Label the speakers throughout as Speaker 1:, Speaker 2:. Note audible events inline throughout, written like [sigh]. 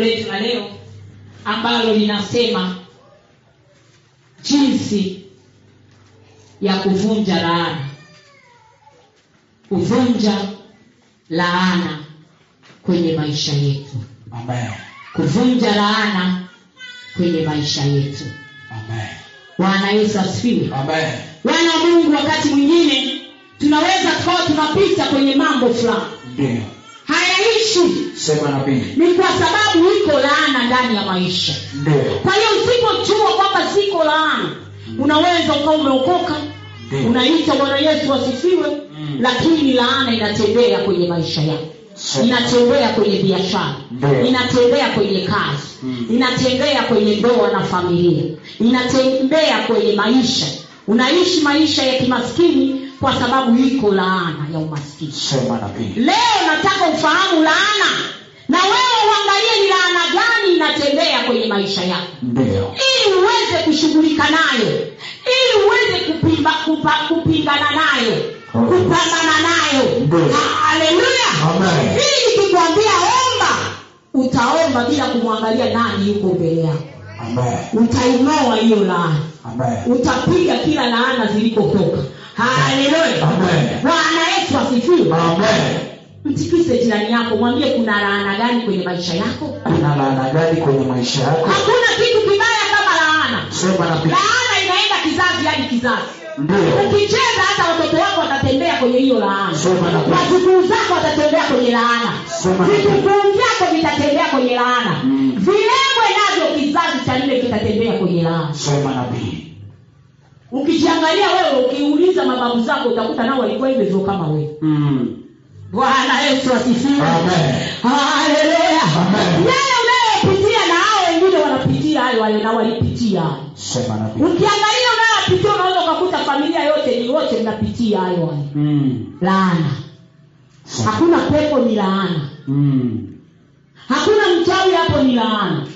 Speaker 1: letu la leo ambalo linasema jinsi ya kuvunja laana kuvunja laana kwenye maisha yetu
Speaker 2: Amen.
Speaker 1: kuvunja laana kwenye maisha yetu
Speaker 2: Amen.
Speaker 1: bwana yesu asifiwe
Speaker 2: Amen.
Speaker 1: wana wa mungu wakati mwingine tunaweza tukawa tunapita kwenye mambo fulani
Speaker 2: Ndio.
Speaker 1: hayaishi
Speaker 2: Sema nabii.
Speaker 1: ni kwa sababu iko laana ndani ya maisha
Speaker 2: Ndio.
Speaker 1: kwa hiyo usipojua kwamba ziko laana unaweza ukawa umeokoka
Speaker 2: Ndio.
Speaker 1: unaita bwana yesu asifiwe
Speaker 2: Mm.
Speaker 1: lakini laana inatembea kwenye maisha yako
Speaker 2: Sawa.
Speaker 1: inatembea kwenye biashara
Speaker 2: Ndio.
Speaker 1: inatembea kwenye kazi
Speaker 2: Mm.
Speaker 1: inatembea kwenye ndoa na familia inatembea kwenye maisha unaishi maisha ya kimaskini kwa sababu iko laana ya umaskini
Speaker 2: Sema nabii.
Speaker 1: leo nataka ufahamu laana na wewe uangalie ni laana gani inatembea kwenye maisha yako
Speaker 2: Ndio.
Speaker 1: ili uweze kushughulika nayo ili uweze kupimba, kupa, kupingana nayo
Speaker 2: Amen.
Speaker 1: kupambana nayo
Speaker 2: Ndio.
Speaker 1: haleluya
Speaker 2: Amen.
Speaker 1: hii nikikwambia omba utaomba bila kumwangalia nani yuko mbele yako
Speaker 2: Amen.
Speaker 1: utainoa hiyo laana
Speaker 2: Amen.
Speaker 1: utapiga kila laana zilipotoka haleluya
Speaker 2: Amen.
Speaker 1: bwana yesu asifiwe
Speaker 2: Amen.
Speaker 1: mtikise jirani yako mwambie kuna laana gani kwenye maisha yako
Speaker 2: Kuna laana gani kwenye maisha yako?
Speaker 1: hakuna kitu kibaya kama laana
Speaker 2: Sema nabii.
Speaker 1: laana inaenda kizazi hadi kizazi
Speaker 2: Ndio.
Speaker 1: ukicheza hata watoto wako watatembea kwenye hiyo laana
Speaker 2: Sema nabii.
Speaker 1: wajukuu zako watatembea kwenye laana
Speaker 2: Sema nabii.
Speaker 1: vitukuu vyako vitatembea kwenye laana
Speaker 2: Mm.
Speaker 1: vilengwe navyo kizazi cha nne kitatembea kwenye laana
Speaker 2: Sema nabii.
Speaker 1: ukijiangalia wewe ukiuliza mababu zako utakuta nao walikuwa hivyo kama wewe
Speaker 2: Mm.
Speaker 1: bwana yesu asifiwe
Speaker 2: Amen.
Speaker 1: haleluya
Speaker 2: Amen.
Speaker 1: yale unayopitia na hao wengine wanapitia hayo hayo na walipitia hayo
Speaker 2: Sema nabii.
Speaker 1: ukiangalia unayopitia unaweza ukakuta familia yote ni wote mnapitia hayo hayo Hmm.
Speaker 2: Mm.
Speaker 1: laana
Speaker 2: Sema.
Speaker 1: hakuna pepo ni laana
Speaker 2: Mm.
Speaker 1: hakuna mchawi hapo ni laana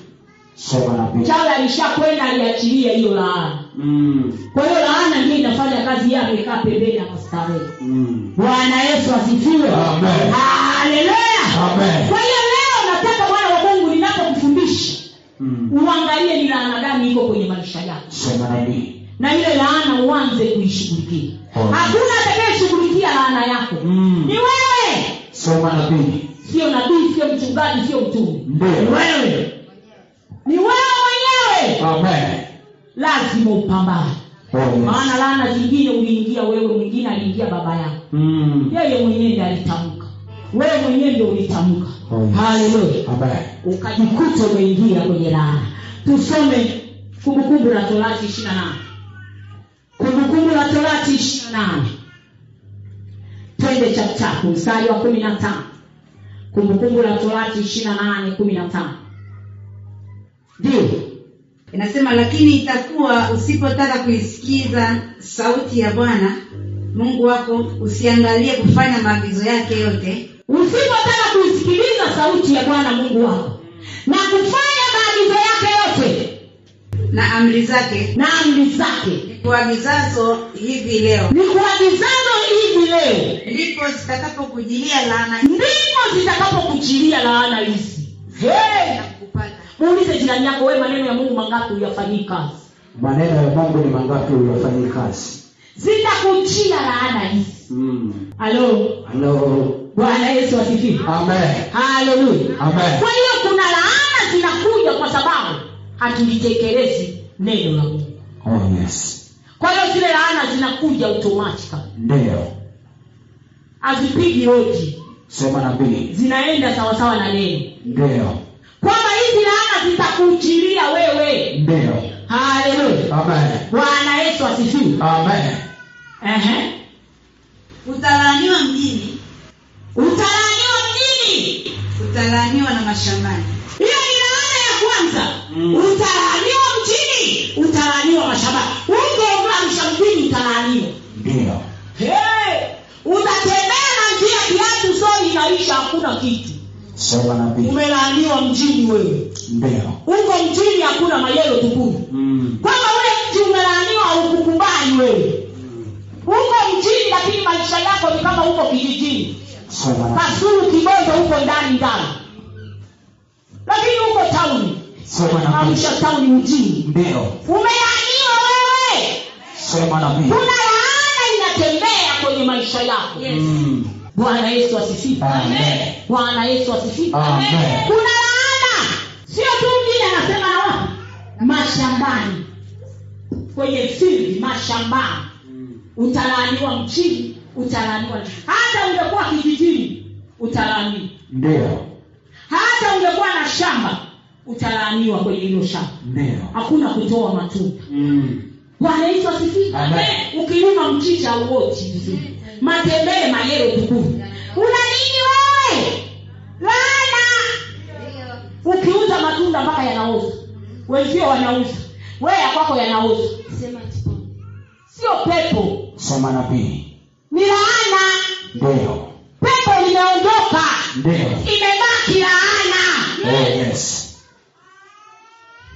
Speaker 2: Sema nabii.
Speaker 1: mchawi alishakwenda aliachilia hiyo laana
Speaker 2: Mm.
Speaker 1: kwa hiyo laana ndiyo inafanya kazi yake amekaa pembeni akastarehe Hmm.
Speaker 2: Mm.
Speaker 1: bwana yesu asifiwe
Speaker 2: Amen.
Speaker 1: haleluya
Speaker 2: Amen.
Speaker 1: kwa hiyo leo nataka bwana wa mungu ninapokufundisha Hmm.
Speaker 2: Mm.
Speaker 1: uangalie ni laana gani iko kwenye maisha yako
Speaker 2: Sema nabii.
Speaker 1: na ile laana uanze kuishughulikia
Speaker 2: Amen.
Speaker 1: hakuna atakayeshughulikia laana yako
Speaker 2: Mm.
Speaker 1: ni wewe
Speaker 2: Sema nabii.
Speaker 1: sio nabii sio mchungaji sio mtume ni
Speaker 2: Ndio.
Speaker 1: wewe ni wewe mwenyewe
Speaker 2: Amen.
Speaker 1: lazima upambane
Speaker 2: Oh, yes.
Speaker 1: maana laana zingine uliingia wewe mwingine aliingia baba yako
Speaker 2: Mm.
Speaker 1: yeye mwenyewe ndiye alitamka wewe mwenyewe ndio ulitamka
Speaker 2: Oh, yes.
Speaker 1: haleluya
Speaker 2: Amen.
Speaker 1: ukajikuta umeingia kwenye laana tusome kumbukumbu la torati ishiri na nane kumbukumbu la torati ishiri na nane twende chapuchapu mstari wa kumi na tano kumbukumbu la torati ishiri na nane kumi na tano ndio
Speaker 3: inasema lakini itakuwa usipotaka kuisikiza sauti ya bwana mungu wako usiangalie kufanya maagizo yake yote
Speaker 1: usipotaka kuisikiliza sauti ya bwana mungu wako na kufanya maagizo yake yote
Speaker 3: na amri zake
Speaker 1: na amri zake
Speaker 3: kuagizazo hivi leo
Speaker 1: ni kuagizano hivi leo
Speaker 3: ndipo zitakapokujilia laana
Speaker 1: ndipo zitakapokuchilia laana hizi Hey!
Speaker 3: kupata
Speaker 1: muulize jirani yako we maneno ya mungu mangapi uyafanyii kazi
Speaker 2: maneno ya mungu ni mangapi uliofanyia kazi
Speaker 1: zitakuchia laana hizi
Speaker 2: mm.
Speaker 1: halo
Speaker 2: Hello.
Speaker 1: bwana yesu asifiwe
Speaker 2: Amen.
Speaker 1: haleluya
Speaker 2: Amen.
Speaker 1: kwa hiyo kuna laana zinakuja kwa sababu hatulitekelezi neno la mungu
Speaker 2: Oh, yes.
Speaker 1: kwa hiyo zile laana zinakuja automatika
Speaker 2: ndio
Speaker 1: hazipigi hoji
Speaker 2: sema nabii
Speaker 1: zinaenda sawasawa na neno
Speaker 2: ndio
Speaker 1: kwamba hizi laana zitakuchilia wewe
Speaker 2: ndio
Speaker 1: haleluya
Speaker 2: Amen.
Speaker 1: bwana yesu asifiwe
Speaker 2: Amen.
Speaker 1: Ehe.
Speaker 3: utalaaniwa mjini
Speaker 1: utalaaniwa mjini
Speaker 3: utalaaniwa na mashambani
Speaker 1: hiyo ni laana ya kwanza
Speaker 2: Mm.
Speaker 1: utalaaniwa mjini utalaaniwa mashambani ukomamsha mjini utalaaniwa
Speaker 2: ndio
Speaker 1: hey! utatembea na njia kiatu soni inaisha hakuna kitu
Speaker 2: sema nabii
Speaker 1: umelaaniwa mjini wewe
Speaker 2: ndio
Speaker 1: uko mjini hakuna mayelo tukuu
Speaker 2: Mm.
Speaker 1: kwamba ule mji umelaaniwa haukukubali wewe uko mjini lakini maisha yako ni kama uko kijijini
Speaker 2: sema nabii
Speaker 1: kasuru kibozo huko ndani ndani lakini huko tauni
Speaker 2: Soma nabii.
Speaker 1: amsha tauni mjini
Speaker 2: Ndio.
Speaker 1: umelaaniwa wewe
Speaker 2: Soma nabii.
Speaker 1: kuna laana inatembea kwenye maisha yako
Speaker 2: Mm.
Speaker 1: bwana yesu asifiwe
Speaker 2: Amen.
Speaker 1: bwana yesu asifiwe
Speaker 2: Amen.
Speaker 1: kuna laana sio tu mjini anasema na wapi mashambani kwenye fildi mashambani
Speaker 2: Mm.
Speaker 1: utalaaniwa mchini utalaaniwa hata ungekuwa kijijini utalaaniwa
Speaker 2: Ndio.
Speaker 1: hata ungekuwa na shamba utalaaniwa kwenye hilo shamba
Speaker 2: Ndio.
Speaker 1: hakuna kutoa matunda
Speaker 2: Mm.
Speaker 1: bwana yesu asifiwe
Speaker 2: Amen.
Speaker 1: ukilima mchicha uoti vizuri matembele mayero tukufu una nini wewe laana ukiuza matunda mpaka yanaoza wenzio wanauza wewe ya kwako yanaoza sio pepo
Speaker 2: Soma nabii.
Speaker 1: ni laana
Speaker 2: Ndio.
Speaker 1: pepo limeondoka
Speaker 2: Ndio.
Speaker 1: imebaki laana
Speaker 2: Oh, yes.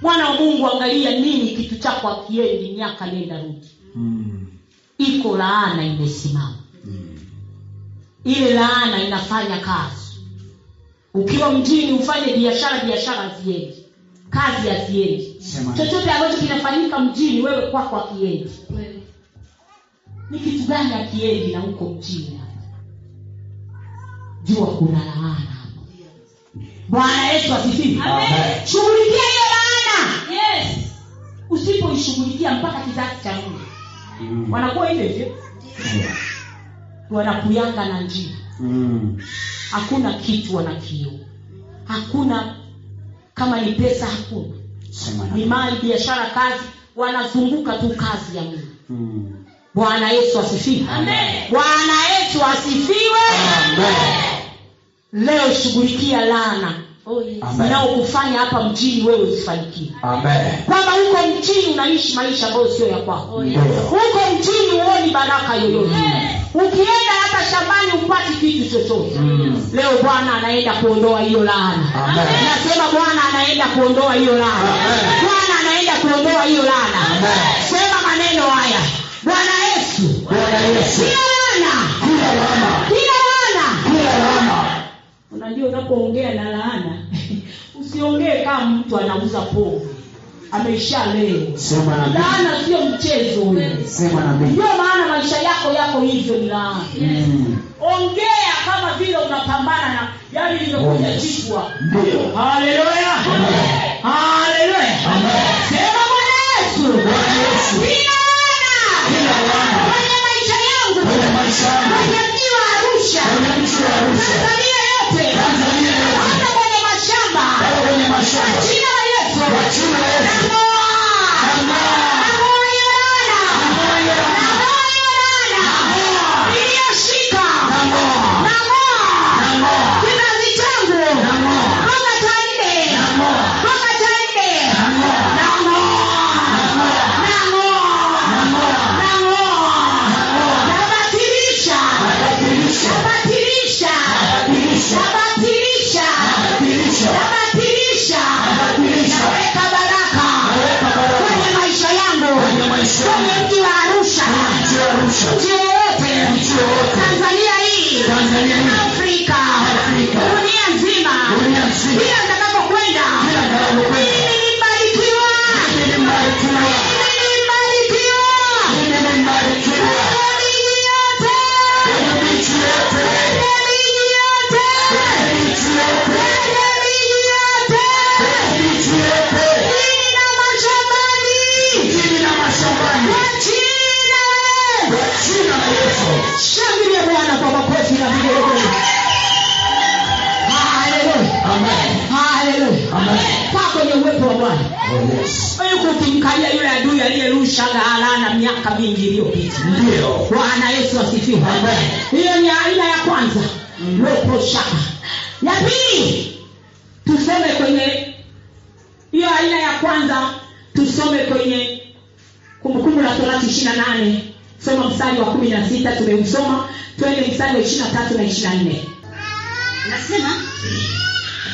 Speaker 1: mwana wa mungu angalia nini kitu chako akiendi miaka nenda rudi
Speaker 2: Mm.
Speaker 1: iko laana imesimama
Speaker 2: Mm.
Speaker 1: ile laana inafanya kazi ukiwa mjini ufanye biashara biashara haziendi kazi haziendi
Speaker 2: Sema nabii.
Speaker 1: chochote ambacho kinafanyika mjini wewe kwako akiendi ni kitu gani akiendi na huko mjini hapa? jua kuna laana hapa. bwana yesu asifiwe
Speaker 2: Amen.
Speaker 1: shughulikia hiyo laana usipoishughulikia mpaka kizazi cha nne
Speaker 2: Mm.
Speaker 1: wanakuwa hivyo hivyo
Speaker 2: Ndio.
Speaker 1: wanakuyanga na njia
Speaker 2: Mm.
Speaker 1: hakuna kitu wanakio hakuna kama ni pesa hakuna
Speaker 2: Sema
Speaker 1: ni
Speaker 2: nabii.
Speaker 1: mali biashara kazi wanazunguka tu kazi ya mungu
Speaker 2: Mm.
Speaker 1: bwana yesu asifiwe
Speaker 2: Amen.
Speaker 1: bwana yesu asifiwe
Speaker 2: Amen.
Speaker 1: leo shughulikia laana
Speaker 2: Amen.
Speaker 1: inaokufanya hapa mjini wewe usifanikiwe
Speaker 2: Amen.
Speaker 1: kwamba huko mjini unaishi maisha ambayo sio ya kwako
Speaker 2: Ndio.
Speaker 1: huko mjini huoni baraka yoyote ukienda hata shambani upati kitu chochote
Speaker 2: Mm.
Speaker 1: leo bwana anaenda kuondoa hiyo laana
Speaker 2: Amen.
Speaker 1: nasema bwana anaenda kuondoa hiyo laana
Speaker 2: Amen.
Speaker 1: bwana anaenda kuondoa hiyo laana
Speaker 2: Amen.
Speaker 1: sema maneno haya bwana yesu
Speaker 2: Bwana Yesu.
Speaker 1: kila laana
Speaker 2: Kila laana.
Speaker 1: kila laana
Speaker 2: Kila laana.
Speaker 1: unajua unapoongea na laana [laughs] usiongee kama mtu anauza povu ameisha leo
Speaker 2: Sema nabii.
Speaker 1: laana sio mchezo huyo
Speaker 2: Sema nabii.
Speaker 1: ndio maana maisha yako yako hivyo ni laana
Speaker 2: Mm.
Speaker 1: ongea kama vile unapambana na yani limekuja
Speaker 2: Yes.
Speaker 1: jitu hapo
Speaker 2: Ndio.
Speaker 1: haleluya haleluya sema bwana yesu
Speaker 2: Bwana Yesu.
Speaker 1: Kila laana
Speaker 2: Kila laana.
Speaker 1: kwenye maisha yangu
Speaker 2: Kwenye maisha yangu.
Speaker 1: kwenye mji wa arusha
Speaker 2: Kwenye nchi ya Arusha.
Speaker 1: tanzania yote
Speaker 2: Tanzania yote.
Speaker 1: hata kwenye mashamba
Speaker 2: Hata kwenye mashamba.
Speaker 1: jina la yesu
Speaker 2: Kwa jina la Yesu.
Speaker 1: Naweka baraka kwenye maisha yangu kwenye mji wa arusha mji wowote tanzania hii afrika dunia nzima bila nitakapokwenda mimi nimebarikiwa mimi nimebarikiwa Kwenye miji yote kwenye miji yote kwenye miji yote mimi na mashambani kwa jina la Yesu. shangilia bwana kwa makofi na vigelegele Haleluya. Haleluya. kaa kwenye uwepo wa bwana huku ukimkalia yule adui aliyerushaga alana miaka mingi iliyopita bwana yesu asifiwe hiyo ni aina ya kwanza uwepo shaka ya pili tusome kwenye hiyo aina ya kwanza tusome kwenye kumbukumbu la torati ishirina nane soma mstari wa kumi na sita tumeusoma twende mstari wa ishirina tatu na ishirina nne
Speaker 3: nasema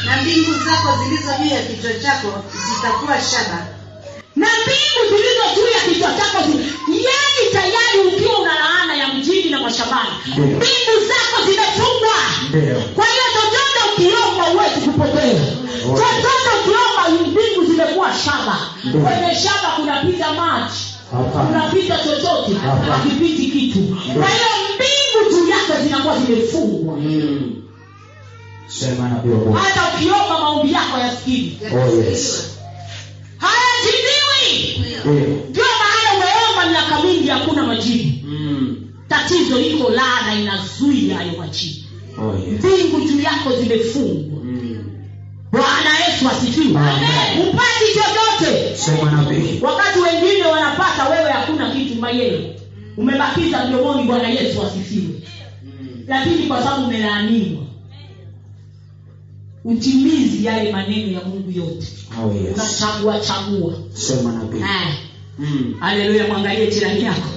Speaker 3: na mbingu zako zilizo juu ya kichwa chako zitakuwa shaba
Speaker 1: na mbingu zilizo juu ya kichwa chako zi- yani tayari ukiwa una laana ya mjini na mashambani
Speaker 2: Ndio.
Speaker 1: mbingu zako zimefungwa
Speaker 2: Ndio.
Speaker 1: kwa hiyo chochote ukiomba huwezi kupotea
Speaker 2: Oya.
Speaker 1: chochote ukiomba
Speaker 2: Hapana.
Speaker 1: unapita chochote
Speaker 2: Hapana.
Speaker 1: akipiti kitu kwa hiyo mbingu juu yako zinakuwa zimefungwa
Speaker 2: Mm. Sema nabii wa Mungu.
Speaker 1: hata ukiomba maombi yako yasikili
Speaker 2: Oh yes.
Speaker 1: hayajibiwi
Speaker 2: Ndio.
Speaker 1: ndio maana umeomba miaka mingi hakuna majibu
Speaker 2: Mm.
Speaker 1: tatizo liko laana inazuia hayo majibu
Speaker 2: Oh yes.
Speaker 1: mbingu juu yako zimefungwa
Speaker 2: Mm.
Speaker 1: bwana yesu asifiwe
Speaker 2: Amen.
Speaker 1: upati chochote
Speaker 2: Sema nabii.
Speaker 1: wakati wengine wanapata wewe hakuna kitu mayeo umebakiza mdomoni bwana yesu asifiwe
Speaker 2: Mm.
Speaker 1: lakini kwa sababu umelaaniwa utimizi yale maneno ya mungu yote
Speaker 2: Oh yes.
Speaker 1: unachagua chagua
Speaker 2: Sema nabii.
Speaker 1: Haya.
Speaker 2: Mm.
Speaker 1: haleluya mwangalie jirani yako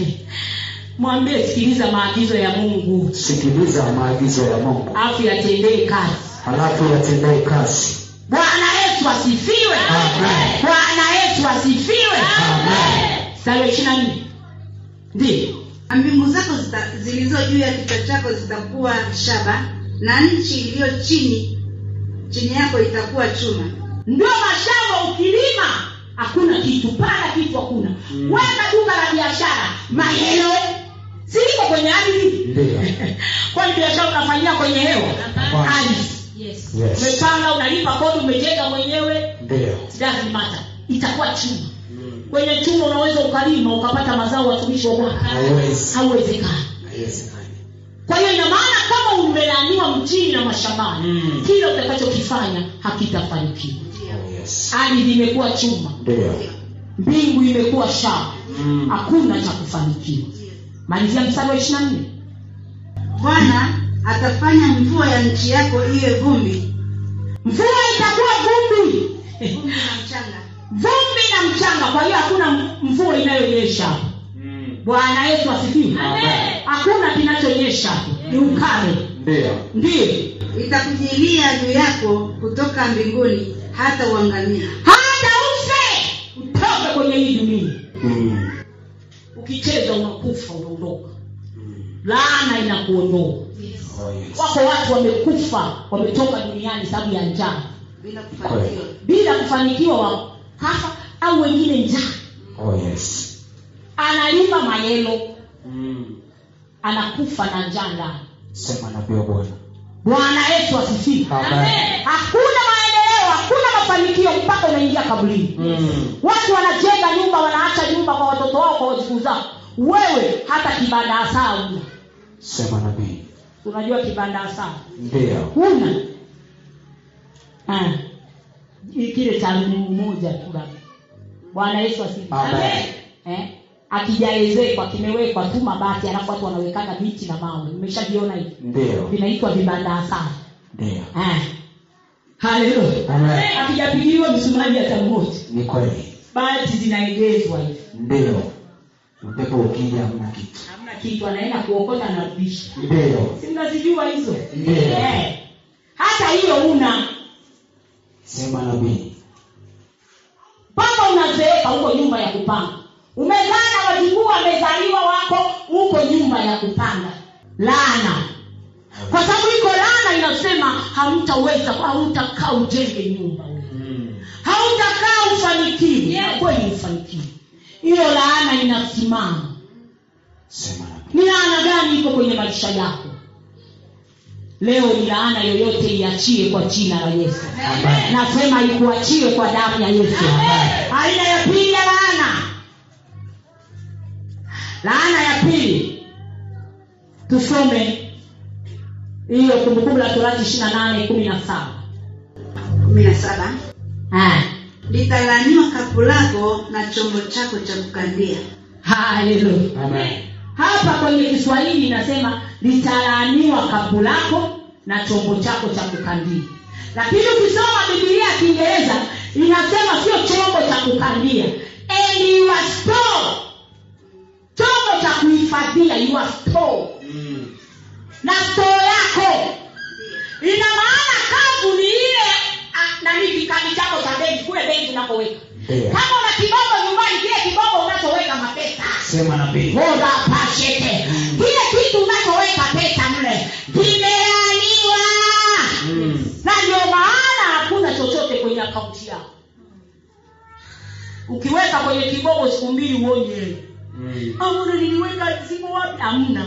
Speaker 1: [laughs] mwambie sikiliza maagizo ya mungu
Speaker 2: Sikiliza maagizo ya Mungu.
Speaker 1: afu yatendee kazi
Speaker 2: Halafu yatendee kazi.
Speaker 1: bwana yesu asifiwe
Speaker 2: Amen.
Speaker 1: bwana yesu asifiwe
Speaker 2: Amen.
Speaker 1: sala ishirina nne ndiyo
Speaker 3: Na mbingu zako zita- zilizo juu ya kichwa chako zitakuwa shaba na nchi iliyo chini chini yako itakuwa chuma
Speaker 1: ndio mashamba ukilima hakuna kitu pala kitu hakuna
Speaker 2: Mm.
Speaker 1: mm. weka duka la biashara mayelo siliko kwenye ardhi
Speaker 2: Ndio.
Speaker 1: kwani biashara unafanyia kwenye hewa
Speaker 2: Hapana.
Speaker 1: ardhi
Speaker 4: Yes.
Speaker 2: Yes.
Speaker 1: umepanga unalipa kodi umejenga mwenyewe
Speaker 2: Ndio.
Speaker 1: lazimata itakuwa chuma
Speaker 2: Mm.
Speaker 1: kwenye chuma unaweza ukalima ukapata mazao watumishi wa bwana
Speaker 2: Haiwezi.
Speaker 1: hauwezekani
Speaker 2: Haiwezekani.
Speaker 1: kwa hiyo ina maana kama umelaniwa mjini na mashambani
Speaker 2: Mm.
Speaker 1: kile utakachokifanya hakitafanikiwa
Speaker 2: Oh yes.
Speaker 1: ardhi imekuwa chuma
Speaker 2: Ndio.
Speaker 1: mbingu imekuwa shaba
Speaker 2: Mm.
Speaker 1: hakuna cha kufanikiwa malizia mstari wa ishirina nne
Speaker 3: bwana atafanya mvua ya nchi yako iwe vumbi
Speaker 1: mvua itakuwa vumbi [laughs]
Speaker 3: vumbi na mchanga
Speaker 1: vumbi na mchanga kwa hiyo hakuna mvua inayonyesha hapa
Speaker 2: Mm.
Speaker 1: bwana yesu asifiwe
Speaker 2: Amen.
Speaker 1: hakuna kinachonyesha hapa ni ukame
Speaker 2: Ndio.
Speaker 1: ndiyo
Speaker 3: itakujilia juu yako kutoka mbinguni hata uangamia
Speaker 1: hata ufe utoke kwenye hii dunia
Speaker 2: Mm.
Speaker 1: ukicheza unakufa unaondoka
Speaker 2: Mm.
Speaker 1: laana inakuondoa
Speaker 2: Oh yes.
Speaker 1: wako watu wamekufa wametoka duniani sababu ya njaa
Speaker 3: bila kufanikiwa
Speaker 1: bila kufanikiwa wakafa au wengine njaa
Speaker 2: Oh yes.
Speaker 1: analima mayelo
Speaker 2: Mm.
Speaker 1: anakufa na njaa ndani
Speaker 2: Sema nabii wa Bwana.
Speaker 1: bwana yesu asifiwe
Speaker 2: Amen.
Speaker 1: hakuna maendeleo hakuna mafanikio mpaka unaingia kaburini
Speaker 2: Mm.
Speaker 1: watu wanajenga nyumba wanaacha nyumba kwa watoto wao kwa wajukuu zao wewe hata kibanda asaa una
Speaker 2: Sema nabii.
Speaker 1: unajua kibanda asaa
Speaker 2: Ndio.
Speaker 1: huna Ah. Ni kile cha mguu mmoja tu labda. bwana yesu asifiwe
Speaker 2: Amen.
Speaker 1: eh? akijaezekwa kimewekwa tu mabati alafu watu wanawekana miti na mawe nimeshajiona hivi
Speaker 2: Ndio.
Speaker 1: vinaitwa vibanda sana
Speaker 2: Ndio.
Speaker 1: haleluya
Speaker 2: Amen.
Speaker 1: akijapigiliwa msumari hata mmoja
Speaker 2: Ni kweli.
Speaker 1: bati zinaegezwa hivi
Speaker 2: Ndio. Upepo ukija hamna kitu.
Speaker 1: hamna kitu anaenda kuokota anarudisha
Speaker 2: Ndio.
Speaker 1: si mnazijua hizo
Speaker 2: Ndio.
Speaker 1: Eh. hata hiyo una
Speaker 2: Sema nabii.
Speaker 1: mpaka unazeeka huko nyumba ya kupanga umezaa na wajukuu wamezaliwa wako huko nyumba ya kupanga laana kwa sababu iko laana inasema hamtaweza hautakaa ujenge nyumba
Speaker 2: Mm.
Speaker 1: hautakaa ufanikiwe Na kweli ufanikiwe hiyo laana inasimama
Speaker 2: Sema nabii.
Speaker 1: ni laana gani iko kwenye maisha yako leo ni laana yoyote iachie kwa jina la yesu
Speaker 2: Amen.
Speaker 1: nasema ikuachie kwa damu ya yesu aina ya pili ya laana laana ya pili tusome hiyo kumbukumbu la torati ishirina nane kumi na saba
Speaker 3: kumi na saba litalaniwa kapu lako na chombo chako cha kukandia
Speaker 1: haleluya
Speaker 2: Amen.
Speaker 1: hapa kwenye kiswahili inasema litalaaniwa kapu lako na chombo chako cha kukandia lakini ukisoma bibilia ya kiingereza inasema sio chombo cha kukandia And your store. chombo cha kuhifadhia your store.
Speaker 2: Mm.
Speaker 1: na store yako ina maana kapu ni ile ah, nani kikadi chako cha benki kule benki unakoweka
Speaker 2: Ndio.
Speaker 1: kama una kibombo nyumbani kile kibombo unachoweka mapesa
Speaker 2: Sema nabii.
Speaker 1: Bora pashete. Kile kitu unachoweka pesa mle kimeaniwa,
Speaker 2: Mm.
Speaker 1: na ndio maana hakuna chochote kwenye akaunti yako. ukiweka kwenye kigogo siku mbili uonje
Speaker 2: Mm.
Speaker 1: amuna niliweka ziko wapi hamna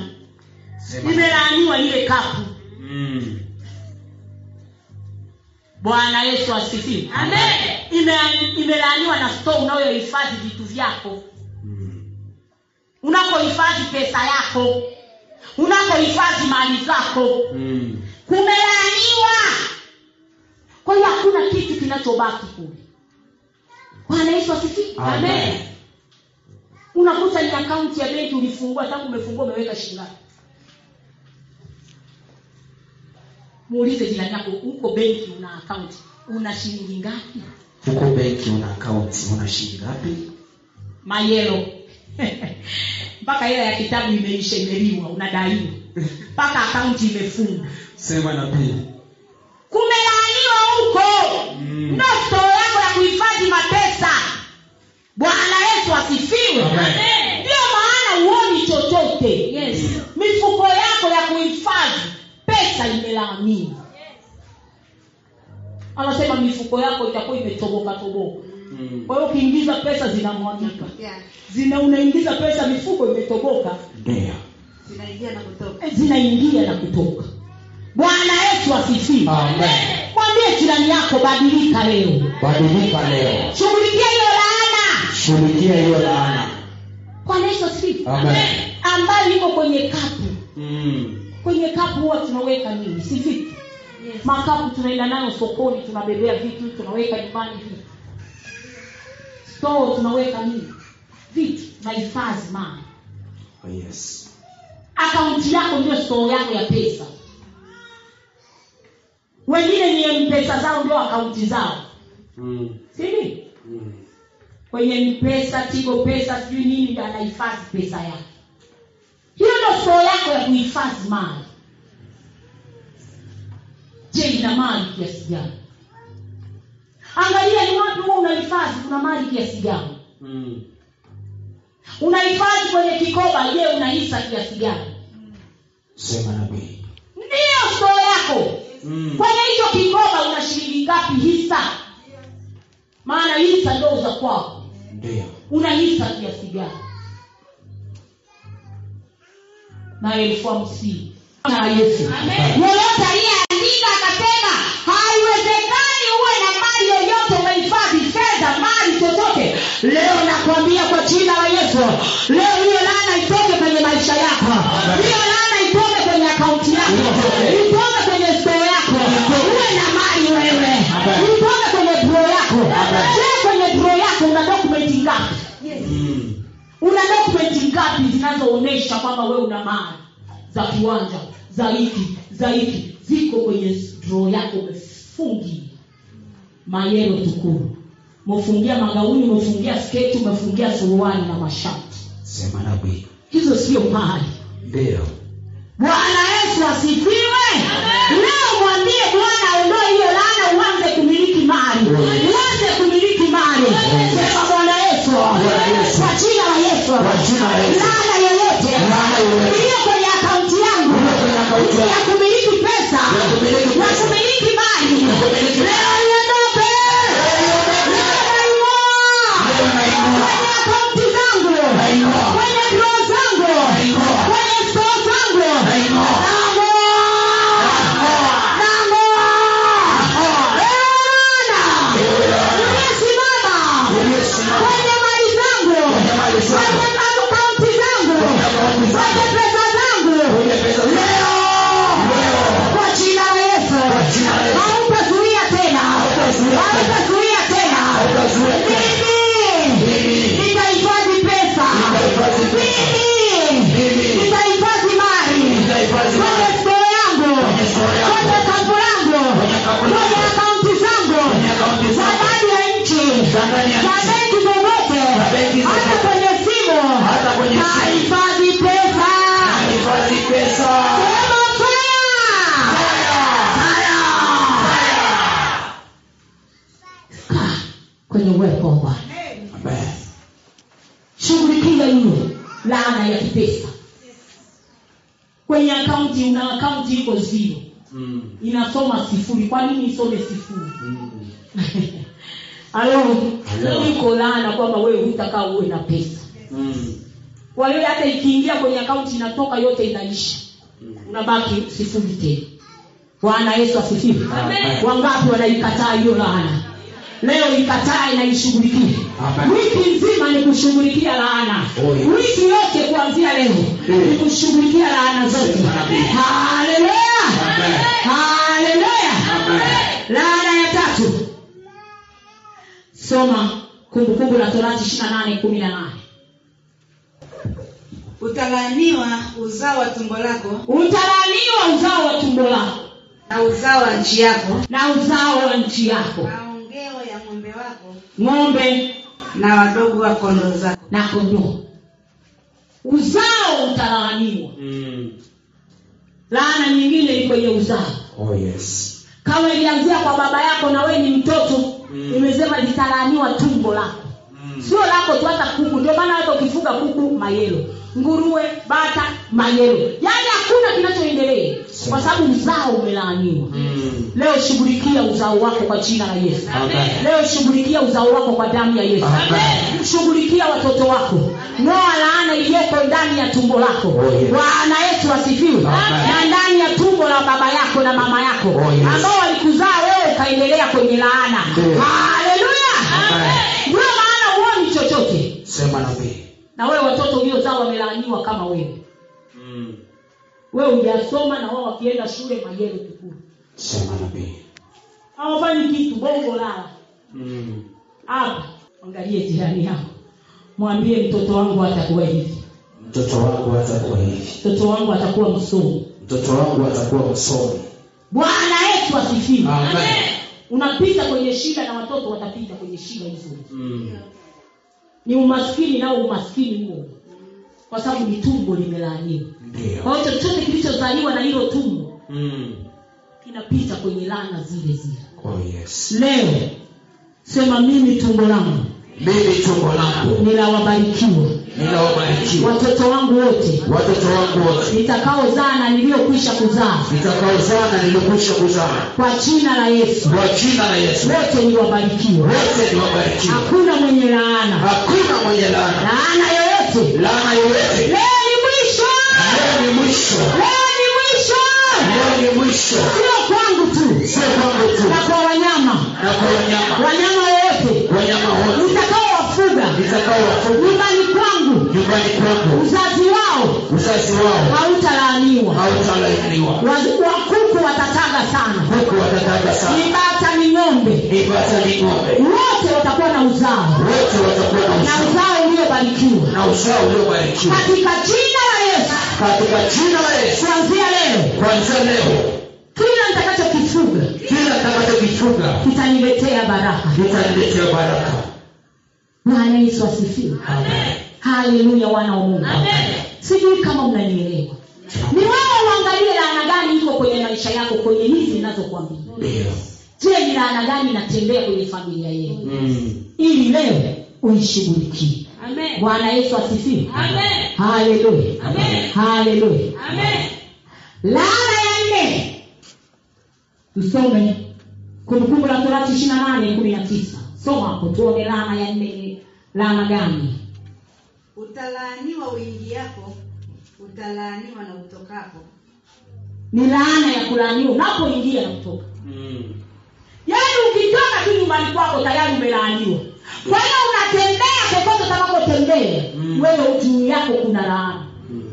Speaker 2: Sema nabii.
Speaker 1: limelaaniwa ile kapu
Speaker 2: Mm.
Speaker 1: bwana yesu asifiwe
Speaker 2: Amen.
Speaker 1: Ime- imelaaniwa na store unayohifadhi vitu vyako
Speaker 2: Mm.
Speaker 1: unakohifadhi pesa yako unakohifadhi mali zako
Speaker 2: Mm.
Speaker 1: kumelaaniwa kwa hiyo hakuna kitu kinachobaki kule bwana yesu asifiwe
Speaker 2: Amen.
Speaker 1: Amen. unakuta ni akaunti ya benki ulifungua tangu umefungua umeweka shingapi muulize jirani yako uko benki una akaunti una shilingi ngapi
Speaker 2: huko benki una akaunti una shilingi ngapi
Speaker 1: mayero [laughs] mpaka hela ya kitabu imeisha imeliwa unadaiwa mpaka akaunti imefungwa
Speaker 2: sema nabii
Speaker 1: kumelaaniwa huko
Speaker 2: Mm.
Speaker 1: ndo stoo yako ya kuhifadhi mapesa bwana yesu asifiwe
Speaker 2: Amen.
Speaker 1: Amen. ndiyo maana huoni chochote yes. mifuko yako ya kuhifadhi pesa imelaaniwa anasema mifuko yako itakuwa imetoboka toboka
Speaker 2: Mm.
Speaker 1: kwa hiyo ukiingiza pesa zinamwagika
Speaker 3: Yeah,
Speaker 1: zina unaingiza pesa mifuko imetoboka
Speaker 2: ndio
Speaker 3: zinaingia na kutoka.
Speaker 1: zinaingia na kutoka bwana yesu asifiwe
Speaker 2: Ah. Amen.
Speaker 1: mwambie jirani yako badilika leo
Speaker 2: badilika leo
Speaker 1: shughulikia hiyo laana
Speaker 2: shughulikia hiyo laana
Speaker 1: bwana yesu asifiwe
Speaker 2: Amen.
Speaker 1: ambayo iko kwenye kapu
Speaker 2: Mm.
Speaker 1: kwenye kapu huwa tunaweka nini si vitu
Speaker 3: Yes.
Speaker 1: makapu tunaenda nayo sokoni tunabebea vitu tunaweka nyumbani vitu stoo tunaweka nini vitu nahifadhi mali
Speaker 2: Oh, yes
Speaker 1: akaunti yako ndio stoo yako ya pesa wengine ni mpesa zao ndio akaunti zao
Speaker 2: Mm.
Speaker 1: sivii
Speaker 2: Mm.
Speaker 1: kwenye mpesa tigo pesa sijui nini ndo anahifadhi pesa yake hiyo ndo stoo yako ya kuhifadhi mali je ina mali kiasi gani angalia ni wapi huwa unahifadhi kuna mali kiasi gani
Speaker 2: Mm.
Speaker 1: unahifadhi kwenye kikoba je unahisa kiasi gani
Speaker 2: sema nabii
Speaker 1: ndiyo stoo yako
Speaker 2: Mm.
Speaker 1: kwenye hicho kikoba una shilingi ngapi hisa maana hisa ndo za kwako
Speaker 2: ndio
Speaker 1: unahisa kiasi gani na elfu hamsini na yesu
Speaker 2: Amen.
Speaker 1: yoyote aliyeandika akasema haiwezekani uwe na mali yoyote umehifadhi fedha mali chochote leo nakwambia kwa jina la yesu leo hiyo laana itoke kwenye maisha yako hiyo laana itoke kwenye akaunti yako itoke kwenye stoo yako uwe na mali wewe
Speaker 2: Amen.
Speaker 1: itoke kwenye droo yako
Speaker 2: Amen.
Speaker 1: je kwenye droo yako una dokumenti ngapi
Speaker 3: Yes.
Speaker 2: Mm.
Speaker 1: una dokumenti ngapi zinazoonyesha kwamba wewe una mali za kiwanja za hiki za hiki ziko kwenye droo yako umefungi mayero tukuru umefungia magauni umefungia sketi umefungia suruali na mashati
Speaker 2: sema nabii
Speaker 1: hizo sio mali
Speaker 2: ndio
Speaker 1: bwana yesu asifiwe leo mwambie bwana ondoe hiyo laana uanze kumiliki mali
Speaker 2: Amen.
Speaker 1: uanze kumiliki mali sema bwana yesu
Speaker 2: Yesu.
Speaker 1: kwa jina la yesu
Speaker 2: Kwa jina la Yesu.
Speaker 1: laana yoyote
Speaker 2: Laana yoyote.
Speaker 1: iliyo kwenye akaunti yangu
Speaker 2: Iliyo kwenye akaunti yangu.
Speaker 1: ya kumiliki pesa
Speaker 2: Ya kumiliki
Speaker 1: na
Speaker 2: pesa.
Speaker 1: kumiliki mali
Speaker 2: Ya kumiliki mali.
Speaker 1: leo iondoke Leo naing'oa
Speaker 2: Leo naing'oa.
Speaker 1: kwenye akaunti zangu
Speaker 2: Naing'oa.
Speaker 1: kwenye droo zangu
Speaker 2: Naing'oa.
Speaker 1: kwenye stoo zangu
Speaker 2: Naing'oa. Naing'oa. Uliosimama. Kwenye mali zangu. Kwenye akaunti zangu. Kwenye pesa zangu. Leo. Kwa jina la Yesu. Hautazuia. Hautazuia tena. Mimi.
Speaker 1: nitahifadhi pesa
Speaker 2: Nitahifadhi pesa. Mimi.
Speaker 1: mimi nitahifadhi mali
Speaker 2: Nitahifadhi mali.
Speaker 1: kwenye stoo yangu
Speaker 2: Kwenye stoo yangu.
Speaker 1: kwenye kambo yangu
Speaker 2: Kwenye kambo yangu.
Speaker 1: kwenye akaunti zangu
Speaker 2: Kwenye akaunti
Speaker 1: za
Speaker 2: zangu.
Speaker 1: ndani ya nchi
Speaker 2: Za ndani ya
Speaker 1: za
Speaker 2: nchi.
Speaker 1: benki zozote
Speaker 2: Za benki
Speaker 1: hata
Speaker 2: zozote.
Speaker 1: kwenye simu
Speaker 2: Hata kwenye simu.
Speaker 1: nahifadhi pesa
Speaker 2: Nahifadhi pesa.
Speaker 1: sema fire Kaa kwenye uwepo wa bwana
Speaker 2: Amen.
Speaker 1: shughulikia hiyo laana ya kipesa kwenye akaunti una akaunti iko zero
Speaker 2: Mm.
Speaker 1: [laughs] inasoma sifuri kwa nini isome sifuri
Speaker 2: Mm.
Speaker 1: Halo.
Speaker 2: Halo.
Speaker 1: iko laana kwamba wewe hutakaa uwe na pesa
Speaker 2: Mm.
Speaker 1: kwa hiyo hata ikiingia kwenye akaunti inatoka yote inaisha unabaki sifuri tena bwana yesu asifiwe
Speaker 2: Amen.
Speaker 1: wangapi wanaikataa hiyo laana leo ikataa inaishughulikia
Speaker 2: Amen.
Speaker 1: wiki nzima ni kushughulikia laana
Speaker 2: Oh, yes.
Speaker 1: wiki yote kuanzia leo
Speaker 2: Eh.
Speaker 1: ni kushughulikia laana zote
Speaker 2: Sema nabii.
Speaker 1: haleluya
Speaker 2: Amen.
Speaker 1: haleluya
Speaker 2: Amen.
Speaker 1: laana ya tatu soma kumbukumbu la torati ishiri na nane kumi na nane
Speaker 3: utalaaniwa uzao wa tumbo lako
Speaker 1: utalaaniwa uzao wa tumbo lako
Speaker 3: na uzao wa nchi yako
Speaker 1: na uzao wa nchi yako
Speaker 3: maongeo ya ng'ombe wako
Speaker 1: ng'ombe
Speaker 3: na wadogo wa kondoo zako
Speaker 1: na kondoo uzao utalaaniwa
Speaker 2: Mm.
Speaker 1: laana nyingine ni kwenye uzao
Speaker 2: Oh, yes.
Speaker 1: kama ilianzia kwa baba yako na wewe ni mtoto
Speaker 2: Mm.
Speaker 1: imesema litalaaniwa tumbo lako
Speaker 2: Mm.
Speaker 1: sio lako tu hata kuku ndio maana hata ukifuga kuku mayelo nguruwe bata mayelo yaani hakuna kinachoendelea kwa sababu uzao umelaaniwa
Speaker 2: Mm.
Speaker 1: leo shughulikia uzao wako kwa jina la yesu
Speaker 2: Amen.
Speaker 1: leo shughulikia uzao wako kwa damu ya yesu
Speaker 2: Amen.
Speaker 1: shughulikia watoto wako ng'oa laana iliyoko ndani ya tumbo lako
Speaker 2: Oh, yes.
Speaker 1: bwana yetu asifiwe
Speaker 2: Amen.
Speaker 1: na ndani ya tumbo la baba yako na mama yako
Speaker 2: Oh, yes.
Speaker 1: ambao walikuzaa wewe ukaendelea kwenye laana
Speaker 2: Ndiyo.
Speaker 1: haleluya
Speaker 2: Amen.
Speaker 1: ndio maana huoni chochote
Speaker 2: Sema nabii.
Speaker 1: na wewe watoto uliozaa wamelaaniwa kama wewe
Speaker 2: Mm.
Speaker 1: wewe hujasoma na wao wakienda shule majeri kikuu
Speaker 2: Sema nabii.
Speaker 1: hawafanyi kitu bongo lala
Speaker 2: Mm.
Speaker 1: hapa angalie jirani yako mwambie mtoto wangu atakuwa hivi
Speaker 2: Mtoto wangu atakuwa hivi.
Speaker 1: mtoto wangu atakuwa msomi
Speaker 2: Mtoto wangu atakuwa msomi.
Speaker 1: bwana yesu asifiwe
Speaker 2: Amen.
Speaker 1: unapita kwenye shida na watoto watapita kwenye shida hizo
Speaker 2: Mm.
Speaker 1: ni umaskini nao umaskini huo kwa sababu ni tumbo limelaaniwa
Speaker 2: Ndio.
Speaker 1: kwa hiyo chochote kilichozaliwa na hilo tumbo
Speaker 2: Mm.
Speaker 1: kinapita kwenye laana zile zile
Speaker 2: Oh, yes.
Speaker 1: leo sema mimi tumbo langu
Speaker 2: Mimi tumbo langu
Speaker 1: ni la wabarikiwa
Speaker 2: ninaobarikiwa.
Speaker 1: watoto wangu wote
Speaker 2: Watoto wangu wote
Speaker 1: nitakaozaa na niliyokwisha kuzaa
Speaker 2: nitakaozana nilikwisha kuzaa
Speaker 1: kwa jina la yesu
Speaker 2: kwa jina la Yesu.
Speaker 1: wote ni wabarikiwa
Speaker 2: Wote ni wabarikiwa.
Speaker 1: hakuna mwenye laana
Speaker 2: Hakuna mwenye laana.
Speaker 1: laana yoyote
Speaker 2: Laana yoyote
Speaker 1: leo ni mwisho
Speaker 2: Leo ni mwisho,
Speaker 1: leo ni mwisho
Speaker 2: leo ni mwisho,
Speaker 1: sio kwangu tu
Speaker 2: sio kwangu tu,
Speaker 1: na kwa wanyama
Speaker 2: na kwa wanyama
Speaker 1: wanyama wote
Speaker 2: wanyama wote
Speaker 1: nitakaowafuga
Speaker 2: nitakaowafuga
Speaker 1: nyumbani kwangu
Speaker 2: nyumbani kwangu,
Speaker 1: uzazi wao
Speaker 2: uzazi wao
Speaker 1: hautalaaniwa
Speaker 2: hautalaaniwa.
Speaker 1: Waz- wakuku watataga sana
Speaker 2: Huku watataga sana,
Speaker 1: ni bata ni ng'ombe
Speaker 2: ipata ni ng'ombe,
Speaker 1: wote watakuwa na uzao
Speaker 2: wote watakuwa na
Speaker 1: na
Speaker 2: uzao
Speaker 1: uzao uliobarikiwa
Speaker 2: na uzao uliobarikiwa
Speaker 1: katika jina la yesu
Speaker 2: katika jina la Yesu.
Speaker 1: kuanzia leo
Speaker 2: Kwanza leo
Speaker 1: kila nitakachokifuga
Speaker 2: kila nitakachokifuga
Speaker 1: kitaniletea baraka
Speaker 2: kitaniletea baraka.
Speaker 1: bwana yesu asifiwe
Speaker 2: Amen.
Speaker 1: haleluya wana wa mungu sijui kama mnanielewa ni wewe uangalie laana gani iko kwenye maisha yako kwenye hizi ninazokwambia
Speaker 2: Ndio.
Speaker 1: je ni laana gani inatembea kwenye familia yenu
Speaker 2: Mm.
Speaker 1: ili leo uishughulikie bwana yesu asifiwe haleluya haleluya laana ya nne tusome kumbukumbu la torati ishiri na nane kumi na tisa soma hapo tuone laana ya nne ni laana gani
Speaker 3: utalaaniwa uingiapo utalaaniwa na utokapo
Speaker 1: ni laana ya kulaaniwa unapoingia na kutoka
Speaker 2: Mm.
Speaker 1: yaani ukitoka tu nyumbani kwako tayari umelaaniwa kwa hiyo unatembea kokote utakapotembea
Speaker 2: Mm.
Speaker 1: wewe juu yako kuna laana
Speaker 2: Mm.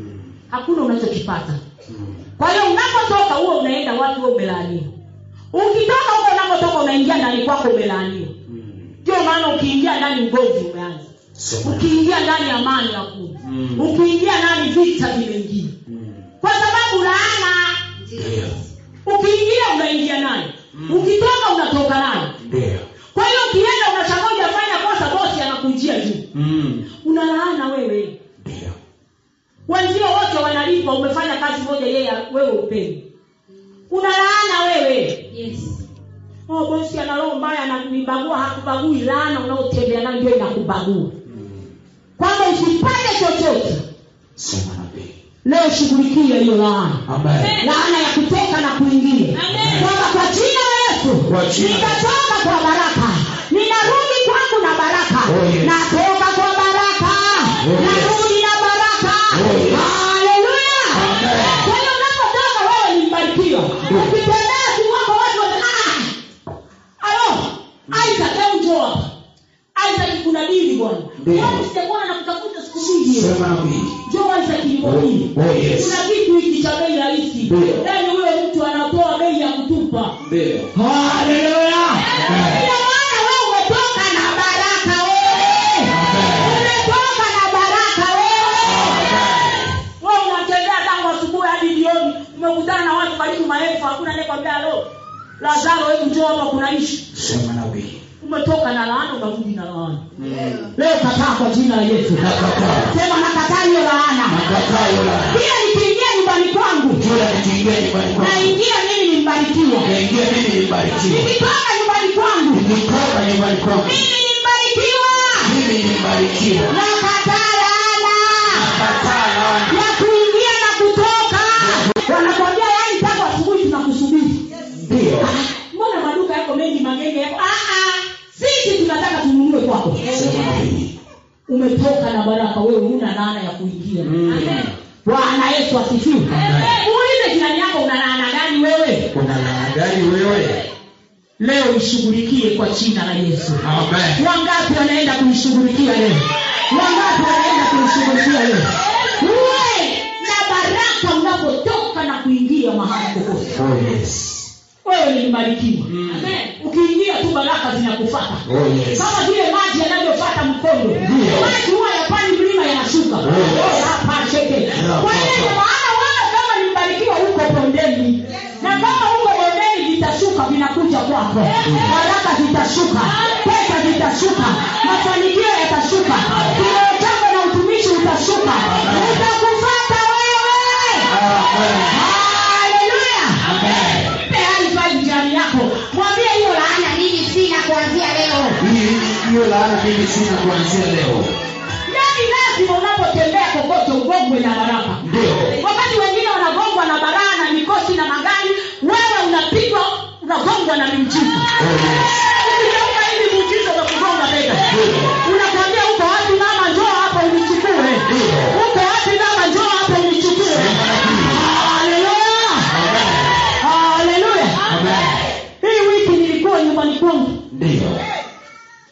Speaker 1: hakuna unachokipata
Speaker 2: Mm.
Speaker 1: kwa hiyo unapotoka huo unaenda wapi wewe umelaaniwa ukitoka huko unapotoka unaingia ndani kwako umelaaniwa
Speaker 2: Mm.
Speaker 1: ndio maana ukiingia ndani ugozi umeanza
Speaker 2: Sema.
Speaker 1: ukiingia ndani amani hakuna
Speaker 2: Mm.
Speaker 1: ukiingia ndani vita vimeingia
Speaker 2: Mm.
Speaker 1: kwa sababu laana
Speaker 3: ndiyo
Speaker 2: Ndio.
Speaker 1: ukiingia unaingia nayo
Speaker 2: Mm.
Speaker 1: ukitoka unatoka nayo
Speaker 2: Ndio.
Speaker 1: kwa hiyo ukienda unashangaa hujafanya kosa bosi anakujia juu
Speaker 2: Mm.
Speaker 1: una laana wewe
Speaker 2: Ndio.
Speaker 1: wenzio wote wanalipwa umefanya kazi moja yeye wewe upendi una laana wewe oh, bosi ana roho mbaya ananibagua hakubagui laana unaotembea nayo ndio inakubagua
Speaker 2: Mm.
Speaker 1: kwamba usipate chochote
Speaker 2: Sema nabii.
Speaker 1: leo shughulikia hiyo laana
Speaker 2: Amen.
Speaker 1: laana ya kutoka na kuingia kwamba kwa jina la yesu
Speaker 2: Kwa jina.
Speaker 1: nitatoka kwa baraka ninarudi
Speaker 2: Oh, yes.
Speaker 1: natoka kwa baraka
Speaker 2: Oh, yes.
Speaker 1: narudi na baraka
Speaker 2: Oh, yes.
Speaker 1: haleluya
Speaker 2: Amen.
Speaker 1: kwa hiyo unapotoka wewe ni mbarikiwa ukitembea kiwako watu wana- ah! alo isaac hebu njoo hapa isaac kuna dili bwana
Speaker 2: Ndiyo.
Speaker 1: Watu sijakuona na kutafuta siku nyingi
Speaker 2: Sema nabii.
Speaker 1: njoo isaac nikwambie
Speaker 2: Oh, yes.
Speaker 1: kuna kitu hiki cha bei rahisi
Speaker 2: Ndiyo.
Speaker 1: yaani huyo mtu anatoa bei ya kutupa
Speaker 2: Ndio.
Speaker 1: Haleluya. Ndio maana wewe umetoka na baraka wewe. Umetoka na baraka wewe. Wewe unatembea tangu asubuhi hadi jioni, umekutana na watu karibu maelfu, hakuna anayekwambia lo. Lazaro hebu njoo hapa kuna ishi.
Speaker 2: Sema nabii.
Speaker 1: Umetoka na laana unarudi na laana.
Speaker 2: Mm.
Speaker 1: Leo kataa kwa jina la Yesu.
Speaker 2: Nakataa.
Speaker 1: Sema nakataa hiyo laana.
Speaker 2: Nakataa hiyo laana.
Speaker 1: Kila nikiingia nyumbani kwangu,
Speaker 2: Kila nikiingia nyumbani kwangu.
Speaker 1: naingia mimi ni mbarikiwa.
Speaker 2: Naingia mimi nibarikiwa.
Speaker 1: Nikitoka nyumbani kwangu,
Speaker 2: Nikitoka nyumbani kwangu.
Speaker 1: mimi ni mbarikiwa.
Speaker 2: Mimi nibarikiwa.
Speaker 1: Nakataa laana
Speaker 2: Nakataa laana.
Speaker 1: ya kuingia na kutoka. Wanakwambia yaani tangu asubuhi tunakusubiri.
Speaker 2: Ndio.
Speaker 1: Mbona maduka yako mengi magenge yako? Ah ah. Sisi tunataka tununue kwako.
Speaker 2: Sema nabii.
Speaker 1: Umetoka na baraka wewe una laana ya kuingia.
Speaker 2: Mm.
Speaker 1: Bwana Yesu asifiwe.
Speaker 2: Amen.
Speaker 1: Muulize jirani yako una laana gani wewe?
Speaker 2: Kuna laana gani wewe?
Speaker 1: Leo ishughulikie kwa jina la Yesu.
Speaker 2: Amen.
Speaker 1: wangapi wanaenda kumshughulikia leo wangapi wanaenda kumshughulikia leo uwe na baraka unapotoka na kuingia mahali popote
Speaker 2: Oh, yes.
Speaker 1: wewe ni mbarikiwa
Speaker 2: Mm.
Speaker 1: Amen. ukiingia tu baraka zinakufata
Speaker 2: Oh, yes.
Speaker 1: kama vile maji yanavyofata mkondo maji huwa yapani mlima yanashuka
Speaker 2: Yes.
Speaker 1: yapacheke kwa hiyo ndio maana wewe kama ni mbarikiwa huko bondeni na kama huko bondeni vitashuka vinakuja kwako baraka zitashuka pesa zitashuka mafanikio yatashuka kileo chako na utumishi utashuka utakufata wewe
Speaker 2: Amen.
Speaker 1: haleluya
Speaker 2: Amen.
Speaker 1: mpe high five jirani yako mwambie hiyo laana mimi sina kuanzia leo
Speaker 2: Hii- hiyo laana mimi sina kuanzia leo
Speaker 1: yaani lazima unapotembea kokote ugongwe na baraka
Speaker 2: Ndio.
Speaker 1: wakati wengine wanagongwa na baraa na mikosi na magari wewe unapigwa unagongwa na miujiza
Speaker 2: Oh, yes.
Speaker 1: ukigeuka hivi miujiza utakugonga bega
Speaker 2: Ndio.
Speaker 1: unakwambia uko wapi mama njoo hapa unichukue
Speaker 2: Ndio.
Speaker 1: uko wapi mama njoo hapa unichukue
Speaker 2: Sema nabii.
Speaker 1: haleluya
Speaker 2: Amen.
Speaker 1: haleluya
Speaker 2: Amen.
Speaker 1: hii wiki nilikuwa nyumbani kwangu
Speaker 2: Ndio.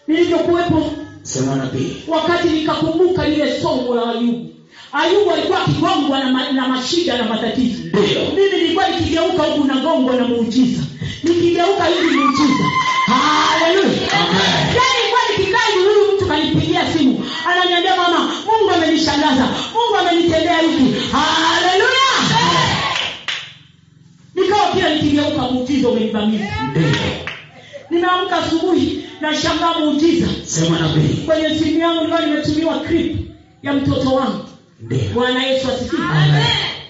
Speaker 1: nilivyokuwepo
Speaker 2: Sema nabii.
Speaker 1: wakati nikakumbuka lile somo la ayubu ayubu alikuwa akigongwa na, ma, na mashida na matatizo
Speaker 2: Ndio.
Speaker 1: mimi nilikuwa nikigeuka huku nagongwa na muujiza nikigeuka hivi muujiza haleluya
Speaker 2: Amen.
Speaker 1: Yaani nilikuwa nikikaa hivi, huyu mtu kanipigia simu ananiambia mama mungu amenishangaza mungu amenitendea hiki haleluya nikawa kila nikigeuka muujiza umenivamia
Speaker 2: Ndio.
Speaker 1: ninaamka asubuhi nashangaa muujiza
Speaker 2: Sema nabii.
Speaker 1: kwenye simu yangu nilikuwa nimetumiwa clip ya mtoto wangu
Speaker 2: Ndio.
Speaker 1: bwana yesu asifiwe
Speaker 2: Amen.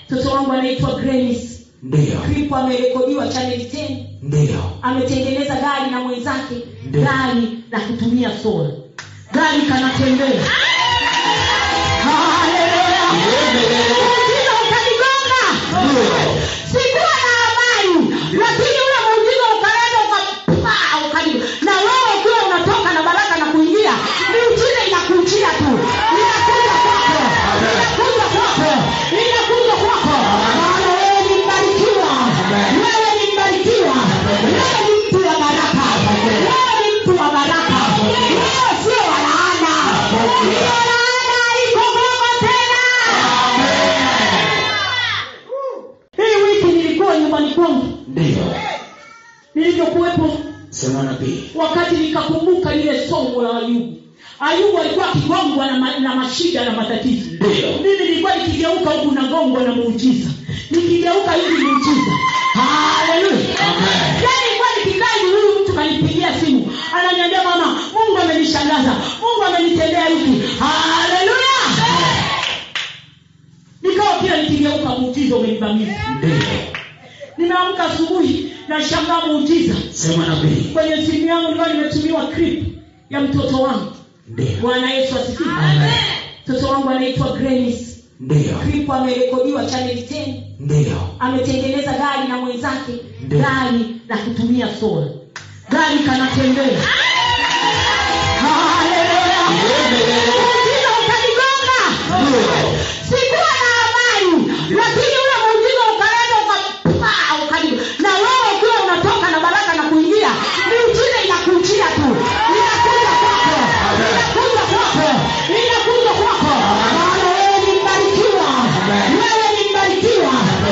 Speaker 1: mtoto wangu anaitwa grace
Speaker 2: Ndio.
Speaker 1: clip amerekodiwa channel 10
Speaker 2: Ndio.
Speaker 1: ametengeneza gari na mwenzake
Speaker 2: Ndio.
Speaker 1: gari la kutumia sola gari kanatembea Haleluya. Muujiza ukanigonga
Speaker 2: Ndio.
Speaker 1: sikuwa na habari lakini ule muujiza ukaenda ukapaa ukadi na wewe ukiwa unatoka na baraka na kuingia miujiza inakujia tu inakuja kwako inakuja kwako inakuja kwako maana wewe ni mbarikiwa wewe ni mbarikiwa wewe ni mtu wa baraka wewe ni mtu wa baraka wewe sio wa laana hiyo laana iko kwako tena hii wiki nilikuwa nyumbani kwangu
Speaker 2: Ndio.
Speaker 1: nilivyokuwepo
Speaker 2: Sema nabii.
Speaker 1: wakati nikakumbuka lile somo la ayubu ayubu alikuwa akigongwa na, ma, na mashida na matatizo
Speaker 2: Ndio.
Speaker 1: mimi nilikuwa nikigeuka huku nagongwa na muujiza nikigeuka hivi muujiza haleluya
Speaker 2: Amen.
Speaker 1: yaani nilikuwa nikikaa hivi huyu mtu kanipigia simu ananiambia mama mungu amenishangaza mungu amenitendea hiki haleluya nikawa kila nikigeuka muujiza umenivamia
Speaker 2: Ndio.
Speaker 1: ninaamka asubuhi nashangaa muujiza
Speaker 2: Sema nabii.
Speaker 1: kwenye simu yangu nilikuwa nimetumiwa clip ya mtoto wangu
Speaker 2: Ndio.
Speaker 1: bwana yesu asifiwe
Speaker 2: Amen.
Speaker 1: mtoto wangu anaitwa Grace.
Speaker 2: Ndio.
Speaker 1: clip amerekodiwa channel 10
Speaker 2: Ndio.
Speaker 1: ametengeneza gari na mwenzake
Speaker 2: Ndio.
Speaker 1: gari la kutumia sola gari kanatembea haleluya muujiza ukanigonga sikuwa na habari lakini ule muujiza ukaenda ukapaa ukani na wewe ukiwa unatoka na baraka na kuingia muujiza inakujia tu inakuja kwako inakuja kwako inakuja kwako maana wewe ni mbarikiwa wewe ni mbarikiwa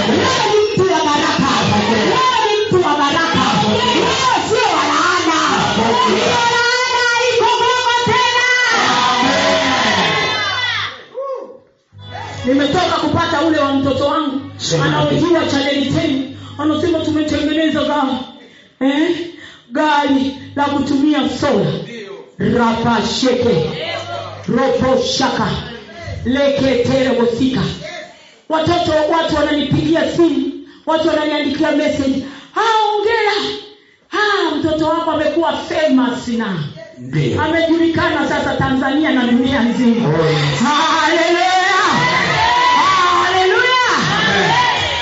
Speaker 1: wewe ni mtu wa baraka wewe ni mtu wa baraka wewe sio wa laana Sio laana iko kwako tena nimetoka kupata ule wa mtoto wangu
Speaker 2: Sema
Speaker 1: anaojua chaneli teni anasema tumetengeneza gari eh? gari la kutumia sola rapasheke roposhaka leketerebosika watoto watu wananipigia simu watu wananiandikia message "Ah, hongera Ah, mtoto wako amekuwa famous na
Speaker 2: Ndio.
Speaker 1: amejulikana sasa tanzania na dunia nzima
Speaker 2: Oh, yes.
Speaker 1: Haleluya! Haleluya!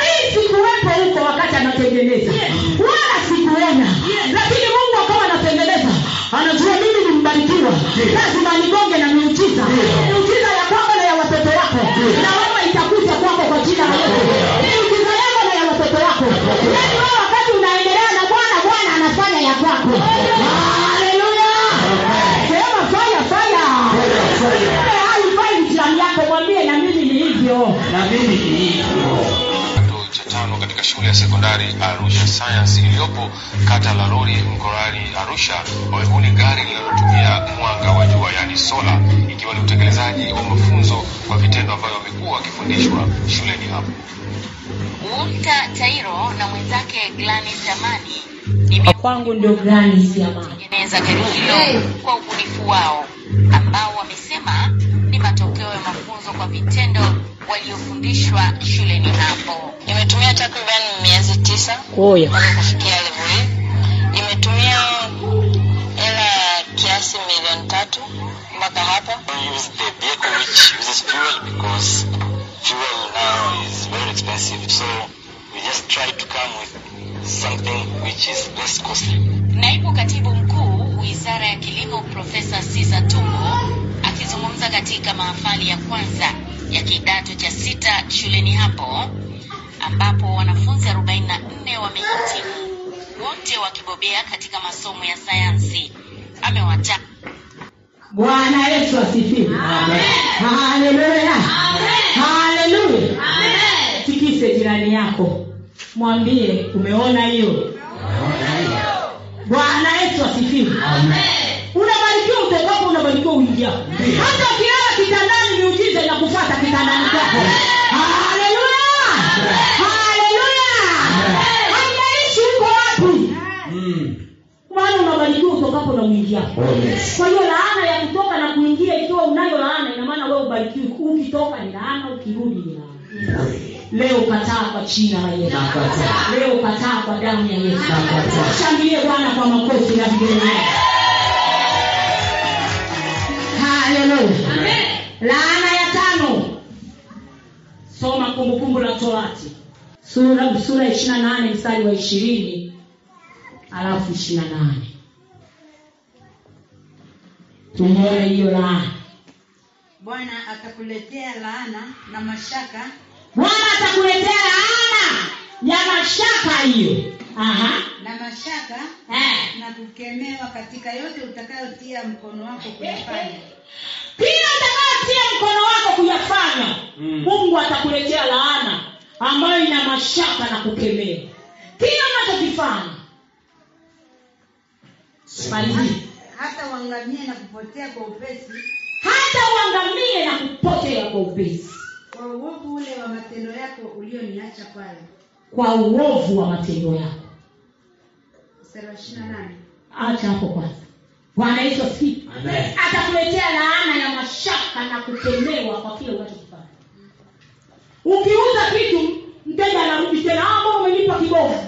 Speaker 1: Mimi sikuwepo huko wakati anatengeneza wala sikuona lakini mungu akawa anatengeneza anajua mimi ni mbarikiwa lazima nigonge na miujiza miujiza ya kwako na ya watoto wako na wewe itakuja kwako kwa jina la yesu miujiza yako na ya watoto wako yani wewe wakati unaendelea na bwana bwana anafanya ya kwako haleluya sema faya faya wewe haifai jirani yako mwambie na mimi ni hivyo
Speaker 2: Na mimi ni hivyo.
Speaker 4: kidato cha tano katika shule ya sekondari Arusha Science iliyopo kata la Rori mkoani Arusha. Wamebuni gari linalotumia mwanga wa jua yani sola, ikiwa ni utekelezaji wa mafunzo kwa vitendo ambayo wamekuwa wakifundishwa shuleni hapo.
Speaker 5: Wunta Tairo na mwenzake Glanis Amani
Speaker 1: kwangu ndio grani siamani
Speaker 5: nimetengeneza gari hilo kwa ubunifu wao ambao wamesema ni matokeo ya mafunzo kwa vitendo waliofundishwa shuleni hapo. Nimetumia takriban miezi tisa
Speaker 1: Oya.
Speaker 5: mpaka kufikia level hii. Nimetumia hela ya kiasi milioni tatu mpaka hapa.
Speaker 6: use the vehicle which uses fuel because fuel now is very expensive. So we just try to come with something which is less costly.
Speaker 5: Naibu katibu mkuu wizara ya kilimo Profesa Siza Tumbo akizungumza katika mahafali ya kwanza ya kidato cha sita shuleni hapo ambapo wanafunzi 44 wamehitimu wote wakibobea katika masomo ya sayansi. Amewataka
Speaker 1: bwana yesu asifiwe haleluya haleluya tikise jirani yako mwambie umeona hiyo bwana yesu asifiwe unabarikiwa utokapo unabarikiwa uingiapo hata ukilala kitandani miujiza inakufata kitandani kwako haleluya haleluya haijalishi uko wapi
Speaker 2: Mm.
Speaker 1: maana unabarikiwa utokapo na uingiapo
Speaker 2: Oh, yes.
Speaker 1: kwa hiyo laana ya kutoka na kuingia ikiwa unayo laana ina maana wewe ubarikiwi ukitoka ni laana ukirudi ni laana leo kataa kwa china la yesu
Speaker 2: Nakataa.
Speaker 1: leo kataa kwa damu ya yesu
Speaker 2: Nakataa.
Speaker 1: shangilie bwana kwa makofi na vilele haleluya laana ya tano soma kumbukumbu la torati sura sura ishirina nane mstari wa ishirini alafu ishirina nane tumeona hiyo laana
Speaker 3: bwana atakuletea laana na mashaka
Speaker 1: bwana atakuletea laana ya mashaka hiyo Aha.
Speaker 3: na mashaka
Speaker 1: Eh.
Speaker 3: na kukemewa katika yote utakayotia mkono wako kuyafanya
Speaker 1: kila utakayotia mkono wako kuyafanya
Speaker 2: Mm.
Speaker 1: mungu atakuletea laana ambayo ina mashaka na kukemewa kila unachokifanya malizia
Speaker 3: hata uangamie na kupotea kwa upesi
Speaker 1: hata uangamie na kupotea kwa upesi
Speaker 3: kwa uovu ule wa matendo yako ulioniacha pale
Speaker 1: kwa uovu wa matendo yako
Speaker 3: mstari wa ishirina nane
Speaker 1: acha hapo kwanza bwana yesu asifiwe
Speaker 2: Amen.
Speaker 1: atakuletea laana ya mashaka na kukemewa kwa kile unachokifanya ukiuza kitu mteja anarudi tena "Ah, mbona umenipa [laughs] kibovu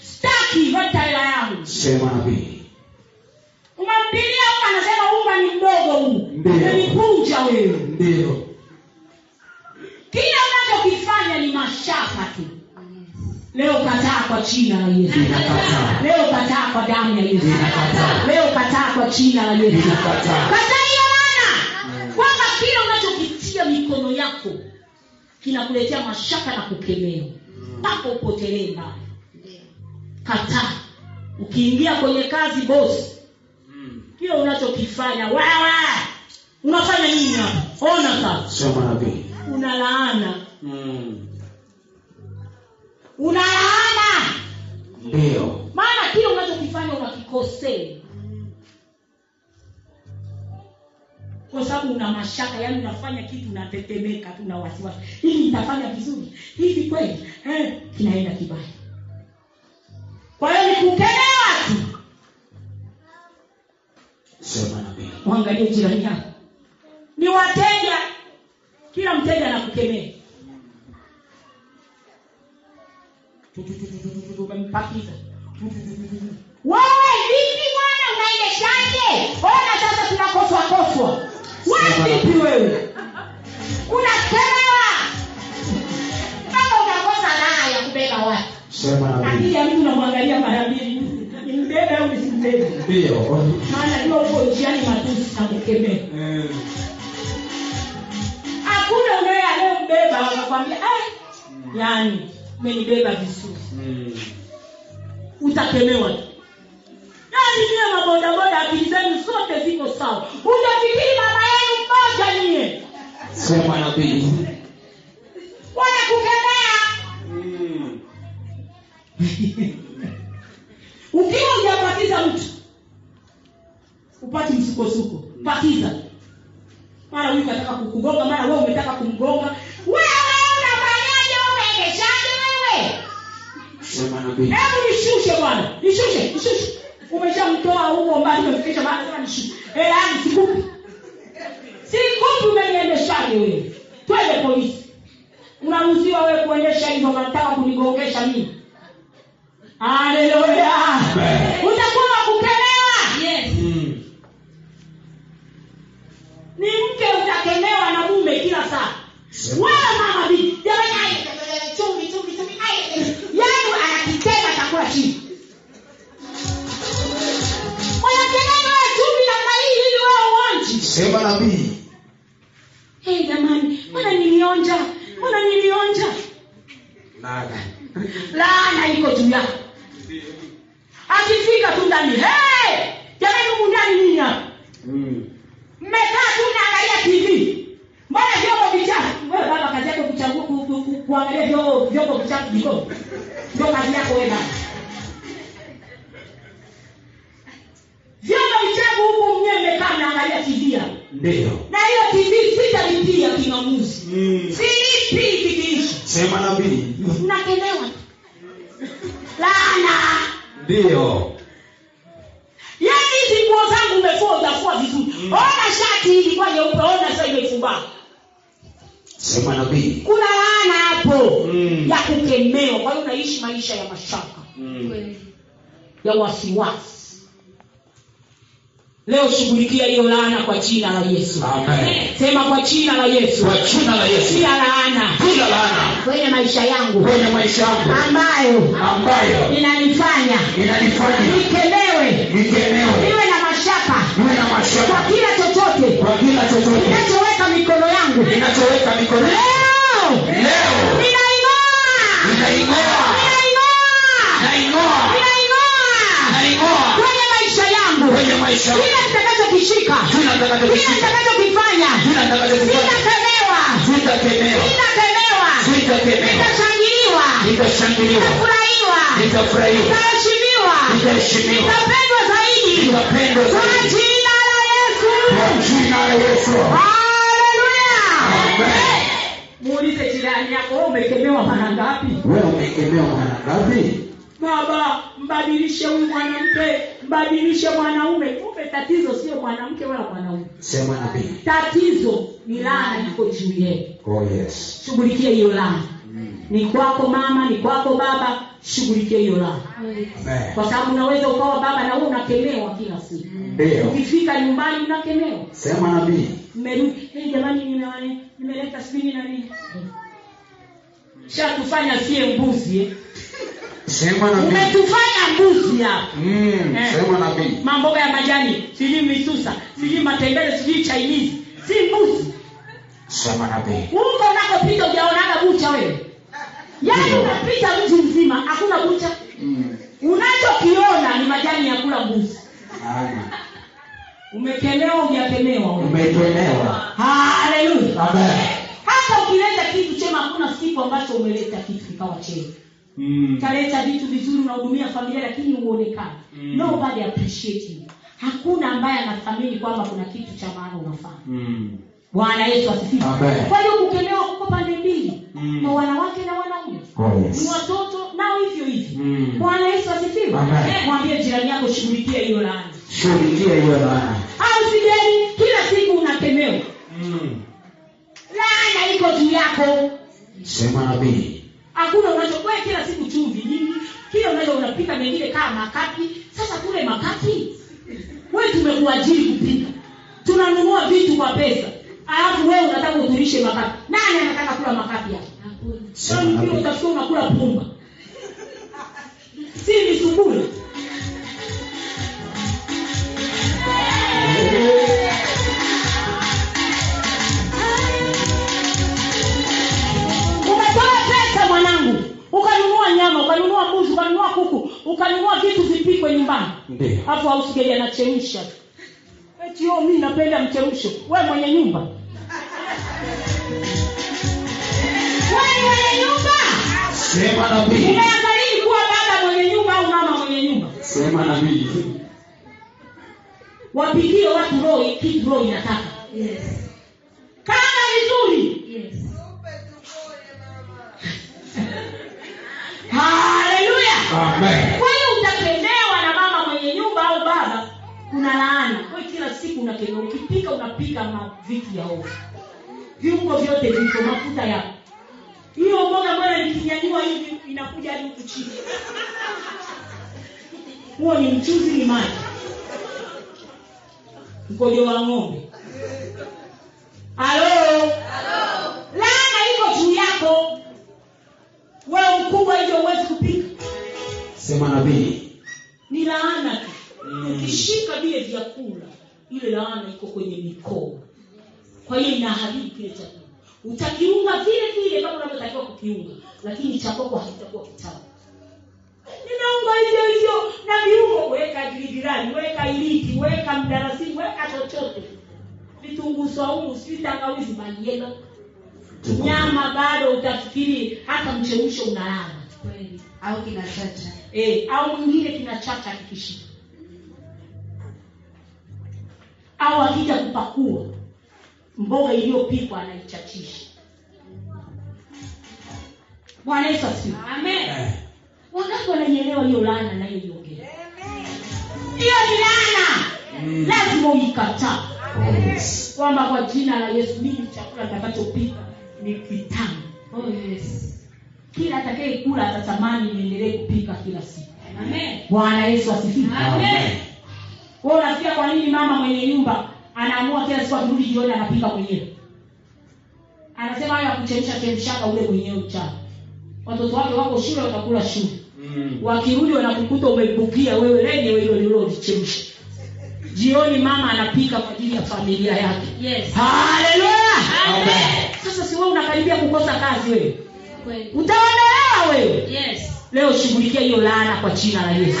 Speaker 1: staki hata hela yangu
Speaker 2: Sema nabii.
Speaker 1: umampilia huko anasema unga ni mdogo huu
Speaker 2: Ndio.
Speaker 1: umenipunja wewe
Speaker 2: Ndio.
Speaker 1: kila unachokifanya ni mashaka tu leo kataa kwa china la yesu
Speaker 2: Ninakataa.
Speaker 1: leo kataa kwa damu ya yesu
Speaker 2: Ninakataa.
Speaker 1: leo kataa kwa china la yesu
Speaker 2: Ninakataa.
Speaker 1: kataa hiyo laana kwamba kile unachokitia mikono yako kinakuletea mashaka na kukemewa mpaka upotelee mbali kataa ukiingia kwenye kazi bosi kile unachokifanya wewe unafanya nini hapa ona sasa
Speaker 2: Sema nabii.
Speaker 1: una laana
Speaker 2: Mm.
Speaker 1: una laana
Speaker 2: Ndio.
Speaker 1: maana kile unachokifanya unakikosea kwa sababu una mashaka yaani unafanya kitu unatetemeka tu na wasiwasi hivi nitafanya vizuri hivi kweli eh, kinaenda kibaya kwa hiyo nikukemewa tu
Speaker 2: Sema nabii.
Speaker 1: mwangalie jirani yako ni wateja kila mteja anakukemea Tu, tu, tu, tu, tu, tu, tu, umempakiza Tu, tu, tu, tu, tu, tu. wewe vipi bwana unaendeshaje ona sasa tunakoswa koswa
Speaker 2: Sema.
Speaker 1: wewe vipi wewe unakemewa mpaka unakosa raha ya kubeba watu
Speaker 2: Sema nabii.
Speaker 1: akija mtu unamwangalia mara mbili nimbebe au nisimbebe
Speaker 2: Ndio.
Speaker 1: maana jua uko njiani matusi na kukemea
Speaker 2: Eh.
Speaker 1: hakuna unaye anayembeba wakakwambia eh, yani umenibeba vizuri
Speaker 2: Mm.
Speaker 1: utakemewa tu yani niye mabodaboda akili zenu zote ziko sawa ujafikiri mama yenu mmoja niye
Speaker 2: Sema nabii.
Speaker 1: wanakukemea
Speaker 2: Mm.
Speaker 1: ukiwa ujapakiza mtu upati msukosuko pakiza mara huyu kataka kukugonga mara wewe umetaka kumgonga wewe unafanyaje unaendeshaje wewe
Speaker 2: Sema nabii.
Speaker 1: hebu nishushe bwana nishushe nishushe umeshamtoa huko mbali umefikisha mahali kama nishushe hela yangu sikupi sikupi umeniendeshaje wewe twende polisi unaruhusiwa wewe kuendesha hivyo unataka kunigongesha mimi haleluya utakuwa wakukemewa
Speaker 3: yes
Speaker 2: Mm.
Speaker 1: ni mke utakemewa na mume kila saa wewe mama bi jamani aye, chumvi chumvi chumvi aye. yaani anakitema chakula chini wanakemewa wewe chumvi namna hii ili wewe uonje
Speaker 2: Sema nabii.
Speaker 1: Hey, jamani mbona nilionja mbona nilionja
Speaker 2: Nada.
Speaker 1: laana iko juu yako akifika tu ndani hey! jamani huku ndani nini hapa
Speaker 2: Mm.
Speaker 1: mmekaa tu naangalia tv mbona vyombo vichafu wewe baba kazi yako kuchagua ku, ku, ku, kuangalia vyombo vyombo vichafu jiko ndio kazi yako wewe baba vyombo vichafu huku mwenyewe mmekaa mnaangalia tv hapa.
Speaker 2: Ndio.
Speaker 1: na hiyo tv sitalipia kingamuzi
Speaker 2: Mm.
Speaker 1: silipi kidirisha
Speaker 2: Sema nabii.
Speaker 1: mnakelewa laana
Speaker 2: Ndio.
Speaker 1: yaani hizi nguo zangu umefua utafua vizuri ona shati hii ilikuwa nyeupe ona sasa imefumbaa
Speaker 2: Sema nabii.
Speaker 1: kuna laana hapo
Speaker 2: Mm.
Speaker 1: ya kukemewa kwa hiyo unaishi maisha ya mashaka
Speaker 2: Mm.
Speaker 1: ya wasiwasi leo shughulikia hiyo laana kwa jina la yesu
Speaker 2: Amen.
Speaker 1: sema kwa jina la yesu
Speaker 2: Kwa jina la Yesu.
Speaker 1: kila laana
Speaker 2: Kila laana
Speaker 1: kwenye maisha yangu
Speaker 2: kwenye maisha yangu
Speaker 1: ambayo
Speaker 2: ambayo
Speaker 1: inanifanya
Speaker 2: inanifanya
Speaker 1: nikemewe
Speaker 2: nikemewe
Speaker 1: niwe na mashaka
Speaker 2: niwe na
Speaker 1: kwa
Speaker 2: mashaka
Speaker 1: kila chochote
Speaker 2: kwa kila chochote
Speaker 1: ninachoweka mikono yangu
Speaker 2: ninachoweka mikono
Speaker 1: leo
Speaker 2: leo
Speaker 1: ninaing'oa
Speaker 2: ninaing'oa
Speaker 1: ninaing'oa
Speaker 2: naing'oa
Speaker 1: ninaing'oa
Speaker 2: naing'oa
Speaker 1: kwenye maisha yangu
Speaker 2: kwenye maisha yangu
Speaker 1: kila nitakachokishika
Speaker 2: kila
Speaker 1: kila
Speaker 2: nitakachokishika
Speaker 1: nitakachokifanya
Speaker 2: kila nitakachokifanya
Speaker 1: sitakemewa
Speaker 2: sitakemewa
Speaker 1: sitakemewa
Speaker 2: sitakemewa
Speaker 1: nitashangiliwa
Speaker 2: nitashangiliwa
Speaker 1: nitafurahiwa
Speaker 2: nitafurahiwa
Speaker 1: nitaheshimiwa
Speaker 2: nitaheshimiwa
Speaker 1: nitapendwa zaidi
Speaker 2: nitapendwa
Speaker 1: kwa
Speaker 2: zaidi
Speaker 1: jina la yesu
Speaker 2: kwa jina la Yesu
Speaker 1: haleluya
Speaker 2: Amen.
Speaker 1: muulize jirani yako wewe umekemewa mara ngapi
Speaker 2: wewe umekemewa mara ngapi
Speaker 1: baba mbadilishe huyu mwanamke mbadilishe mwanaume kumbe tatizo sio mwanamke wala mwanaume
Speaker 2: sema nabii
Speaker 1: tatizo ni laana iko juu yetu
Speaker 2: oh yes
Speaker 1: shughulikie hiyo laana ni kwako mama ni kwako baba shughulikie hiyo laana
Speaker 2: amen
Speaker 1: kwa sababu unaweza ukawa baba na wewe unakemewa kila siku
Speaker 2: ndio
Speaker 1: ukifika nyumbani unakemewa
Speaker 2: sema nabii
Speaker 1: mmerudi hey, jamani nime- nimeleta sijui nini na nini sha kufanya sie mbuzi eh.
Speaker 2: Sema nabii.
Speaker 1: umetufanya mbuzi hapa
Speaker 2: Mm,
Speaker 1: Eh.
Speaker 2: sema nabii.
Speaker 1: mamboga ya majani sijui misusa sijui matembele sijui chinese si mbuzi
Speaker 2: Sema nabii.
Speaker 1: huko unakopita ujaonaga bucha wewe yaani
Speaker 2: Ndio.
Speaker 1: unapita mji mzima hakuna bucha
Speaker 2: Mm.
Speaker 1: unachokiona ni majani ya kula mbuzi
Speaker 2: Amen.
Speaker 1: umekemewa ujakemewa wewe.
Speaker 2: Umeitolewa.
Speaker 1: haleluya
Speaker 2: Amen.
Speaker 1: hata ukileta kitu chema hakuna siku ambacho umeleta kitu kikawa chema
Speaker 2: Mm.
Speaker 1: utaleta vitu vizuri unahudumia familia lakini uonekane
Speaker 2: Mm.
Speaker 1: nobody appreciate you hakuna ambaye anathamini kwamba kuna kitu cha maana unafanya
Speaker 2: Mm.
Speaker 1: bwana yesu asifiwe
Speaker 2: Amen.
Speaker 1: kwa hiyo kukemewa kuko pande mbili
Speaker 2: Mm.
Speaker 1: kwa wanawake na wanaume
Speaker 2: Oh,
Speaker 1: ni
Speaker 2: yes.
Speaker 1: watoto nao hivyo hivyo
Speaker 2: Mm.
Speaker 1: bwana yesu asifiwe
Speaker 2: Amen.
Speaker 1: Eh, mwambie jirani yako shughulikia hiyo laana
Speaker 2: Shughulikia hiyo laana.
Speaker 1: au sijani kila siku unakemewa
Speaker 2: Mm.
Speaker 1: laana iko juu yako
Speaker 2: Sema nabii.
Speaker 1: hakuna unachokwea kila siku chumvi nini kila unacho unapika mengine kaa makapi sasa kule makapi we tumekuajiri kupika tunanunua vitu kwa pesa alafu wewe unataka utulishe makapi nani anataka kula makapi
Speaker 2: Sema
Speaker 1: pia
Speaker 2: nabii.
Speaker 1: utafikia unakula pumba si misukula umetoa pesa mwanangu ukanunua nyama ukanunua mbuzi ukanunua kuku ukanunua vitu vipikwe nyumbani
Speaker 2: Ndio.
Speaker 1: hapo ausigeli anachemsha eti oh, mi napenda mchemsho we mwenye nyumba we mwenye nyumba
Speaker 2: Sema nabii.
Speaker 1: umeangalii kuwa baba mwenye nyumba au mama mwenye nyumba
Speaker 2: Sema nabii.
Speaker 1: wapikie watu roho kitu roho inataka
Speaker 3: Yes.
Speaker 1: kama vizuri
Speaker 3: Yes.
Speaker 1: haleluya
Speaker 2: Amen.
Speaker 1: kwa hiyo utapendewa na mama mwenye nyumba au baba kuna laana kwa hiyo kila siku unakemea ukipika unapika mavitu ya ovu viungo vyote viko mafuta yako hiyo mboga mbona nikinyanyua hivi inakuja hadi huku chini huo ni mchuzi ni maji mkojo wa ng'ombe halo laana iko juu yako wewe mkubwa hivyo huwezi kupika
Speaker 2: Sema nabii.
Speaker 1: ni laana tu
Speaker 2: Mm.
Speaker 1: ukishika vile vyakula ile laana iko kwenye mikoba kwa hiyo inaharibu kile chakula utakiunga vile vile kama unavyotakiwa kukiunga lakini cha kwako hakitakuwa kitamu ninaunga hivyo hivyo na viungo weka giligirani weka iliki weka mdarasini weka chochote vitunguu swaumu sijui tangawizi maliela nyama bado utafikiri hata mchemsho una laana
Speaker 3: Kweli. Au kinachacha.
Speaker 1: eh, au mwingine kinachacha kikishika au akija kupakua mboga iliyopikwa anaichachisha bwana yesu asifiwe amen
Speaker 2: Eh.
Speaker 1: wakati wanaielewa hiyo laana nayoiongea hiyo ni laana
Speaker 2: Mm.
Speaker 1: lazima uikataa
Speaker 2: Oh, yes.
Speaker 1: kwamba kwa jina la yesu mimi chakula nitakachopika ni kitamu
Speaker 3: Oh yes.
Speaker 1: kila atakayekula atatamani niendelee kupika kila siku bwana yesu asifiwe
Speaker 2: Amen.
Speaker 1: Kwa hiyo unafikia kwa nini mama mwenye nyumba anaamua kila siku akirudi jioni anapika mwenyewe anasema hayo akuchemsha chemshaka ule mwenyewe mchana watoto wake wako shule watakula shule
Speaker 2: Mm.
Speaker 1: wakirudi wanakukuta umeibukia wewe lenyewe hilo lililolichemsha jioni mama anapika kwa ajili ya familia yake
Speaker 3: Yes.
Speaker 1: haleluya
Speaker 2: Amen.
Speaker 1: sasa si wewe unakaribia kukosa kazi wewe
Speaker 3: Kweli.
Speaker 1: utaondolewa wewe
Speaker 3: Yes.
Speaker 1: leo shughulikia hiyo laana kwa jina la yesu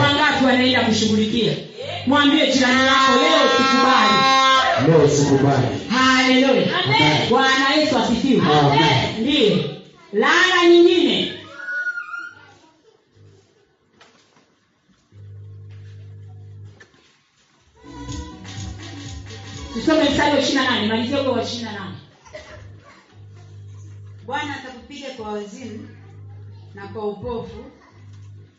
Speaker 1: wangapi wanaenda kushughulikia mwambie jirani yako leo sikubali
Speaker 2: Leo sikubali.
Speaker 1: haleluya
Speaker 2: Amen.
Speaker 1: bwana yesu asifiwe
Speaker 2: Amen.
Speaker 1: ndiyo laana nyingine tusome mstari wa ishirina nane malizia huko wa ishirina nane
Speaker 3: bwana atakupiga kwa wazimu na kwa upofu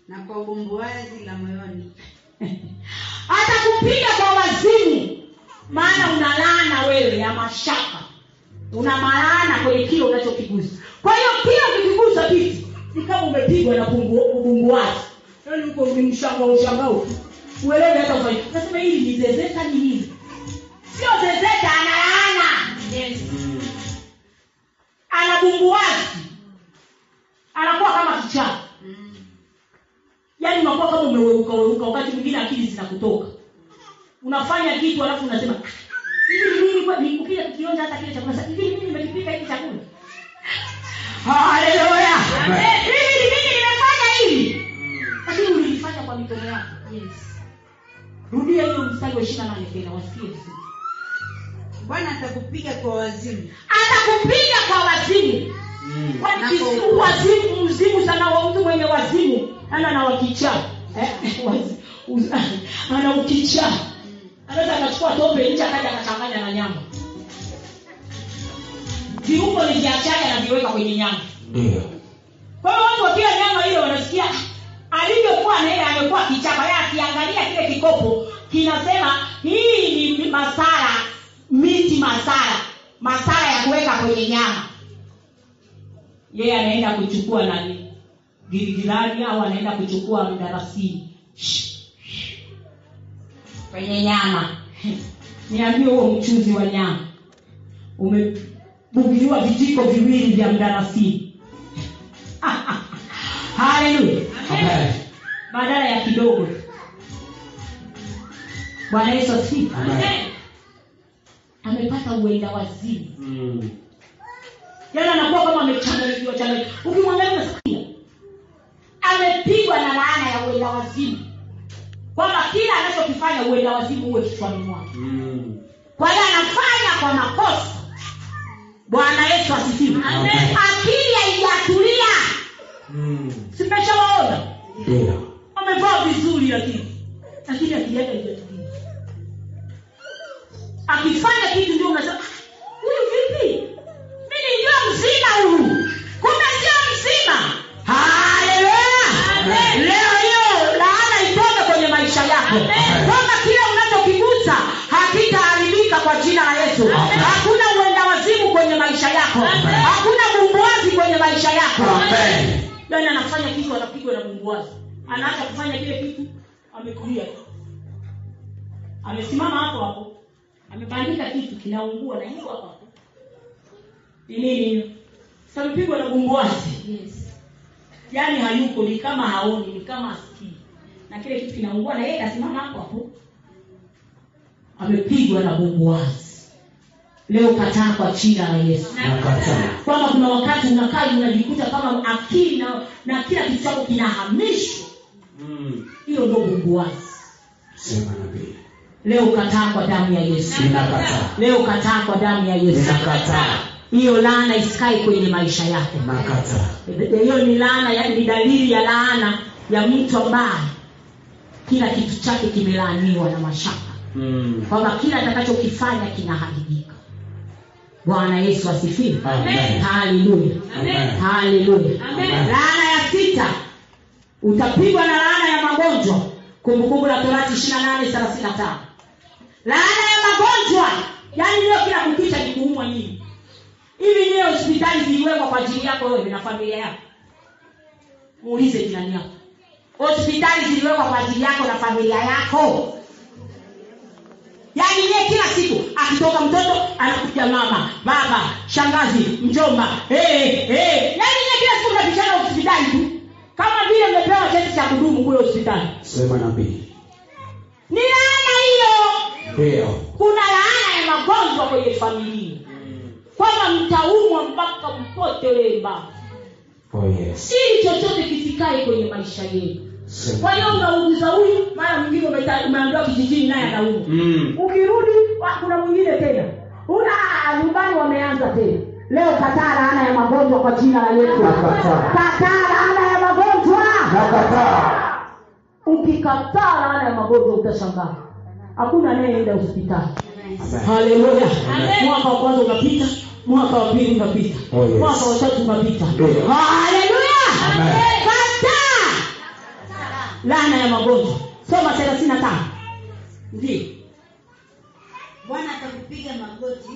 Speaker 3: na kwa ugomboazi la moyoni
Speaker 1: atakupiga kwa wazimu maana una laana wewe ya mashaka una malaana kwenye kile unachokigusa kwa hiyo kila ukikigusa kitu ni kama umepigwa na ubumbuwazi yani Yaani uko ni mshangao ushangao uelewe hata ufanye nasema hili ni zezeta ni hili sio zezeta ana laana
Speaker 2: Mm.
Speaker 1: ana bumbuwazi anakuwa kama kichaa
Speaker 3: mm.
Speaker 1: yaani unakuwa kama umeweuka weuka wakati mwingine akili zinakutoka unafanya kitu alafu unasema "Ah, hivi nini kwa nikupika kukionja hata kile chakula sasa hivi nini nimekipika hiki chakula haleluya Eh, hivi ni nini nimefanya hivi lakini ulilifanya kwa mikono yako yes rudia hiyo mstari wa ishirina nane tena wasikie vizuri
Speaker 3: bwana atakupiga kwa wazimu
Speaker 1: atakupiga kwa wazimu
Speaker 2: Mm.
Speaker 3: Na
Speaker 1: kwani
Speaker 3: kwa-
Speaker 1: kisi- wazimu mzimu sana wa mtu mwenye wazimu ana na wakichaa Eh, wazi- uz- ana ukichaa anaweza akachukua tope nje akaja akachanganya na nyama viungo ni viachaga anaviweka kwenye nyama
Speaker 2: Ndio.
Speaker 1: kwa hiyo watu wakila nyama ile wanasikia "Ah, alivyokuwa naye amekuwa kichapa yeye akiangalia kile kikopo kinasema hii ni masara miti masara masara ya kuweka kwenye nyama yeye anaenda kuchukua nani girigirani au anaenda kuchukua mdarasini kwenye nyama [laughs] niambie huo mchuzi wa nyama umebugiliwa vijiko viwili vya mdarasini [laughs] haleluya
Speaker 2: Amen.
Speaker 1: badala ya kidogo bwana yesu asifiwe
Speaker 2: Amen.
Speaker 1: amepata uenda wazimu
Speaker 2: Mm.
Speaker 1: yaani anakuwa kama amechanganyikiwa changanyikiwa ukimwangalia unasikia amepigwa na laana ya uenda wazimu kwamba kila anachokifanya uenda wazimu uwe kichwani mwake
Speaker 2: Mm.
Speaker 1: kwa hiyo anafanya kwa makosa bwana yesu asifiwe
Speaker 2: Amen.
Speaker 1: akili haijatulia
Speaker 2: Mm.
Speaker 1: simeshawaona
Speaker 2: Ndio.
Speaker 1: amevaa vizuri lakini lakini akili yake haijatumia akifanya kitu ndio unasema "Ah, huyu vipi mi nilijua mzima huyu kumbe sio mzima haleluya leo hiyo laana itoke kwenye maisha yako kwamba kile unachokigusa hakitaharibika kwa jina la yesu hakuna uenda wazimu kwenye maisha yako hakuna bumbuazi kwenye maisha yako
Speaker 2: Amen.
Speaker 1: yani Yaani anafanya kitu anapigwa na bumbuazi anaacha kufanya kile kitu amekulia amesimama hapo hapo amebandika kitu kinaungua na hiyo hapo hapo ni nini hiyo samepigwa na bumbuazi yes. yaani hayuko ni kama haoni ni kama asikii na kile kitu kinaungua na yeye kasimama hapo hapo amepigwa na bumbuazi leo kataa kwa jina la yesu
Speaker 2: Nakataa.
Speaker 1: kwamba kuna wakati unakaa unajikuta kama akili na, na kila kitu chako kinahamishwa
Speaker 2: Mm.
Speaker 1: hilo ndo bumbuazi
Speaker 2: Sema nabii.
Speaker 1: leo kataa kwa damu ya yesu
Speaker 2: Ninakataa.
Speaker 1: leo kataa kwa damu ya yesu
Speaker 2: Ninakataa.
Speaker 1: hiyo laana isikae kwenye maisha yako
Speaker 2: Nakataa.
Speaker 1: hiyo ni laana ya- ni dalili ya laana ya mtu ambaye kila kitu chake kimelaaniwa na mashaka
Speaker 2: Mm.
Speaker 1: kwamba kila atakachokifanya kinaharibika bwana yesu asifiwe
Speaker 2: Amen.
Speaker 1: haleluya
Speaker 2: Amen.
Speaker 1: haleluya
Speaker 2: Amen.
Speaker 1: laana ya sita utapigwa na laana ya magonjwa kumbukumbu la torati ishirina nane thelathini na tano laana ya magonjwa yaani leo kila kukicha ni kuumwa nyinyi hivi nyewe hospitali ziliwekwa kwa ajili yako wewe na familia yako muulize jirani yako hospitali ziliwekwa kwa ajili yako na familia yako yaani yeye kila siku akitoka mtoto anakuja mama baba shangazi mjomba hey, hey. yaani yeye kila siku mnapishana hospitali tu kama vile mmepewa cheti cha kudumu kule hospitali
Speaker 2: Sema nabii.
Speaker 1: ni laana hiyo
Speaker 2: Ndio.
Speaker 1: kuna laana ya magonjwa kwenye familia kwamba mtaumwa mpaka mpote leba
Speaker 2: Oh yes.
Speaker 1: sili chochote kisikae kwenye maisha yenu kwa
Speaker 2: Sema.
Speaker 1: hiyo unauguza huyu mara mwingine umeta- umeambiwa kijijini naye anaumwa
Speaker 2: Mm.
Speaker 1: ukirudi wa- kuna mwingine tena una nyumbani wameanza tena leo kataa laana ya magonjwa kwa jina la yesu
Speaker 2: Nakataa.
Speaker 1: kataa laana ya magonjwa
Speaker 2: Nakataa.
Speaker 1: ukikataa laana ya magonjwa utashangaa hakuna anayeenda hospitali
Speaker 2: Amen.
Speaker 1: haleluya
Speaker 2: Amen.
Speaker 1: mwaka wa kwanza unapita mwaka wa pili unapita
Speaker 2: Oh, yes.
Speaker 1: mwaka wa tatu unapita
Speaker 2: Ndio.
Speaker 1: haleluya
Speaker 2: Amen.
Speaker 1: kataa laana ya magonjwa soma thelathini na tano ndio
Speaker 3: bwana atakupiga magoti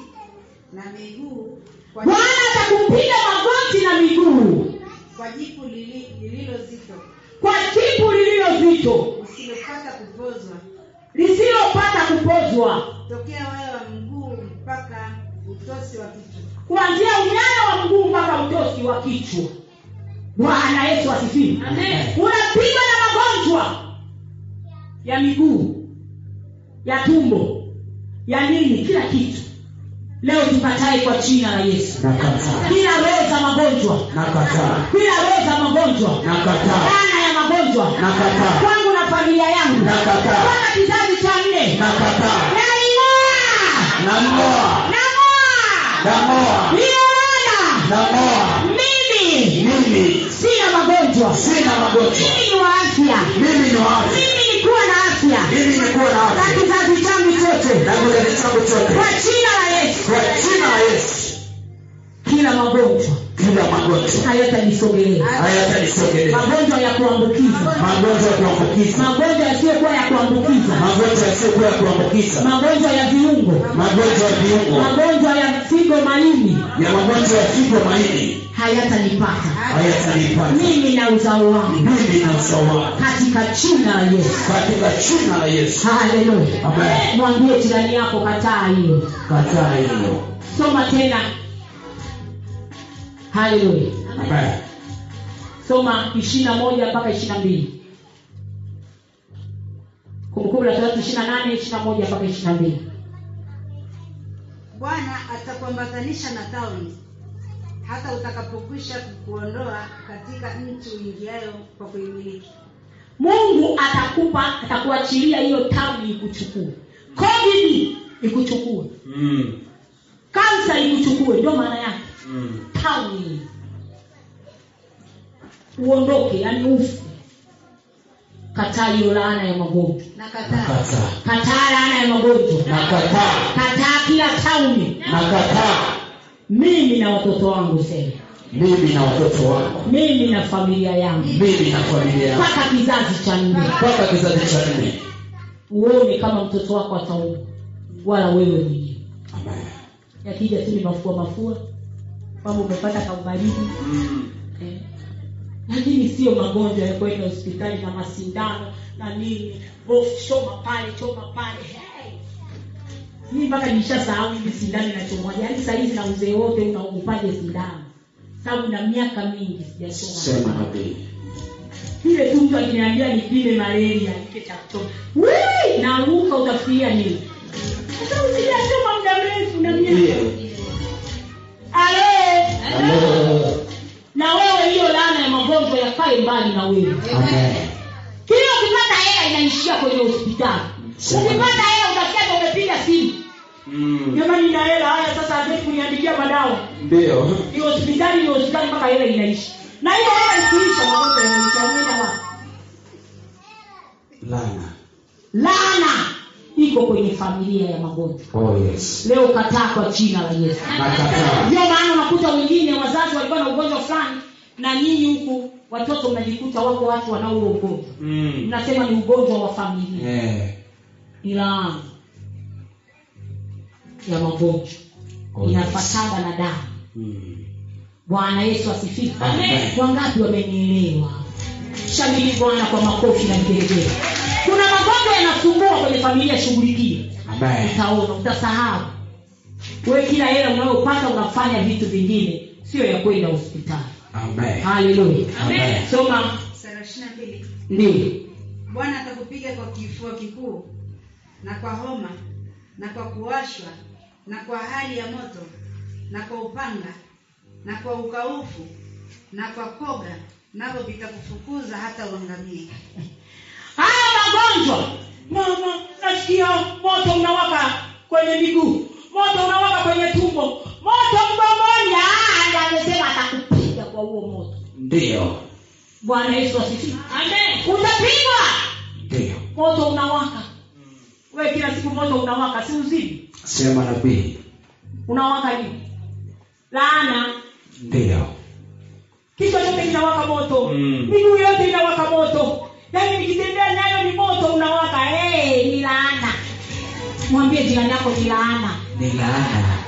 Speaker 3: na miguu kwa,
Speaker 1: bwana atakupiga magoti na miguu
Speaker 3: kwa jipu lili- lililo zito
Speaker 1: kwa jipu lililo zito
Speaker 3: usilopata kupozwa
Speaker 1: lisilopata kupozwa
Speaker 3: tokea waya wa mguu mpaka utosi wa kichwa
Speaker 1: kuanzia unyana wa mguu mpaka mtosi wa kichwa bwana yesu asifiwe
Speaker 7: Amen.
Speaker 1: unapigwa na magonjwa ya miguu ya tumbo ya nini kila kitu leo tupatae kwa jina la yesu
Speaker 2: nakataa
Speaker 1: kila roho za magonjwa
Speaker 2: nakataa
Speaker 1: kila roho za magonjwa
Speaker 2: nakataa
Speaker 1: dhana ya magonjwa
Speaker 2: Nakataa.
Speaker 1: kwangu na familia yangu
Speaker 2: Nakataa.
Speaker 1: mpaka kizazi cha nne
Speaker 2: nakataa
Speaker 1: naing'oa
Speaker 2: nang'oa
Speaker 1: nang'oa
Speaker 2: nang'oa
Speaker 1: hiyo laana
Speaker 2: nang'oa
Speaker 1: mimi
Speaker 2: mimi
Speaker 1: sina magonjwa
Speaker 2: sina magonjwa
Speaker 1: mimi ni wa afya
Speaker 2: mimi ni waafya
Speaker 1: mimi ni kuwa na afya
Speaker 2: mimi ni kuwa na
Speaker 1: na
Speaker 2: afya
Speaker 1: kizazi changu chote
Speaker 2: na kizazi changu chote
Speaker 1: kwa jina la yesu
Speaker 2: kwa jina la yesu
Speaker 1: kila magonjwa
Speaker 2: kila magonjwa
Speaker 1: hayatanisogelea
Speaker 2: hayatanisogelea
Speaker 1: magonjwa ya kuambukiza
Speaker 2: magonjwa ya kuambukiza
Speaker 1: magonjwa yasiyokuwa ya kuambukiza
Speaker 2: magonjwa yasiyokuwa ya kuambukiza
Speaker 1: magonjwa ya viungo
Speaker 2: magonjwa ya viungo
Speaker 1: magonjwa ya figo maini
Speaker 2: ya magonjwa ya figo maini
Speaker 1: hayatanipata
Speaker 2: hayatanipata
Speaker 1: mimi na uzao wangu
Speaker 2: mimi na uzao wako
Speaker 1: katika jina la yesu
Speaker 2: katika jina la yesu
Speaker 1: haleluya
Speaker 2: Amen.
Speaker 1: mwambie jirani yako kataa hiyo
Speaker 2: kataa hilo
Speaker 1: soma tena haleluya
Speaker 2: Amen.
Speaker 1: soma ishirina moja mpaka ishirina mbili kumbukumbu la torati ishirina nane ishirina moja mpaka ishirina mbili
Speaker 3: bwana atakuambatanisha na tauni hata utakapokwisha kukuondoa katika nchi uingiayo kwa kuimiliki
Speaker 1: mungu atakupa atakuachilia hiyo tabu ikuchukue covid ikuchukue
Speaker 2: Mm.
Speaker 1: kansa ikuchukue ndio maana yake
Speaker 2: Mm.
Speaker 1: tauni uondoke yani ufe kataa hiyo laana ya magonjwa
Speaker 3: na kataa
Speaker 2: nakataa
Speaker 1: kataa laana ya magonjwa
Speaker 2: nakataa
Speaker 1: kataa kila tauni
Speaker 2: nakataa
Speaker 1: mimi na watoto wangu sema
Speaker 2: mimi na watoto wangu
Speaker 1: mimi na familia yangu
Speaker 2: mimi na familia yangu
Speaker 1: mpaka kizazi cha nne
Speaker 2: mpaka kizazi cha nne
Speaker 1: uone kama mtoto wako atauma wala wewe mwenyewe
Speaker 2: Amen.
Speaker 1: yakija tu ni mafua mafua kwamba umepata kaubaridi eh. lakini sio magonjwa ya kwenda hospitali na masindano na nini bof choma pale choma pale hey! mi mpaka nishasahau hivi sindano inachomwaje yaani sahizi na uzee wote unaogopaje sindano sababu na miaka mingi sijachoma
Speaker 2: sema nabii
Speaker 1: ile tu mtu akiniambia nipime malaria nike chakutoma naanguka utafikiria nini Sasa sijachoma muda mrefu na
Speaker 2: Iya.
Speaker 1: miaka ale
Speaker 2: Hello.
Speaker 1: na wewe hiyo laana ya magonjwa yakae mbali na wewe
Speaker 2: Amen.
Speaker 1: kila ukipata hela inaishia kwenye hospitali ukipata hela utasiaga umepiga simu
Speaker 2: Hmm.
Speaker 1: jamani ina hela haya sasa hatuwezi kuniandikia madawa
Speaker 2: ndio
Speaker 1: ni hospitali ni hospitali mpaka hela inaishi na hiyo hela ikiisha magonjwa yanaisha yanaenda wapi
Speaker 2: lana
Speaker 1: laana iko kwenye familia ya magonjwa
Speaker 2: oh yes
Speaker 1: leo kataa kwa jina la yesu
Speaker 2: nakataa
Speaker 1: ndio maana unakuta wengine wazazi walikuwa na ugonjwa fulani na nyinyi huku watoto mnajikuta wako watu wanaouo ugonjwa mnasema ni ugonjwa wa familia
Speaker 2: Eh.
Speaker 1: ni laana ya magonjwa
Speaker 2: Oh, yes.
Speaker 1: inafatana na damu
Speaker 2: Mm.
Speaker 1: bwana yesu asifiwe
Speaker 2: Amen.
Speaker 1: wangapi wamenielewa shamili bwana kwa makofi na vigelegele kuna magonjwa yanasumbua kwenye familia shughulikie
Speaker 2: Amen.
Speaker 1: utaona utasahau wewe kila hela unayopata unafanya vitu vingine sio ya kwenda hospitali
Speaker 2: Amen.
Speaker 1: haleluya
Speaker 2: Amen.
Speaker 1: soma
Speaker 3: sura ishirina mbili
Speaker 1: ndio
Speaker 3: bwana atakupiga kwa kifua kikuu na kwa homa na kwa kuwashwa na kwa hali ya moto na kwa upanga na kwa ukaufu na kwa koga navyo vitakufukuza hata uangamie
Speaker 1: haya magonjwa mama nasikia moto unawaka kwenye miguu moto unawaka kwenye tumbo moto mgongoni Ah, ndio amesema atakupiga kwa huo moto
Speaker 2: ndio
Speaker 1: bwana yesu asifiwe utapigwa
Speaker 2: ndio
Speaker 1: moto unawaka wewe kila siku moto unawaka si uzidi
Speaker 2: sema nabii
Speaker 1: unawaka nini laana
Speaker 2: ndio
Speaker 1: kichwa chote kinawaka moto
Speaker 2: Mm.
Speaker 1: miguu yote inawaka moto yaani nikitembea nayo ni moto unawaka hey, ni laana mwambie jirani yako ni laana
Speaker 2: ni laana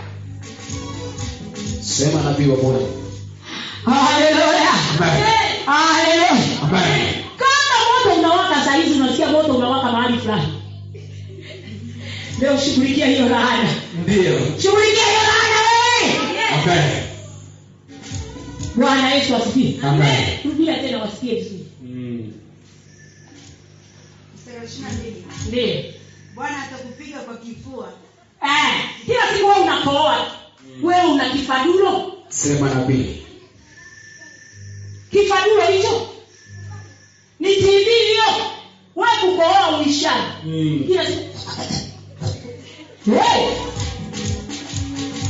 Speaker 2: sema nabii wa bwana
Speaker 1: haleluya
Speaker 2: Amen.
Speaker 1: haleluya
Speaker 2: Amen.
Speaker 1: kama moto unawaka sahizi unasikia moto unawaka mahali fulani leo shughulikia hiyo laana
Speaker 2: ndio
Speaker 1: shughulikia hiyo laana wewe
Speaker 2: Amen.
Speaker 1: eh! bwana yesu asikie
Speaker 2: Amen.
Speaker 1: rudia tena wasikie vizuri
Speaker 2: Mm.
Speaker 3: mstari wa ishirini na mbili
Speaker 1: ndio
Speaker 3: bwana atakupiga kwa kifua
Speaker 1: Eh, kila siku wewe unakooa wewe una kifadulo
Speaker 2: Sema nabii.
Speaker 1: kifadulo hicho ni tv hiyo wewe kukooa uishana
Speaker 2: Mm.
Speaker 1: kila siku Hey!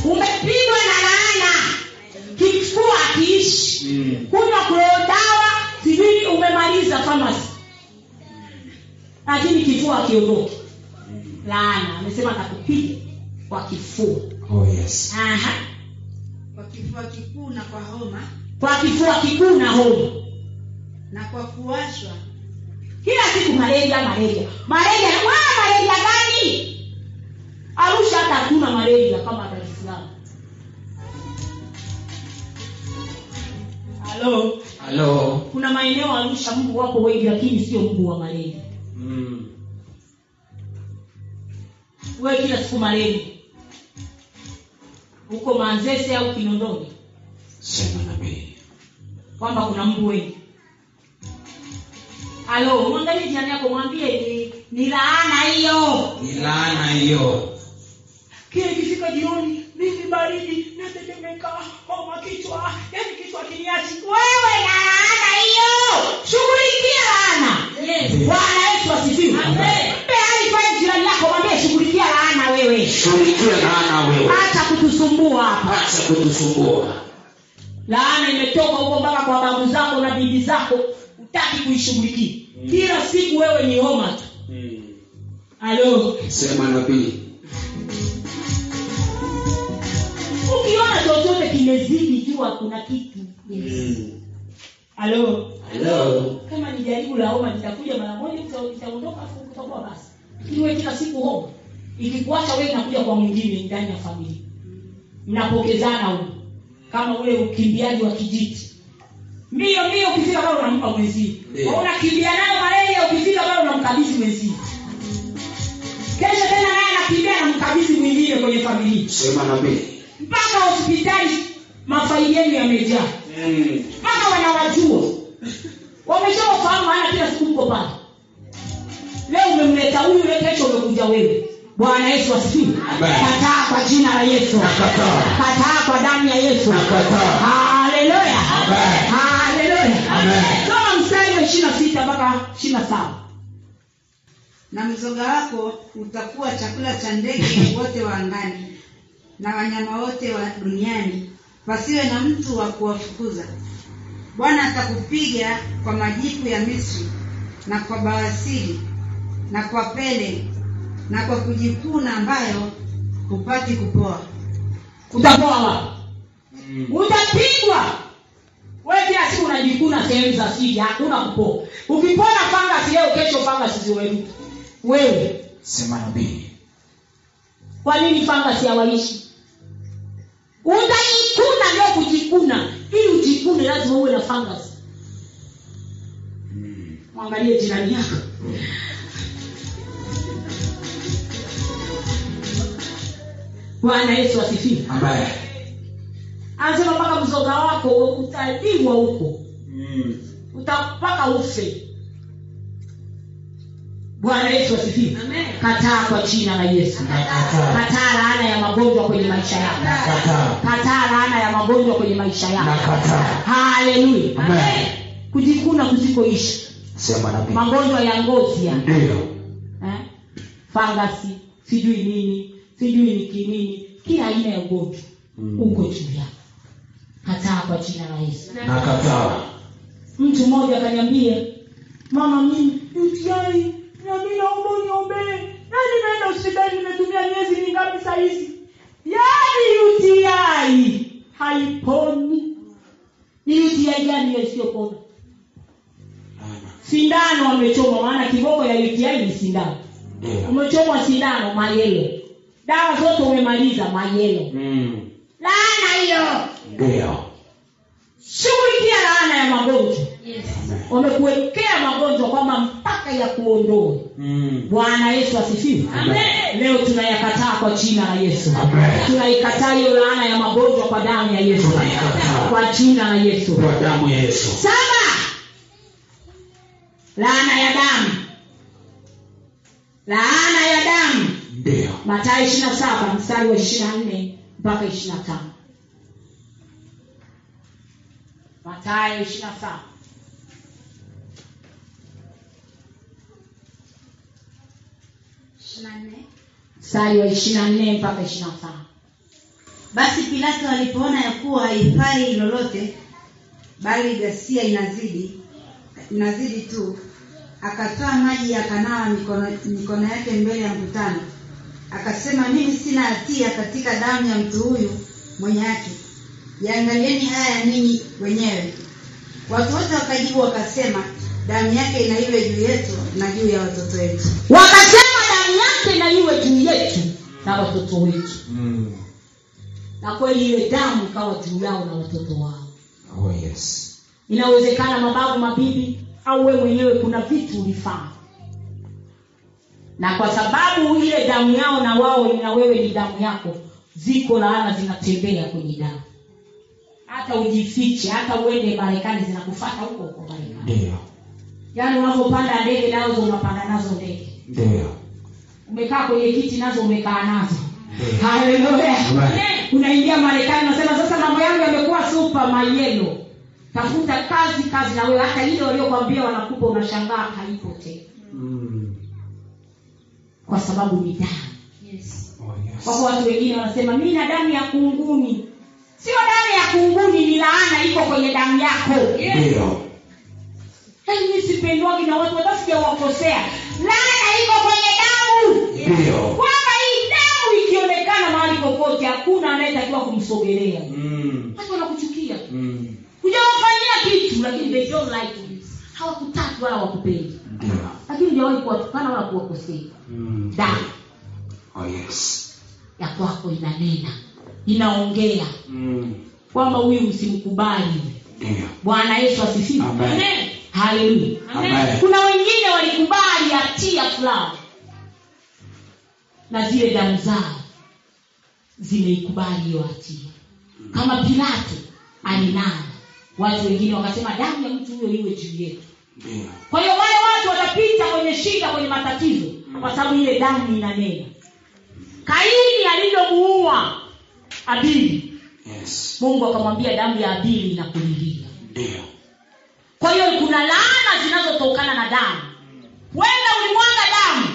Speaker 1: umepigwa na laana kifua akiishi
Speaker 2: Mm.
Speaker 1: kunywa kulodawa sijui umemaliza famasi lakini kifua akiondoki laana amesema atakupiga kwa kifua
Speaker 2: Oh yes.
Speaker 1: Aha.
Speaker 3: kwa kifua kikuu na kwa homa
Speaker 1: kwa kifua kikuu na homa
Speaker 3: na kwa kuwashwa
Speaker 1: kila siku malaria malaria malaria wala malaria gani arusha hata hakuna malaria kama dar es salaam halo
Speaker 2: Hello.
Speaker 1: kuna maeneo arusha mbu wako wengi lakini sio mbu wa malaria
Speaker 2: Mm.
Speaker 1: wewe kila siku malaria huko manzese au kinondoni
Speaker 2: Sema nabii.
Speaker 1: kwamba kuna mbu wengi halo mwangalie jirani yako mwambie ni, ni laana hiyo
Speaker 2: Ni laana hiyo.
Speaker 1: kile ikifika jioni mimi baridi natetemeka homa kichwa yani kichwa kiniachi wewe na laana hiyo shughulikia laana bwana yesu asifiwe mpe hali pale jirani yako mwambie shughulikia laana wewe
Speaker 2: Shughulikia laana wewe.
Speaker 1: hata kutusumbua hapa
Speaker 2: Acha kutusumbua.
Speaker 1: laana imetoka huko mpaka kwa babu zako na bibi zako utaki kuishughulikia
Speaker 2: Mm.
Speaker 1: kila siku wewe ni homa tu
Speaker 2: Mm.
Speaker 1: alo
Speaker 2: Sema nabii.
Speaker 1: ukiona chochote kimezidi jua kuna kitu
Speaker 2: Mm.
Speaker 1: alo
Speaker 2: Hello.
Speaker 1: kama ni jaribu la homa litakuja mara moja uta- itaondoka afu utakuwa basi lakini wewe kila siku homa ikikuacha wewe inakuja kwa mwingine ndani ya familia mnapokezana huko kama ule ukimbiaji wa kijiti mbio mbio ukifika bado unampa mwenzio
Speaker 2: Ndio.
Speaker 1: yeah. unakimbia nayo malaria ukifika bado unamkabidhi mwenzio kesho tena naye anakimbia namkabidhi mwingine kwenye familia
Speaker 2: Sema nabii.
Speaker 1: mpaka hospitali mafaili yenu yamejaa
Speaker 2: Mm.
Speaker 1: mpaka wanawajua wameshawafahamu maana kila siku mko pale leo umemleta huyu leo kesho umekuja wewe bwana yesu asifiwe
Speaker 2: Amen.
Speaker 1: kataa kwa jina la yesu
Speaker 2: Nakataa.
Speaker 1: kataa kwa damu ya yesu
Speaker 2: Nakataa.
Speaker 1: haleluya
Speaker 2: Amen.
Speaker 1: haleluya
Speaker 2: Amen.
Speaker 1: soma mstari wa ishiri na sita mpaka ishiri na saba
Speaker 3: na mzoga wako utakuwa chakula cha ndege wote wa angani na wanyama wote wa duniani pasiwe na mtu wa kuwafukuza bwana atakupiga kwa majipu ya misri na kwa bawasiri na kwa pele na kwa kujikuna ambayo hupati kupoa
Speaker 1: utapoa wapi
Speaker 2: Mm.
Speaker 1: utapigwa wewe kila siku unajikuna sehemu za siri hakuna kupoa ukipona fangasi leo kesho fangasi ziweruka wewe
Speaker 2: Sema nabii.
Speaker 1: kwa nini fangasi hawaishi utajikuna leo kujikuna ili ujikune lazima uwe na fangasi
Speaker 2: Hmm.
Speaker 1: mwangalie jirani yako bwana yesu asifiwe
Speaker 2: Amen.
Speaker 1: anasema mpaka mzoga wako utaliwa huko
Speaker 2: Mm.
Speaker 1: utapaka ufe bwana yesu asifiwe kataa kwa jina la yesu
Speaker 2: Nakataa.
Speaker 1: kataa laana ya magonjwa kwenye maisha yako
Speaker 2: Nakataa.
Speaker 1: kataa laana ya magonjwa kwenye maisha yako
Speaker 2: Nakataa.
Speaker 1: haleluya
Speaker 2: Amen.
Speaker 1: kujikuna kuzikoisha
Speaker 2: Sema nabii.
Speaker 1: magonjwa ya ngozi ya
Speaker 2: Ndio.
Speaker 1: eh? fangasi sijui nini sijui ni kinini kila aina ya ugonjwa
Speaker 2: Mm.
Speaker 1: uko juu yako kataa kwa jina la yesu
Speaker 2: Nakataa.
Speaker 1: mtu mmoja akaniambia mama mimi utiai nami naomba uniombee nani naenda hospitali nimetumia miezi mingapi sahizi yaani utiai haiponi ni utiai gani hiyo isiyopona
Speaker 2: Laana.
Speaker 1: sindano amechoma maana kiboko ya utiai ni sindano
Speaker 2: Ndio.
Speaker 1: umechomwa sindano mayelo dawa zote umemaliza mayelo
Speaker 2: Mm.
Speaker 1: laana hiyo
Speaker 2: Ndio.
Speaker 1: shughulikia laana ya magonjwa wamekuwekea magonjwa kwamba mpaka ya kuondoe
Speaker 2: Mm.
Speaker 1: bwana yesu asifiwe
Speaker 2: Amen.
Speaker 1: leo tunayakataa kwa jina la yesu
Speaker 2: Amen.
Speaker 1: tunaikataa hiyo laana ya magonjwa kwa damu ya yesu
Speaker 2: Tunaikataa.
Speaker 1: kwa jina la yesu
Speaker 2: Kwa damu ya Yesu.
Speaker 1: saba laana ya damu laana ya damu
Speaker 2: Ndio.
Speaker 1: matayo ishirina saba mstari wa ishirina nne mpaka ishirina tano matayo ishirina saba
Speaker 3: ishirini na nne
Speaker 1: mstari wa ishirina nne mpaka ishirina tano
Speaker 3: basi pilato alipoona ya kuwa haifai lolote bali ghasia inazidi inazidi tu akatoa maji akanawa mikono, mikono yake mbele ya mkutano akasema mimi sina hatia katika damu ya mtu huyu mwenye haki yaangalieni haya ninyi wenyewe watu wote wakajibu wakasema damu yake na iwe juu yetu na juu ya watoto wetu
Speaker 1: wakasema damu yake na iwe juu yetu na watoto wetu
Speaker 2: Mm.
Speaker 1: na kweli ile damu ikawa juu yao na watoto wao
Speaker 2: Oh yes.
Speaker 1: inawezekana mababu mabibi au we mwenyewe kuna vitu ulifanya na kwa sababu ile damu yao na wao na wewe ni damu yako ziko laana zinatembea kwenye damu hata ujifiche hata uende marekani zinakufata huko huko marekani
Speaker 2: Ndio.
Speaker 1: yaani unavyopanda ndege nazo unapanda nazo ndege
Speaker 2: Ndio.
Speaker 1: umekaa kwenye kiti nazo umekaa nazo
Speaker 2: Ndio.
Speaker 1: haleluya
Speaker 2: Amen.
Speaker 1: unaingia marekani unasema sasa mambo yangu yamekuwa super mayelo tafuta kazi kazi na wewe hata ile waliokwambia wanakupa unashangaa haipo tena
Speaker 2: Mm.
Speaker 1: kwa sababu ni damu
Speaker 2: Oh
Speaker 1: wako
Speaker 2: yes.
Speaker 1: watu wengine wanasema mi na damu ya kunguni sio damu ya kunguni ni laana iko kwenye damu yako
Speaker 2: Ndio.
Speaker 1: Yaani mi sipendwagi na watu hata sijawakosea laana iko kwenye damu
Speaker 2: Ndio.
Speaker 1: kwamba hii damu ikionekana mahali popote hakuna anayetakiwa kumsogelea
Speaker 2: Mm.
Speaker 1: watu wanakuchukia
Speaker 2: Mm.
Speaker 1: hujawafanyia kitu lakini they don't like you hawakutaki wala wakupendi
Speaker 2: Ndio.
Speaker 1: lakini hujawahi kuwatukana wala kuwakosea
Speaker 2: Mm.
Speaker 1: damu
Speaker 2: Oh yes.
Speaker 1: ya kwako inanena inaongea
Speaker 2: Mm.
Speaker 1: kwamba huyu msimkubali
Speaker 2: Ndio.
Speaker 1: bwana yesu asifiwe
Speaker 2: Amen.
Speaker 1: Amen. haleluya
Speaker 2: Amen. Amen.
Speaker 1: kuna wengine walikubali hatia fulani na zile damu zao zimeikubali hiyo hatia kama pilato alinana watu wengine wakasema damu ya mtu huyo iwe juu yetu
Speaker 2: Ndio.
Speaker 1: kwa hiyo wale watu watapita kwenye shida kwenye matatizo kwa sababu ile damu inanena kaini alivyomuua abili
Speaker 2: Yes.
Speaker 1: mungu akamwambia damu ya abili inakulilia
Speaker 2: Ndio.
Speaker 1: kwa hiyo kuna laana zinazotokana na damu huenda ulimwaga damu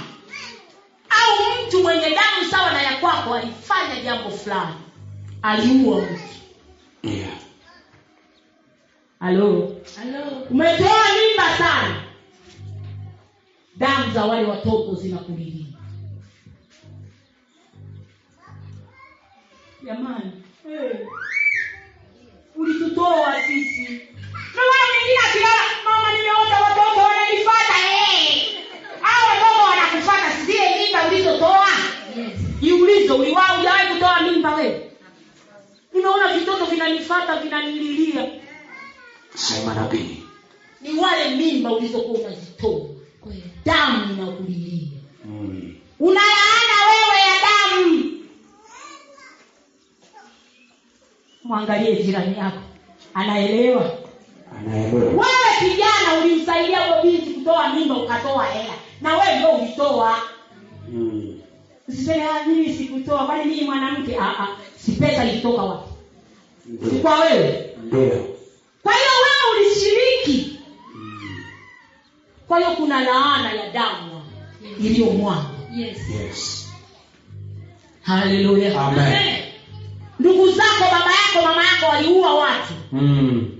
Speaker 1: au mtu mwenye damu sawa na ya kwako alifanya jambo fulani aliua mtu
Speaker 2: Ndio.
Speaker 1: halo umetoa mimba sana damu za wale watoto zinakulilia jamani hey. ulitutoa sisi na mara mwingine akilala mama nimeota watoto wananifata hey. au watoto wanakufata zile mimba ulizotoa jiulize uliwa ujawahi kutoa mimba wewe unaona vitoto vinanifata vinanililia
Speaker 2: Sema nabii.
Speaker 1: ni wale mimba ulizokuwa unazitoa damu inakulilia
Speaker 2: Mm.
Speaker 1: una laana wewe ya damu mwangalie jirani yako anaelewa
Speaker 2: Anaelewa.
Speaker 1: wewe kijana ulimsaidia huyo binti kutoa mimba ukatoa hela na wewe ndio ulitoa
Speaker 2: Mm.
Speaker 1: usiseme "Ah, mimi sikutoa kwani mimi mwanamke Ah, ah. si pesa ilitoka wapi si
Speaker 2: Ndio.
Speaker 1: kwa wewe
Speaker 2: Ndio.
Speaker 1: kwa hiyo wewe ulishiriki
Speaker 2: Mm.
Speaker 1: kwa hiyo kuna laana ya damu iliyomwaga
Speaker 2: Yes.
Speaker 1: haleluya
Speaker 2: Amen.
Speaker 1: ndugu zako baba yako mama yako waliua watu
Speaker 2: Mm.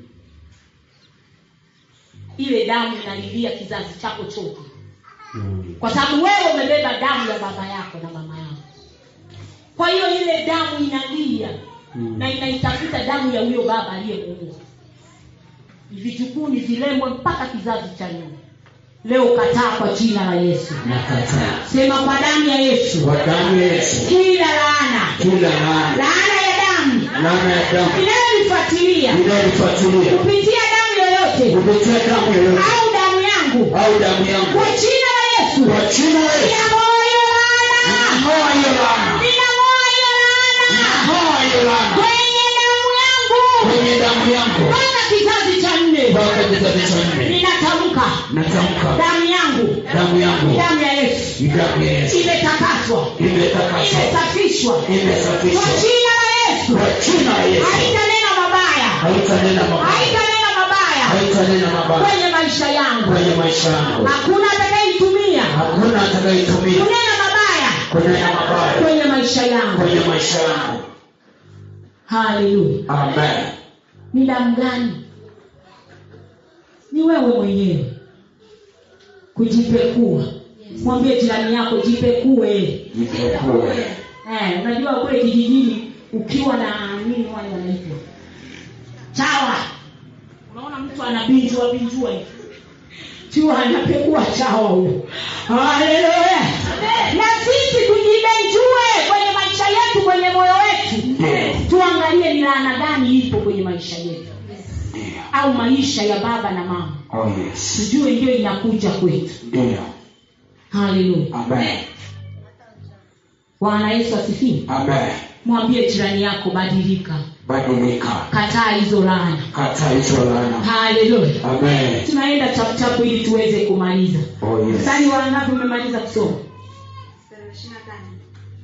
Speaker 1: ile damu inalilia kizazi chako chote
Speaker 2: Mm.
Speaker 1: kwa sababu wewe umebeba damu ya baba yako na mama yako kwa hiyo ile damu inalia
Speaker 2: Mm.
Speaker 1: na inaitafuta damu ya huyo baba aliyemuua vitukuu ni vilembwe mpaka kizazi cha nyuma leo kataa kwa jina la yesu
Speaker 2: Nakataa.
Speaker 1: sema kwa damu ya yesu
Speaker 2: Kwa damu ya Yesu.
Speaker 1: kila laana
Speaker 2: Kila laana.
Speaker 1: laana ya damu
Speaker 2: Laana ya damu.
Speaker 1: inayonifuatilia
Speaker 2: Bila kufuatilia.
Speaker 1: kupitia damu yoyote yoyote
Speaker 2: kupitia damu yoyote
Speaker 1: au damu yangu
Speaker 2: au damu yangu
Speaker 1: kwa jina la Yesu
Speaker 2: kwa jina la Yesu
Speaker 1: ninang'oa hiyo laana
Speaker 2: nang'oa hiyo laana
Speaker 1: ninang'oa hiyo laana
Speaker 2: nang'oa hiyo laana
Speaker 1: kwenye damu yangu
Speaker 2: kwenye damu yangu
Speaker 1: mpaka kizazi cha nne
Speaker 2: mpaka kizazi cha nne
Speaker 1: ninatamka
Speaker 2: natamka
Speaker 1: damu yangu
Speaker 2: damu yangu
Speaker 1: damu ya Yesu
Speaker 2: ni damu ya Yesu
Speaker 1: imetakaswa
Speaker 2: imetakaswa
Speaker 1: imesafishwa kwa
Speaker 2: imesafishwa
Speaker 1: jina la Yesu
Speaker 2: kwa jina la Yesu
Speaker 1: haitanena mabaya
Speaker 2: haitanena mabaya
Speaker 1: haitanena mabaya
Speaker 2: haitanena mabaya
Speaker 1: kwenye maisha yangu
Speaker 2: kwenye maisha yangu
Speaker 1: hakuna atakayeitumia
Speaker 2: hakuna atakayetumia
Speaker 1: kunena mabaya
Speaker 2: kunena mabaya
Speaker 1: kwenye maisha yangu
Speaker 2: kwenye maisha yangu
Speaker 1: haleluya
Speaker 2: amen
Speaker 1: ni damu gani ni wewe mwenyewe kujipekua mwambie jirani yako jipekue
Speaker 2: nipekue
Speaker 1: Eh, unajua kule kijijini ukiwa na nini wale wanaitwa chawa unaona mtu anabinjua binjua hivi chua anapekua chawa huyo haleluya na sisi tujibenjue kwenye maisha yetu kwenye moyo wetu tuangalie ni laana gani ipo kwenye maisha yetu
Speaker 2: ndio
Speaker 1: au maisha ya baba na mama
Speaker 2: oh yes
Speaker 1: tujue ndio inakuja kwetu
Speaker 2: ndio
Speaker 1: haleluya
Speaker 2: amen
Speaker 1: bwana yesu asifiwe
Speaker 2: amen
Speaker 1: mwambie jirani yako badilika
Speaker 2: badilika
Speaker 1: kataa hizo laana
Speaker 2: kata hizo laana
Speaker 1: haleluya
Speaker 2: amen
Speaker 1: tunaenda chapuchapu ili tuweze kumaliza
Speaker 2: oh yes
Speaker 1: mstari wa ngapi umemaliza kusoma
Speaker 3: Sura ya ishirini na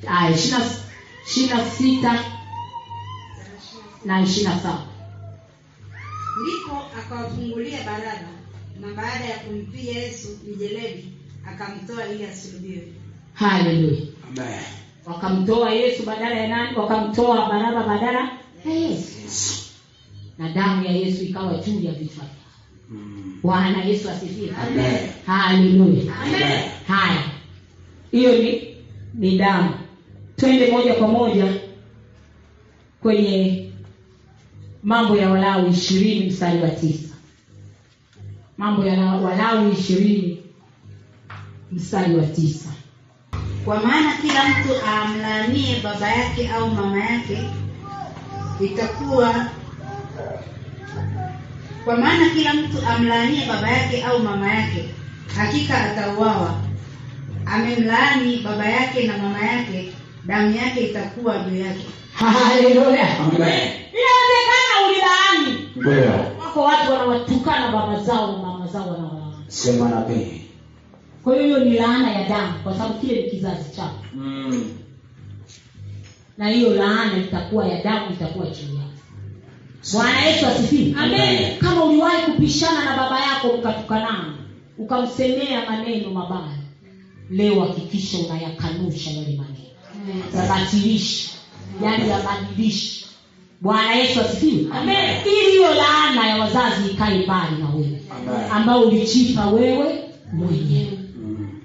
Speaker 3: tano,
Speaker 1: aya ishirina sita
Speaker 3: sura ya ishirini na sita.
Speaker 1: na ishirina saba
Speaker 3: ndipo akawafungulia baraba na baada ya kumpiga yesu mijeledi akamtoa ili asulubiwe
Speaker 1: haleluya
Speaker 2: amen
Speaker 1: wakamtoa yesu badala ya nani wakamtoa baraba badala ya yesu
Speaker 2: yes
Speaker 1: na damu ya yesu ikawa juu ya vichwa vyao.
Speaker 2: Mm.
Speaker 1: bwana yesu asifiwe
Speaker 2: amen
Speaker 1: haleluya
Speaker 2: amen
Speaker 1: haya hiyo ni ni damu twende moja kwa moja kwenye mambo ya walawi ishirini mstari wa tisa mambo ya la- walawi ishirini mstari wa tisa
Speaker 3: kwa maana kila mtu amlaanie baba yake au mama yake itakuwa kwa maana kila mtu amlaanie baba yake au mama yake hakika atauawa amemlaani baba yake na mama yake damu yake itakuwa juu yake
Speaker 1: haleluya
Speaker 2: amen
Speaker 1: inawezekana ulilaani
Speaker 2: ndio
Speaker 1: wako watu wanawatukana baba zao na mama zao wanawalaani
Speaker 2: sema nabii
Speaker 1: kwa hiyo hiyo ni laana ya damu kwa sababu kile ni kizazi chako
Speaker 2: mm.
Speaker 1: na hiyo laana itakuwa ya damu itakuwa chini yako bwana yesu asifiwe
Speaker 2: Amen.
Speaker 1: kama uliwahi kupishana na baba yako mkatukanana ukamsemea maneno mabaya leo hakikisha unayakanusha yale maneno yabatilisha yani yabadilisha bwana yesu asifiwe
Speaker 2: Amen.
Speaker 1: ili hiyo laana ya wazazi ikae mbali na wewe
Speaker 2: Amen.
Speaker 1: ambao ulijipa wewe mwenyewe
Speaker 2: Mm.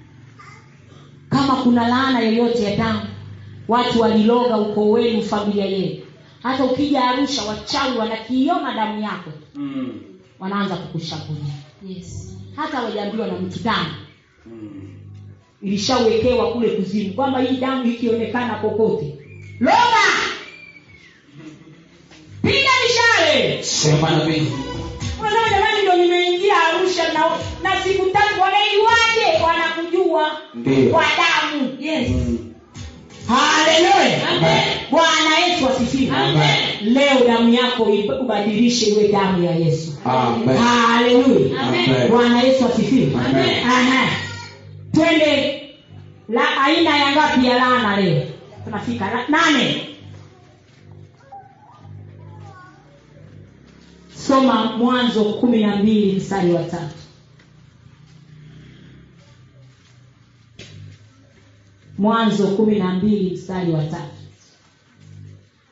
Speaker 1: kama kuna laana yoyote ya damu watu waliloga ukoo wenu familia yenu hata ukija arusha wachawi wanakiiona damu yako
Speaker 2: Mm.
Speaker 1: wanaanza kukushambulia yes. hata wajaambiwa na mtu damu
Speaker 2: Mm.
Speaker 1: ilishawekewa kule kuzimu kwamba hii damu ikionekana popote loga piga mishale
Speaker 2: sema nabii
Speaker 1: unasema jamani ndo nimeingia arusha na, na siku tatu wanaiwaje wanakujua
Speaker 2: ndio
Speaker 1: kwa damu yes.
Speaker 2: Mm.
Speaker 1: haleluya
Speaker 2: Amen.
Speaker 1: bwana yesu asifiwe
Speaker 2: Amen.
Speaker 1: leo damu yako ib- ubadilishe iwe damu ya yesu
Speaker 2: amen
Speaker 1: haleluya
Speaker 2: Amen.
Speaker 1: bwana yesu asifiwe
Speaker 2: Amen.
Speaker 1: Aha. twende la aina ya ngapi ya laana leo tunafika la, nane soma mwanzo kumi na mbili mstari wa tatu mwanzo kumi na mbili mstari wa tatu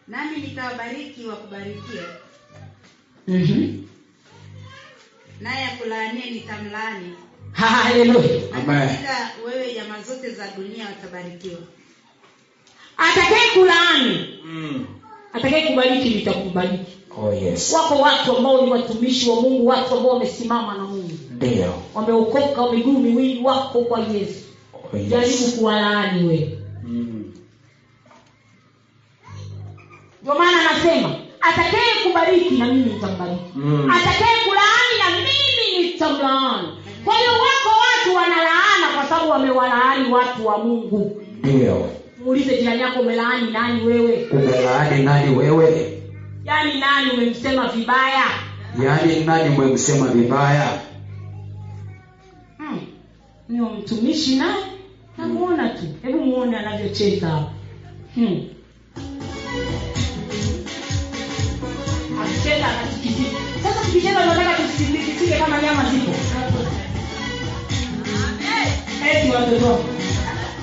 Speaker 3: nami nitawabariki wakubarikie
Speaker 1: Mhm.
Speaker 3: naye akulaanie nitamlaani
Speaker 1: haleluya
Speaker 2: amen
Speaker 3: hakika wewe jamaa zote za dunia watabarikiwa
Speaker 1: atakaye kulaani
Speaker 2: Mm.
Speaker 1: atakaye kubariki nitakubariki
Speaker 2: oh yes
Speaker 1: wako watu ambao ni watumishi wa mungu watu ambao wamesimama na mungu
Speaker 2: ndio
Speaker 1: wameokoka miguu miwili wako kwa yesu
Speaker 2: oh yes
Speaker 1: jaribu kuwalaani wewe
Speaker 2: Mm.
Speaker 1: ndio maana anasema atakaye kubariki na mimi nitambariki
Speaker 2: Mm.
Speaker 1: atakaye kulaani na mimi nitamlaani kwa hiyo wako watu wanalaana kwa sababu wamewalaani watu wa mungu
Speaker 2: ndio
Speaker 1: muulize jirani yako umelaani nani wewe
Speaker 2: umelaani nani wewe
Speaker 1: yaani nani umemsema vibaya
Speaker 2: yaani nani umemsema vibaya
Speaker 1: hmm. niyo mtumishi naye namuona tu hebu muone anavyocheza hapo hmm. akicheza anatikisika sasa tukicheza tunataka tusitikisike kama nyama zipo eti watoto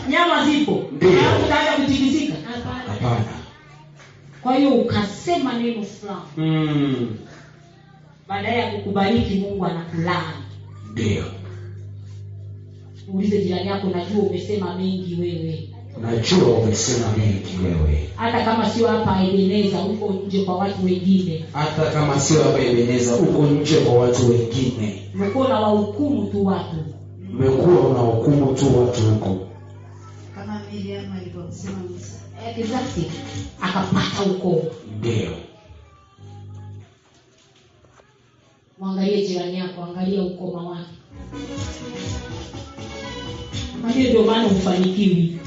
Speaker 1: nyama zipo
Speaker 2: Ndio.
Speaker 1: Alafu utaanza kutikisika
Speaker 2: hapana
Speaker 1: kwa hiyo ukasema neno fulani
Speaker 2: Mm.
Speaker 1: baadaye ya kukubariki mungu anakulaani
Speaker 2: ndio
Speaker 1: uulize jirani yako najua umesema mengi wewe
Speaker 2: najua umesema mengi wewe
Speaker 1: hata kama sio hapa ebeneza huko nje kwa watu wengine
Speaker 2: hata kama sio hapa imenyeza huko nje kwa watu wengine
Speaker 1: umekuwa na wahukumu tu watu
Speaker 2: umekuwa unahukumu tu watu huko
Speaker 3: kama miriam alivyomsema musa
Speaker 1: exactly akapata huko
Speaker 2: ndio
Speaker 1: mwangalie jirani yako angalia ukoma wake mwambie ndio maana hufanikiwi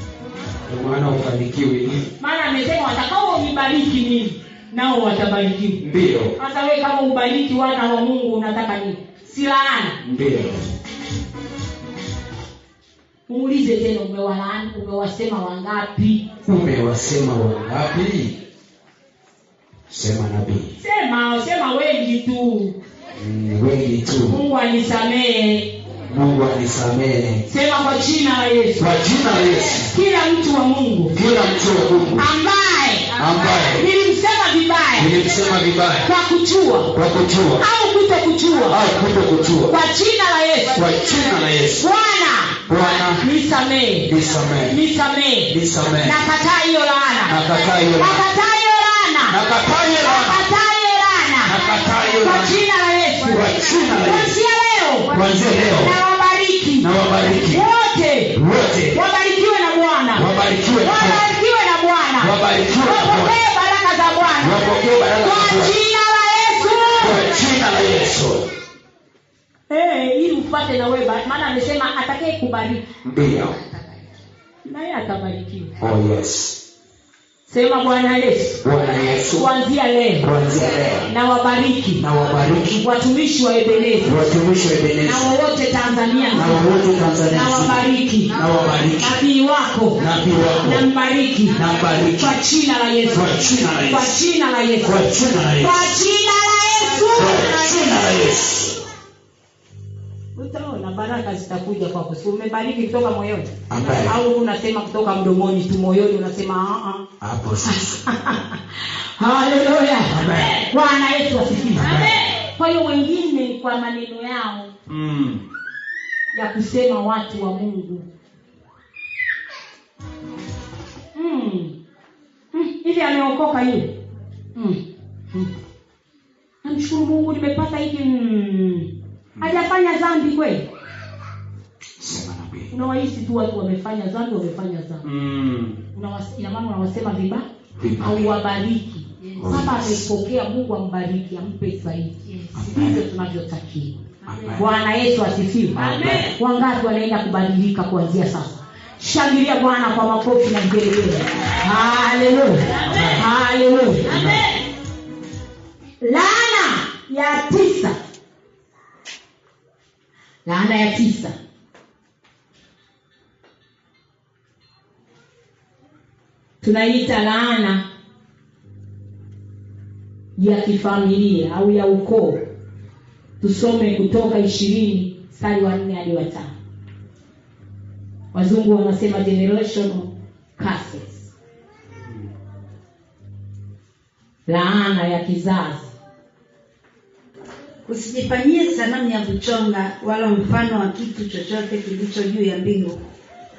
Speaker 2: Ndio maana ufanikiwi
Speaker 1: maana amesema watakaonibariki mimi nao watabarikiwa
Speaker 2: ndio
Speaker 1: sasa wewe kama ubariki wana wa mungu unataka nini silaana
Speaker 2: ndio
Speaker 1: muulize tena umewalaani umewasema wangapi
Speaker 2: umewasema wangapi sema nabii
Speaker 1: sema sema wengi tu
Speaker 2: Mm, wengi tu
Speaker 1: mungu anisamehe
Speaker 2: mungu anisamehe
Speaker 1: sema kwa jina la yesu
Speaker 2: kwa jina la yesu
Speaker 1: kila mtu wa mungu
Speaker 2: kila mtu wa mungu
Speaker 1: ambaye
Speaker 2: ambaye
Speaker 1: nilimsema vibaya
Speaker 2: nilimsema vibaya
Speaker 1: kwa kujua
Speaker 2: kwa kujua
Speaker 1: au kuto kujua
Speaker 2: au kuto kujua
Speaker 1: kwa jina la yesu
Speaker 2: kwa jina la yesu
Speaker 1: bwana
Speaker 2: bwana
Speaker 1: nisamehe
Speaker 2: nisamehe
Speaker 1: nisamehe
Speaker 2: nisamehe
Speaker 1: nakataa hiyo laana
Speaker 2: nakataa hiyo laana.
Speaker 1: nakataa hiyo laana
Speaker 2: nakataa hiyo laana.
Speaker 1: nakataa hiyo laana
Speaker 2: nakataa hiyo
Speaker 1: kwa
Speaker 2: laana.
Speaker 1: jina la yesu
Speaker 2: Kwa jina la Yesu.
Speaker 1: kuanzia leo
Speaker 2: kuanzia leo
Speaker 1: na wabariki
Speaker 2: na wabariki
Speaker 1: wote
Speaker 2: wote
Speaker 1: wabarikiwe na bwana
Speaker 2: wabarikiwe na Bwana.
Speaker 1: wabarikiwe na bwana
Speaker 2: Wabarikiwe na Bwana.
Speaker 1: wapokee baraka za bwana
Speaker 2: wapokee baraka
Speaker 1: kwa
Speaker 2: za Bwana.
Speaker 1: jina la yesu
Speaker 2: kwa jina la yesu
Speaker 1: Eh, ili upate na wewe baraka. maana amesema atakaye kubariki
Speaker 2: ndio
Speaker 1: naye atabarikiwa
Speaker 2: oh yes
Speaker 1: sema bwana yesu
Speaker 2: bwana yesu
Speaker 1: kuanzia leo
Speaker 2: kuanzia leo
Speaker 1: na wabariki
Speaker 2: na wabariki
Speaker 1: watumishi wa ebenezi
Speaker 2: watumishi wa
Speaker 1: na
Speaker 2: ebenezi
Speaker 1: wowote tanzania nzima.
Speaker 2: na wowote tanzania
Speaker 1: na
Speaker 2: nzima.
Speaker 1: wabariki
Speaker 2: na wabariki
Speaker 1: nabii wako
Speaker 2: nabii
Speaker 1: na
Speaker 2: wako
Speaker 1: mbariki
Speaker 2: na mbariki
Speaker 1: kwa jina la yesu
Speaker 2: Kwa jina la Yesu.
Speaker 1: kwa jina la yesu
Speaker 2: kwa jina la
Speaker 1: kwa
Speaker 2: yesu
Speaker 1: jina la yesu
Speaker 2: kwa jina la yesu
Speaker 1: utaona baraka zitakuja kwako si umebariki kutoka moyoni
Speaker 2: ambaye
Speaker 1: au unasema kutoka mdomoni tu moyoni unasema "Ah, ah."
Speaker 2: hapo sasa
Speaker 1: [laughs] haleluya
Speaker 2: Amen.
Speaker 1: bwana yesu asifiwe
Speaker 2: Amen.
Speaker 1: kwa hiyo wengine kwa maneno yao
Speaker 2: mm.
Speaker 1: ya kusema watu wa mungu Mm. Mm, hivi ameokoka hiyo Mm. Mm. namshukuru mungu nimepata hiki Mm. hajafanya dhambi kweli
Speaker 2: sema nabii
Speaker 1: unawahisi tu watu wamefanya dhambi wamefanya dhambi
Speaker 2: mm.
Speaker 1: Unawas- ina maana unawasema vibaya
Speaker 2: Vibaya.
Speaker 1: auwabariki
Speaker 3: Yes.
Speaker 1: sasa amepokea mungu ambariki ampe zaidi
Speaker 3: Yes.
Speaker 1: ndivyo tunavyotakiwa
Speaker 2: Amen.
Speaker 1: bwana yesu asifiwe
Speaker 2: Amen.
Speaker 1: wangapi wanaenda kubadilika kuanzia sasa shangilia bwana kwa makofi na vigelegele haleluya haleluya laana ya tisa laana ya tisa tunaita laana ya kifamilia au ya ukoo tusome kutoka ishirini mstari wa nne hadi watano wazungu wanasema generational curses laana ya kizazi
Speaker 3: usijifanyie sanamu ya kuchonga wala mfano wa kitu chochote kilicho juu ya mbingu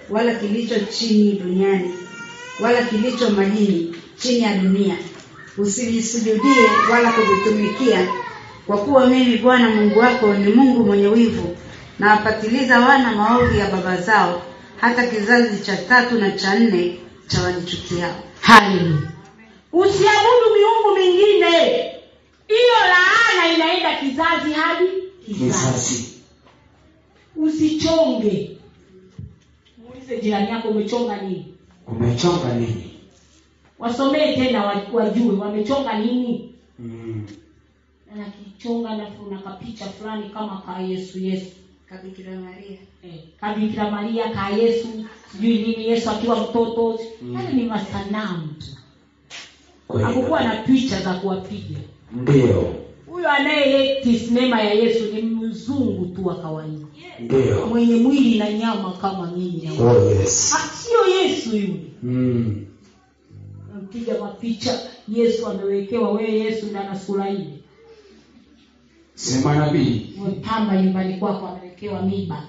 Speaker 3: wala kilicho chini duniani wala kilicho majini chini ya dunia usivisujudie wala kuvitumikia kwa kuwa mimi bwana mungu wako ni mungu mwenye wivu na wapatiliza wana maovu ya baba zao hata kizazi cha tatu na cha nne cha wanichukiao
Speaker 1: haleluya usiabudu miungu mingine hiyo laana inaenda kizazi hadi kizazi
Speaker 2: kizazi
Speaker 1: usichonge muulize jirani yako umechonga nini
Speaker 2: umechonga nini
Speaker 1: wasomee tena wa- wajue wamechonga nini
Speaker 2: mm.
Speaker 1: na kichonga alafu na kapicha fulani kama ka yesu yesu
Speaker 3: kabikira maria
Speaker 1: Eh, kabikira maria ka yesu sijui nini yesu akiwa mtoto mm. yani ni masanamu tu
Speaker 2: kweli
Speaker 1: hakukuwa na picha za kuwapiga
Speaker 2: ndio
Speaker 1: huyo anayeleti sinema ya yesu ni mzungu tu wa kawaida
Speaker 2: ndio
Speaker 1: mwenye mwili na nyama kama mimi na wewe.
Speaker 2: oh yes
Speaker 1: Ha, sio yesu yule
Speaker 2: mm.
Speaker 1: mpiga mapicha yesu amewekewa wewe yesu ndo ana sura ile
Speaker 2: sema nabii
Speaker 1: mpamba nyumbani kwako amewekewa miba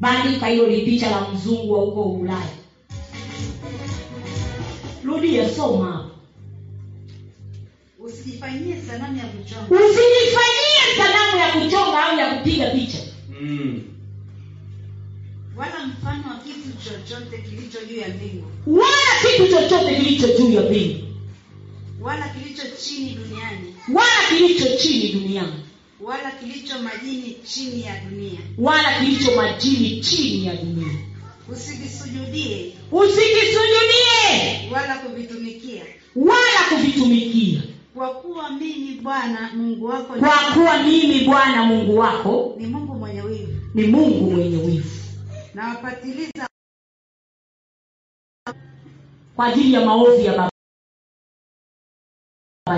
Speaker 1: bandika hilo lipicha la mzungu wa huko ulaya rudia soma hapo
Speaker 3: usijifanyie sanamu ya kuchonga
Speaker 1: usijifanyie sanamu ya kuchonga au ya kupiga picha
Speaker 2: mm.
Speaker 3: wala mfano wa kitu chochote kilicho juu ya mbingu
Speaker 1: wala kitu chochote kilicho juu ya mbingu
Speaker 3: wala kilicho chini duniani
Speaker 1: wala kilicho chini duniani
Speaker 3: wala kilicho majini chini ya dunia
Speaker 1: wala kilicho majini chini ya dunia
Speaker 3: usivisujudie
Speaker 1: usikisujudie
Speaker 3: wala kuvitumikia
Speaker 1: wala kuvitumikia
Speaker 3: kwa kuwa mimi bwana mungu wako ni-
Speaker 1: kwa kuwa mimi bwana mungu wako
Speaker 3: ni mungu mwenye wivu
Speaker 1: ni mungu mwenye wivu
Speaker 3: nawapatiliza
Speaker 1: kwa ajili ya maovu ya baba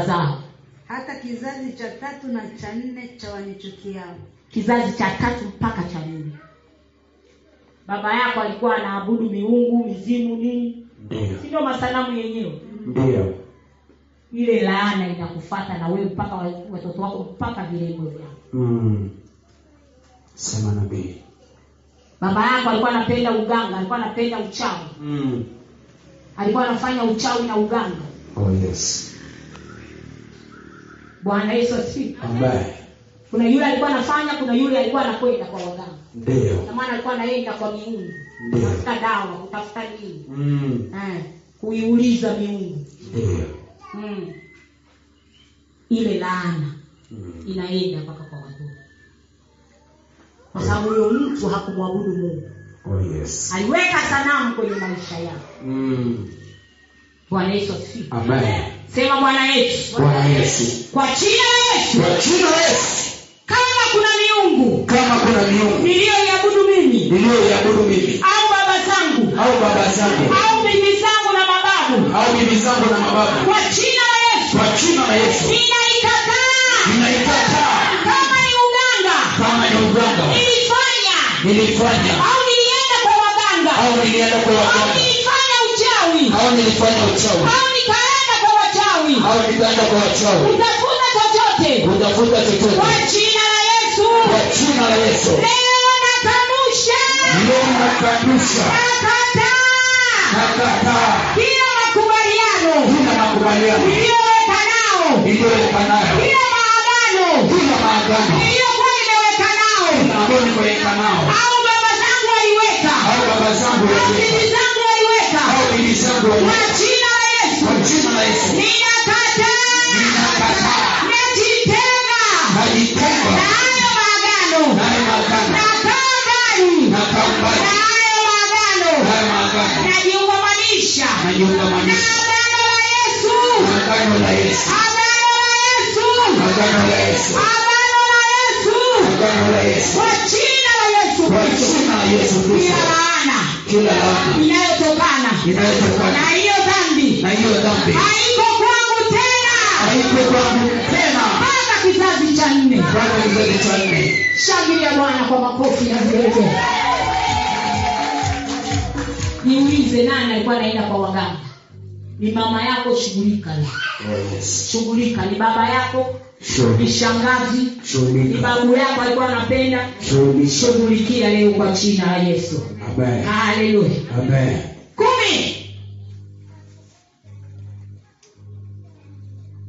Speaker 1: zao
Speaker 3: hata kizazi cha tatu na cha nne cha wanichukiao
Speaker 1: kizazi cha tatu mpaka cha nne baba yako alikuwa anaabudu miungu mizimu nini
Speaker 2: ndio
Speaker 1: si ndio masanamu yenyewe
Speaker 2: ndio
Speaker 1: ile laana inakufata na wewe mpaka wa- watoto wako mpaka vilembo vyako
Speaker 2: mm. sema nabii
Speaker 1: baba yako alikuwa anapenda uganga alikuwa anapenda uchawi
Speaker 2: mm.
Speaker 1: alikuwa anafanya uchawi na uganga
Speaker 2: oh yes
Speaker 1: bwana yesu asifiwe
Speaker 2: ambaye
Speaker 1: kuna yule alikuwa anafanya kuna yule alikuwa anakwenda kwa waganga
Speaker 2: ndio
Speaker 1: na maana alikuwa anaenda kwa miungu
Speaker 2: Ndio.
Speaker 1: kutafuta dawa kutafuta nini
Speaker 2: mm.
Speaker 1: Eh, kuiuliza miungu
Speaker 2: ndio
Speaker 1: mm. ile laana
Speaker 2: mm.
Speaker 1: inaenda mpaka kwa watoto kwa sababu huyo mtu hakumwabudu mungu
Speaker 2: oh yes
Speaker 1: aliweka sanamu kwenye maisha yao
Speaker 2: mm.
Speaker 1: bwana yesu asifiwe
Speaker 2: ambaye
Speaker 1: sema bwana yesu
Speaker 2: bwana yesu
Speaker 1: kwa jina la yesu
Speaker 2: kwa jina la yesu
Speaker 1: kama kuna miungu
Speaker 2: kama kuna miungu
Speaker 1: niliyoiabudu mimi
Speaker 2: niliyoiabudu mimi
Speaker 1: au baba zangu
Speaker 2: au baba zangu
Speaker 1: au bibi zangu na mababu
Speaker 2: au bibi zangu na mababu
Speaker 1: kwa jina la yesu
Speaker 2: kwa jina la yesu
Speaker 1: ninaikataa
Speaker 2: ninaikataa
Speaker 1: kama ni uganga
Speaker 2: kama ni uganga
Speaker 1: nilifanya
Speaker 2: nilifanya
Speaker 1: au nilienda kwa waganga
Speaker 2: au nilienda kwa
Speaker 1: au
Speaker 2: waganga
Speaker 1: nilifanya uchawi
Speaker 2: au nilifanya uchawi
Speaker 1: au nikaenda kwa wachawi
Speaker 2: au nikaenda kwa wachawi
Speaker 1: utafuta chochote
Speaker 2: utafuta chochote
Speaker 1: kwa jina la yesu
Speaker 2: kwa jina la yesu
Speaker 1: leo nakanusha
Speaker 2: leo nakanusha
Speaker 1: nakataa
Speaker 2: nakataa
Speaker 1: kila makubaliano
Speaker 2: kila makubaliano
Speaker 1: niliyoweka nao
Speaker 2: niliyoweka nayo
Speaker 1: kila maagano
Speaker 2: kila maagano
Speaker 1: niliyokuwa nimeweka nao
Speaker 2: ambayo nimeweka nao
Speaker 1: au baba zangu waliweka
Speaker 2: au baba zangu
Speaker 1: au
Speaker 2: waliweka
Speaker 1: bibi zangu waliweka
Speaker 2: au bibi zangu
Speaker 1: kwa
Speaker 2: waliweka
Speaker 1: jina la
Speaker 2: kwa
Speaker 1: yesu
Speaker 2: jina la yesu
Speaker 1: ninakataa
Speaker 2: Ninakataa.
Speaker 1: najitenga na
Speaker 2: najitenga
Speaker 1: hayo maagano
Speaker 2: nayo maagano
Speaker 1: nakaa mbali
Speaker 2: nakaa
Speaker 1: na
Speaker 2: mbali
Speaker 1: hayo maagano
Speaker 2: nayo maagano
Speaker 1: najiungamanisha na
Speaker 2: najiungamanisha
Speaker 1: agano la yesu
Speaker 2: na agano la yesu agano la yesu agano la yesu kwa jina la yesu kristo kila laana inayotokana na hiyo dhambi haiko kwangu tena mpaka kizazi cha nne
Speaker 1: niulize nani alikuwa anaenda kwa waganga ni mama yako shughulika
Speaker 2: Oh, yes.
Speaker 1: shughulika ni baba yako ni
Speaker 2: Shughulika.
Speaker 1: shangazi ni
Speaker 2: Shughulika.
Speaker 1: babu yako alikuwa anapenda
Speaker 2: Shughulika.
Speaker 1: shughulikia leo kwa jina la yesu
Speaker 2: Amen.
Speaker 1: haleluya
Speaker 2: Amen.
Speaker 1: kumi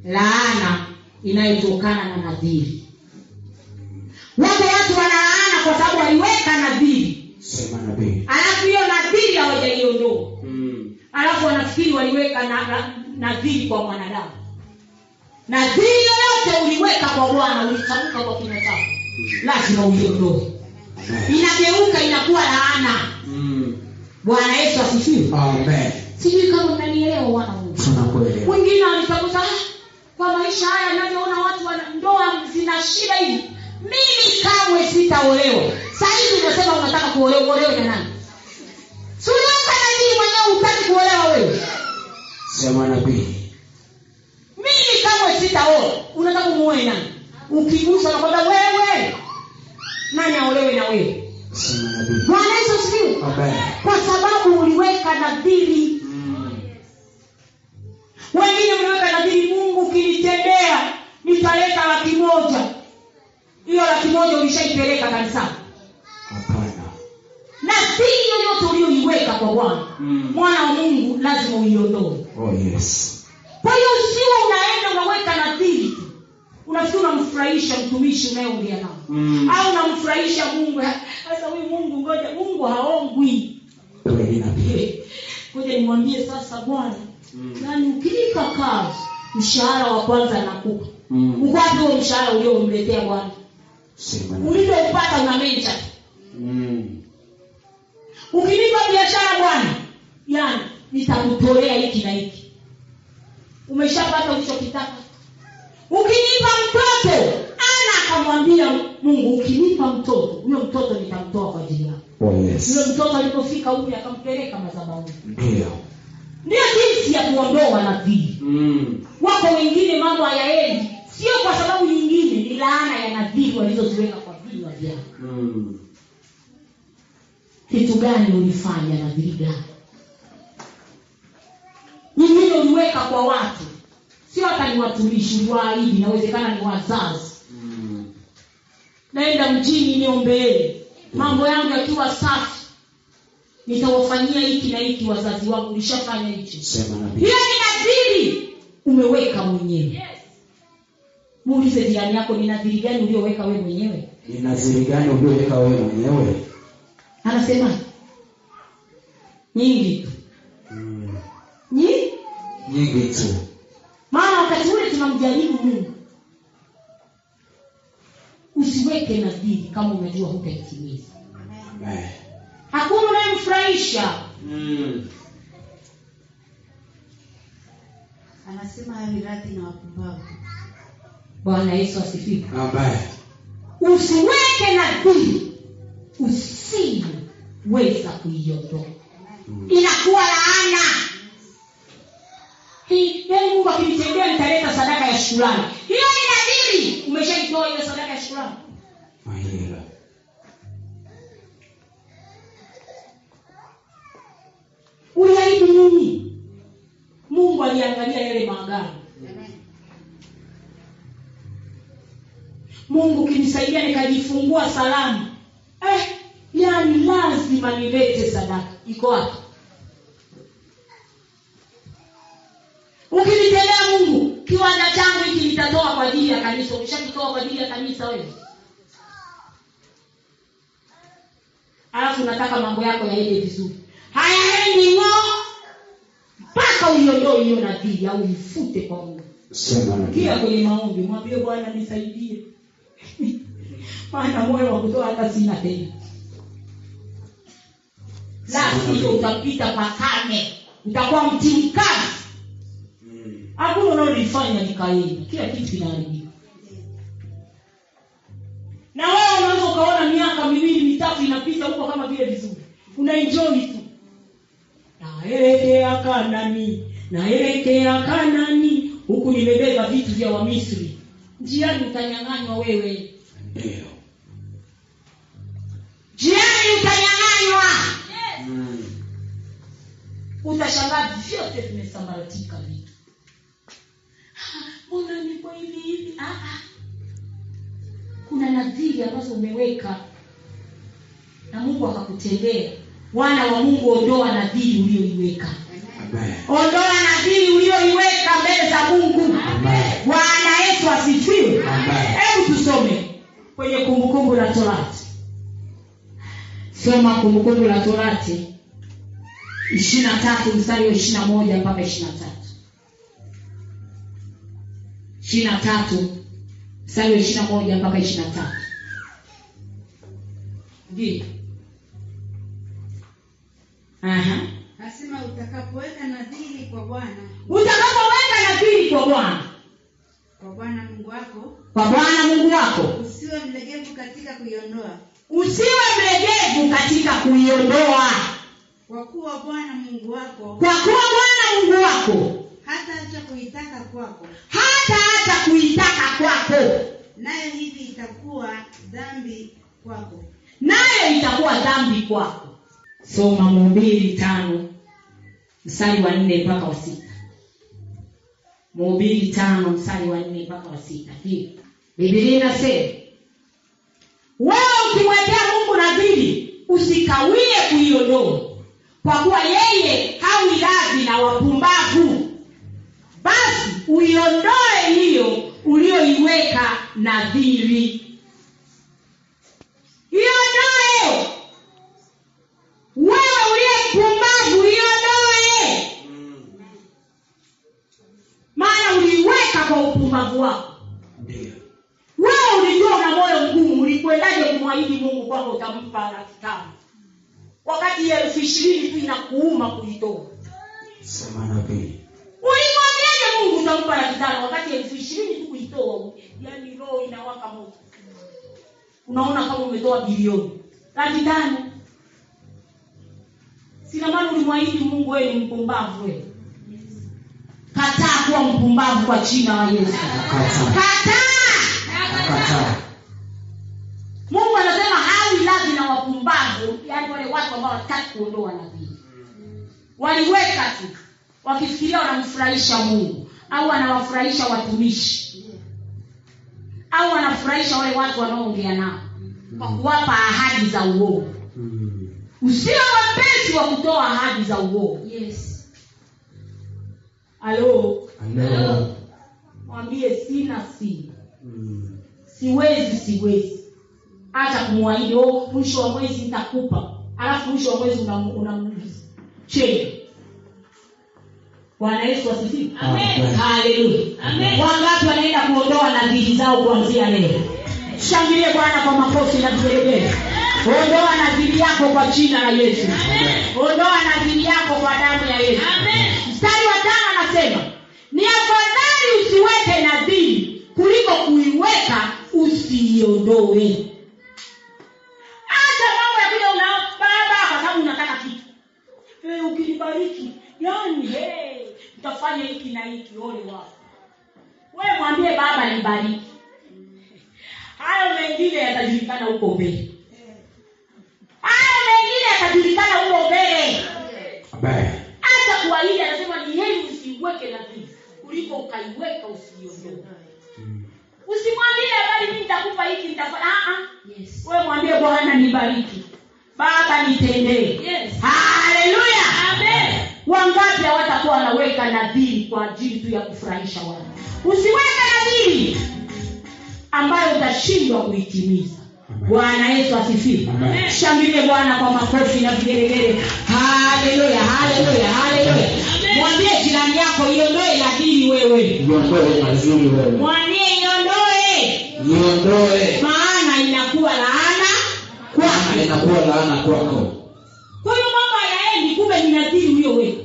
Speaker 1: laana inayotokana na nadhiri wako watu wanalaana kwa sababu waliweka nadhiri
Speaker 2: Sema nabii.
Speaker 1: alafu hiyo nadhiri hawajaiondoa alafu wanafikiri waliweka na- na- nadhiri kwa mwanadamu nadhiri yoyote uliweka kwa bwana ulitamka kwa kinywa chako lazima uiondoe inageuka inakuwa laana
Speaker 2: Mm.
Speaker 1: bwana yesu asifiwe
Speaker 2: Amen.
Speaker 1: sijui kama mnanielewa wana wa mungu
Speaker 2: Tunakuelewa.
Speaker 1: wengine walitafuta "Ah, kwa maisha haya navyoona watu wana ndoa zina shida hivi mimi kamwe sitaolewa sahizi unasema unataka kuolewa uolewe na nani sunakanajii mwenyewe utaki kuolewa wewe
Speaker 2: Sema nabii.
Speaker 1: mimi kamwe sitaoa unataka umuoe nani ukiguswa nakwambia wewe nani aolewe na wewe
Speaker 2: Sema nabii.
Speaker 1: bwana yesu asifiwe
Speaker 2: Amen.
Speaker 1: kwa sababu uliweka nadhiri
Speaker 2: Mm.
Speaker 1: wengine mnaweka nadhiri mungu ukinitendea nitaleta laki moja hiyo laki moja ulishaipeleka kanisani
Speaker 2: Hapana.
Speaker 1: nadhiri yoyote ulioiweka kwa bwana
Speaker 2: Mm.
Speaker 1: mwana wa mungu lazima uiondoe
Speaker 2: Oh yes.
Speaker 1: kwa hiyo usiwe unaenda unaweka nadhiri tu. unafikiri unamfurahisha mtumishi unayeongea nao
Speaker 2: Mm.
Speaker 1: au unamfurahisha mungu sasa huyu mungu ngoja mungu haongwi [laughs]
Speaker 2: Kweli nabii.
Speaker 1: Eh, ngoja nimwambie sasa bwana
Speaker 2: Mm.
Speaker 1: nani ukilika kazi mshahara wa kwanza nakupa
Speaker 2: Mm.
Speaker 1: ukwapi huo mshahara uliomletea bwana
Speaker 2: Sema nabii.
Speaker 1: ulivyoupata una mencha
Speaker 2: Mm.
Speaker 1: ukilipa biashara bwana yani nitakutolea hiki na hiki umeshapata ulichokitaka ukilipa mtoto ana akamwambia mungu ukilipa mtoto huyo mtoto nitamtoa kwa ajili yako
Speaker 2: Oh yes.
Speaker 1: yule mtoto alipofika umri akampeleka madhabahuni
Speaker 2: Ndio.
Speaker 1: ndiyo jinsi ya kuondoa nadhiri
Speaker 2: Mm.
Speaker 1: wako wengine mambo hayaendi sio kwa sababu nyingine ni laana ya nadhiri walizoziweka kwa vinywa vyao
Speaker 2: Mm.
Speaker 1: kitu gani ulifanya na vili gani nyingine uliweka kwa watu sio hata ni watumishi uliwaahidi nawezekana ni wazazi
Speaker 2: Mm.
Speaker 1: naenda mjini niombeeni mambo yangu yakiwa safi nitawafanyia hiki na hiki wazazi wangu ulishafanya hicho
Speaker 2: Sema nabii.
Speaker 1: hiyo ni nadhiri umeweka mwenyewe muulize jirani yako ni nadhiri gani ulioweka we mwenyewe
Speaker 2: Ni nadhiri gani ulioweka wewe mwenyewe?
Speaker 1: anasema nyingi tu
Speaker 2: Mm.
Speaker 1: nyingi
Speaker 2: Nyingi tu.
Speaker 1: maana wakati ule tunamjaribu mungu usiweke nadhiri kama unajua hutaitimiza
Speaker 2: Amen.
Speaker 1: hakuna unayemfurahisha
Speaker 2: Mm.
Speaker 3: anasema hawiradhi na wapumbavu
Speaker 1: bwana yesu asifika
Speaker 2: Amen.
Speaker 1: usiweke nadhiri usiyoweza kuiondoa
Speaker 2: Mm.
Speaker 1: inakuwa laana Hii, yaani mungu akinitendea nitaleta sadaka ya shukurani hiyo ni nadhiri umeshaitoa hiyo sadaka ya shukurani
Speaker 2: Mahira.
Speaker 1: uliaibu nini mungu aliangalia yale maagano mungu ukinisaidia nikajifungua salama eh, yani lazima nilete sadaka iko wapi ukinitendea mungu kiwanda changu hiki nitatoa kwa ajili ya kanisa umeshakitoa kwa ajili ya kanisa wewe alafu unataka mambo yako yaende vizuri hayaendi ng'o mpaka uiondoe hiyo nadhiri au ifute kwa mungu
Speaker 2: Sema
Speaker 1: kia
Speaker 2: nabii.
Speaker 1: kwenye maombi mwambie bwana nisaidie [laughs] maana moyo wa kutoa hata sina tena la sivyo utapita pakame utakuwa mti mkazi
Speaker 2: Mm.
Speaker 1: hakuna unaolifanya likaenda kila kitu kinaharibika na wewe unaweza ukaona miaka miwili mitatu inapita huko kama vile vizuri unaenjoi tu naelekea kanani naelekea kanani huku nimebeba vitu vya wamisri njiani utanyang'anywa wewe
Speaker 2: Ndio.
Speaker 1: njiani utanyang'anywa
Speaker 2: Mm.
Speaker 1: utashangaa vyote vimesambaratika vitu Ah, mbona niko hivi hivi Ah, ah. kuna nadhiri ambazo umeweka na mungu akakutendea wana wa mungu ondoa nadhiri ulioiweka
Speaker 2: Amen.
Speaker 1: ondoa nadhiri ulioiweka mbele za mungu
Speaker 2: Amen.
Speaker 1: bwana yesu asifiwe
Speaker 2: Amen.
Speaker 1: hebu tusome kwenye kumbukumbu la torati soma kumbukumbu la torati ishiri na tatu mstari wa ishiri na moja mpaka ishiri na tatu ishiri na tatu mstari wa ishiri na moja mpaka ishiri na tatu Ndiyo. Aha.
Speaker 3: asema utakapoweka nadhiri kwa bwana
Speaker 1: utakapoweka nadhiri kwa bwana
Speaker 3: kwa bwana mungu wako
Speaker 1: kwa bwana mungu wako
Speaker 3: usiwe mlegevu katika kuiondoa
Speaker 1: usiwe mlegevu katika kuiondoa
Speaker 3: kwa kuwa bwana mungu wako
Speaker 1: kwa kuwa bwana mungu wako
Speaker 3: hata acha kuitaka kwako
Speaker 1: hata hata kuitaka kwako
Speaker 3: nayo hivi itakuwa dhambi kwako
Speaker 1: nayo itakuwa dhambi kwako soma mhubiri tano mstari wa nne mpaka wa sita mhubiri tano mstari wa nne mpaka wa sita ndio bibilia inasema wewe ukimwekea mungu nadhiri usikawie kuiondoa kwa kuwa yeye hawi radhi na wapumbavu basi uiondoe hiyo ulioiweka nadhiri iondoe wewe uliye mpumbavu iondoe maana uliiweka kwa upumbavu wako
Speaker 2: Ndio.
Speaker 1: wewe ulijua una moyo mgumu ulikwendaje kumwahidi mungu kwamba utampa laki tano wakati elfu ishirini tu inakuuma kuitoa
Speaker 2: Sema nabii.
Speaker 1: ulimwambiaje mungu utampa laki tano wakati elfu ishirini tu kuitoa yani roho inawaka moto unaona kama umetoa bilioni laki tano sinamana ulimwahidi mungu wewe ni mpumbavu wewe kataa kuwa mpumbavu kwa china wa yesu
Speaker 2: Kataa.
Speaker 1: kataa
Speaker 2: Kataa.
Speaker 1: mungu anasema hawi radhi na wapumbavu yaani wale watu ambao wataki kuondoa nabii waliweka tu wakifikiria wanamfurahisha mungu au anawafurahisha watumishi au anafurahisha wale watu wanaoongea nao kwa kuwapa ahadi za uongo
Speaker 2: Mm.
Speaker 1: usiwe wepesi wa kutoa ahadi za uongo
Speaker 3: yes
Speaker 1: alo
Speaker 2: Hello.
Speaker 1: mwambie sina sina
Speaker 2: Mm.
Speaker 1: siwezi siwezi hata kumwahidi oh, mwisho wa mwezi nitakupa alafu mwisho wa mwezi unam- unamuuliza cheni bwana yesu asifiwe
Speaker 2: Amen.
Speaker 1: haleluya wangapi wanaenda kuondoa nadhiri zao kuanzia leo shangilie bwana kwa makofi na vigelegele ondoa nadhiri yako kwa jina la yesu ondoa nadhiri yako kwa damu ya yesu mstari wa tano anasema ni afadhali usiweke nadhiri kuliko kuiweka usiiondoe hata mambo ya kuja una baba kwa sababu unataka kitu hey, ukinibariki yani hey, utafanya hiki na hiki ole wako wewe mwambie baba nibariki hayo mengine yatajulikana huko mbele hayo mengine yatajulikana huko mbele
Speaker 2: Amen.
Speaker 1: hata kuahidi anasema ni heri usiiweke nadhiri kuliko ukaiweka usiiondoe
Speaker 2: Mm.
Speaker 1: usimwambie bali mimi nitakupa hiki nitafanya ah ah
Speaker 3: yes
Speaker 1: wewe mwambie bwana nibariki baba nitendee
Speaker 3: Yes.
Speaker 1: haleluya wangapi hawatakuwa wanaweka nadhiri kwa ajili tu ya kufurahisha watu usiweke nadhiri ambayo utashindwa kuitimiza
Speaker 2: Amen.
Speaker 1: bwana yesu asifiwe
Speaker 2: Amen.
Speaker 1: shangilie bwana kwa makofi na vigelegele haleluya haleluya haleluya mwambie jirani yako iondoe nadhiri wewe
Speaker 2: Niondoe mazuri wewe.
Speaker 1: mwambie iondoe
Speaker 2: Niondoe.
Speaker 1: maana inakuwa laana kwako
Speaker 2: Maana inakuwa laana kwako.
Speaker 1: kwa hiyo mambo hayaendi kumbe ni nadhiri uliyoweka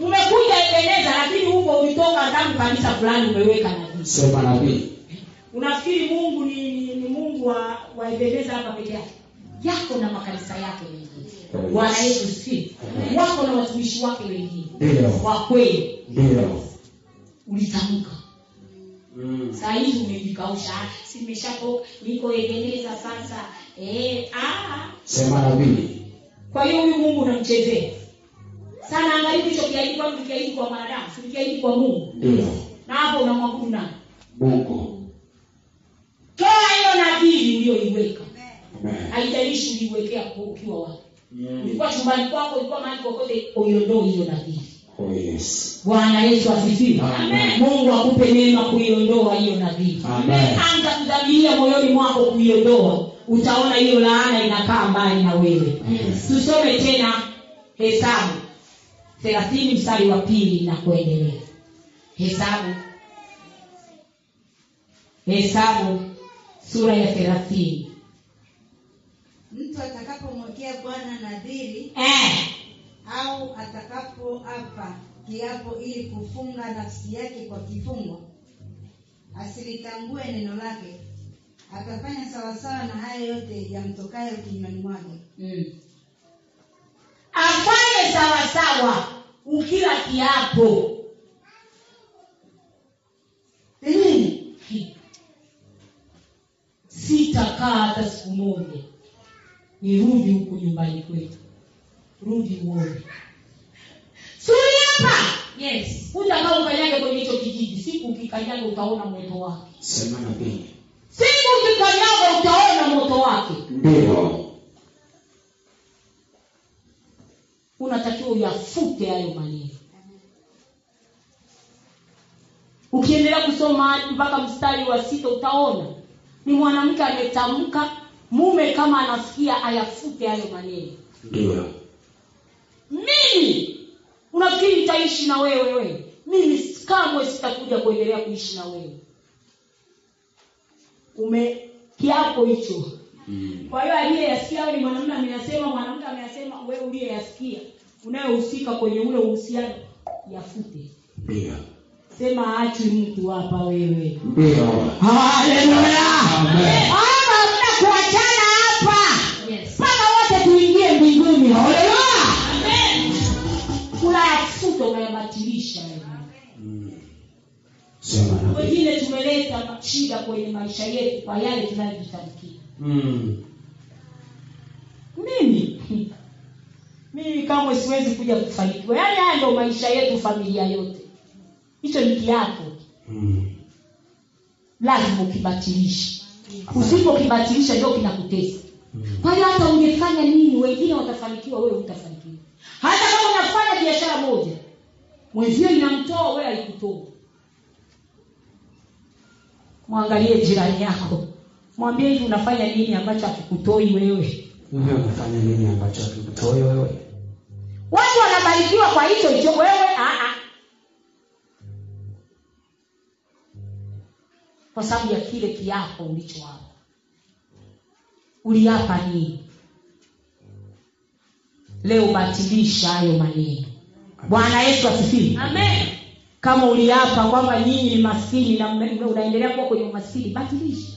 Speaker 1: umekuja ebeneza lakini huko ulitoka tangu kanisa fulani umeweka nadhiri
Speaker 2: Sema nabii.
Speaker 1: unafikiri mungu ni, ni, ni mungu wa, wa ebeneza hapa peke yake yako na makanisa yake mengine bwana yesu sifiwe wako na watumishi wake wengine
Speaker 2: Ndio.
Speaker 1: kwa kweli
Speaker 2: Ndio.
Speaker 1: ulitamka
Speaker 2: Mm.
Speaker 1: saa hizi umejikausha "Ah, si nimeshatoka niko ebeneza sasa eh, ah.
Speaker 2: Sema nabii.
Speaker 1: kwa hiyo huyu mungu unamchezea sana angalia hicho kiaidi kwani ulikiaidi kwa maadamu ulikiaidi kwa mungu
Speaker 2: Ndio.
Speaker 1: na hapo unamwabudu nani
Speaker 2: Mungu.
Speaker 1: toa hiyo nadhiri uliyoiweka
Speaker 2: Amen.
Speaker 1: haijalishi uliiwekea kwa ukiwa wapi
Speaker 2: Mm.
Speaker 1: ulikuwa chumbani kwako ulikuwa mahali kokote uiondoe hiyo nadhiri
Speaker 2: Oh yes.
Speaker 1: bwana yesu asifiwe
Speaker 2: Amen.
Speaker 1: mungu akupe neema kuiondoa hiyo nadhiri
Speaker 2: Amen.
Speaker 1: anza kudhamiria moyoni mwako kuiondoa utaona hiyo laana inakaa mbali na wewe
Speaker 2: Yes.
Speaker 1: tusome tena hesabu thelathini mstari wa pili na kuendelea hesabu hesabu sura ya thelathini
Speaker 3: mtu atakapomwekea bwana nadhiri
Speaker 1: eh.
Speaker 3: au atakapoapa kiapo ili kufunga nafsi yake kwa kifungo asilitangue neno lake atafanya sawasawa na hayo yote yamtokayo kinywani mwake
Speaker 1: mm. afanye sawasawa ukila kiapo mm. sitakaa hata siku moja nirudi huku nyumbani kwetu rudi uone suri hapa yes utakaa ukanyage kwenye hicho kijiji siku ukikanyaga utaona moto wake
Speaker 2: sema nabii
Speaker 1: siku ukikanyaga utaona moto wake
Speaker 2: ndio
Speaker 1: unatakiwa uyafute hayo maneno ukiendelea kusoma mpaka mstari wa sita utaona ni mwanamke ametamka mume kama anasikia ayafute hayo maneno
Speaker 2: ndio
Speaker 1: mimi unafikiri nitaishi na wewe wewe mimi kamwe sitakuja kuendelea kuishi na wewe ume kiapo hicho
Speaker 2: Mm.
Speaker 1: kwa hiyo aliyeyasikia au ni mwanaume ameyasema mwanamke ameyasema wewe uliyeyasikia unayohusika kwenye ule uhusiano yafute
Speaker 2: ndio
Speaker 1: sema achi mtu hapa wewe
Speaker 2: ndio Amen.
Speaker 1: hapa hamna kuachana hapa
Speaker 5: Yes.
Speaker 1: mpaka wote tuingie mbinguni haleluya unayafuta unayabatilisha wewe
Speaker 2: Mm. sema nabii
Speaker 1: wengine tumeleta shida kwenye maisha yetu kwa yale tunayojitamkia
Speaker 2: Mm.
Speaker 1: mimi mimi kamwe siwezi kuja kufanikiwa yaani haya ndio maisha yetu familia yote hicho ni kiapo
Speaker 2: Mm.
Speaker 1: lazima ukibatilishe usipokibatilisha ndio kinakutesa
Speaker 2: Mm.
Speaker 1: kwa hiyo hata ungefanya nini wengine watafanikiwa wewe utafanikiwa hata kama unafanya biashara moja mwenzio inamtoa wewe haikutoa mwangalie jirani yako mwambie hivi unafanya nini ambacho hakikutoi wewe
Speaker 2: wewe unafanya nini ambacho hakikutoi wewe
Speaker 1: watu wanabarikiwa kwa hicho hicho wewe ah, aa. kwa sababu ya kile kiapo ulichoapa uliapa nini leo batilisha hayo maneno bwana yesu asifiwe
Speaker 5: Amen.
Speaker 1: kama uliapa kwamba nyinyi ni maskini na mme- unaendelea kuwa kwenye umaskini batilisha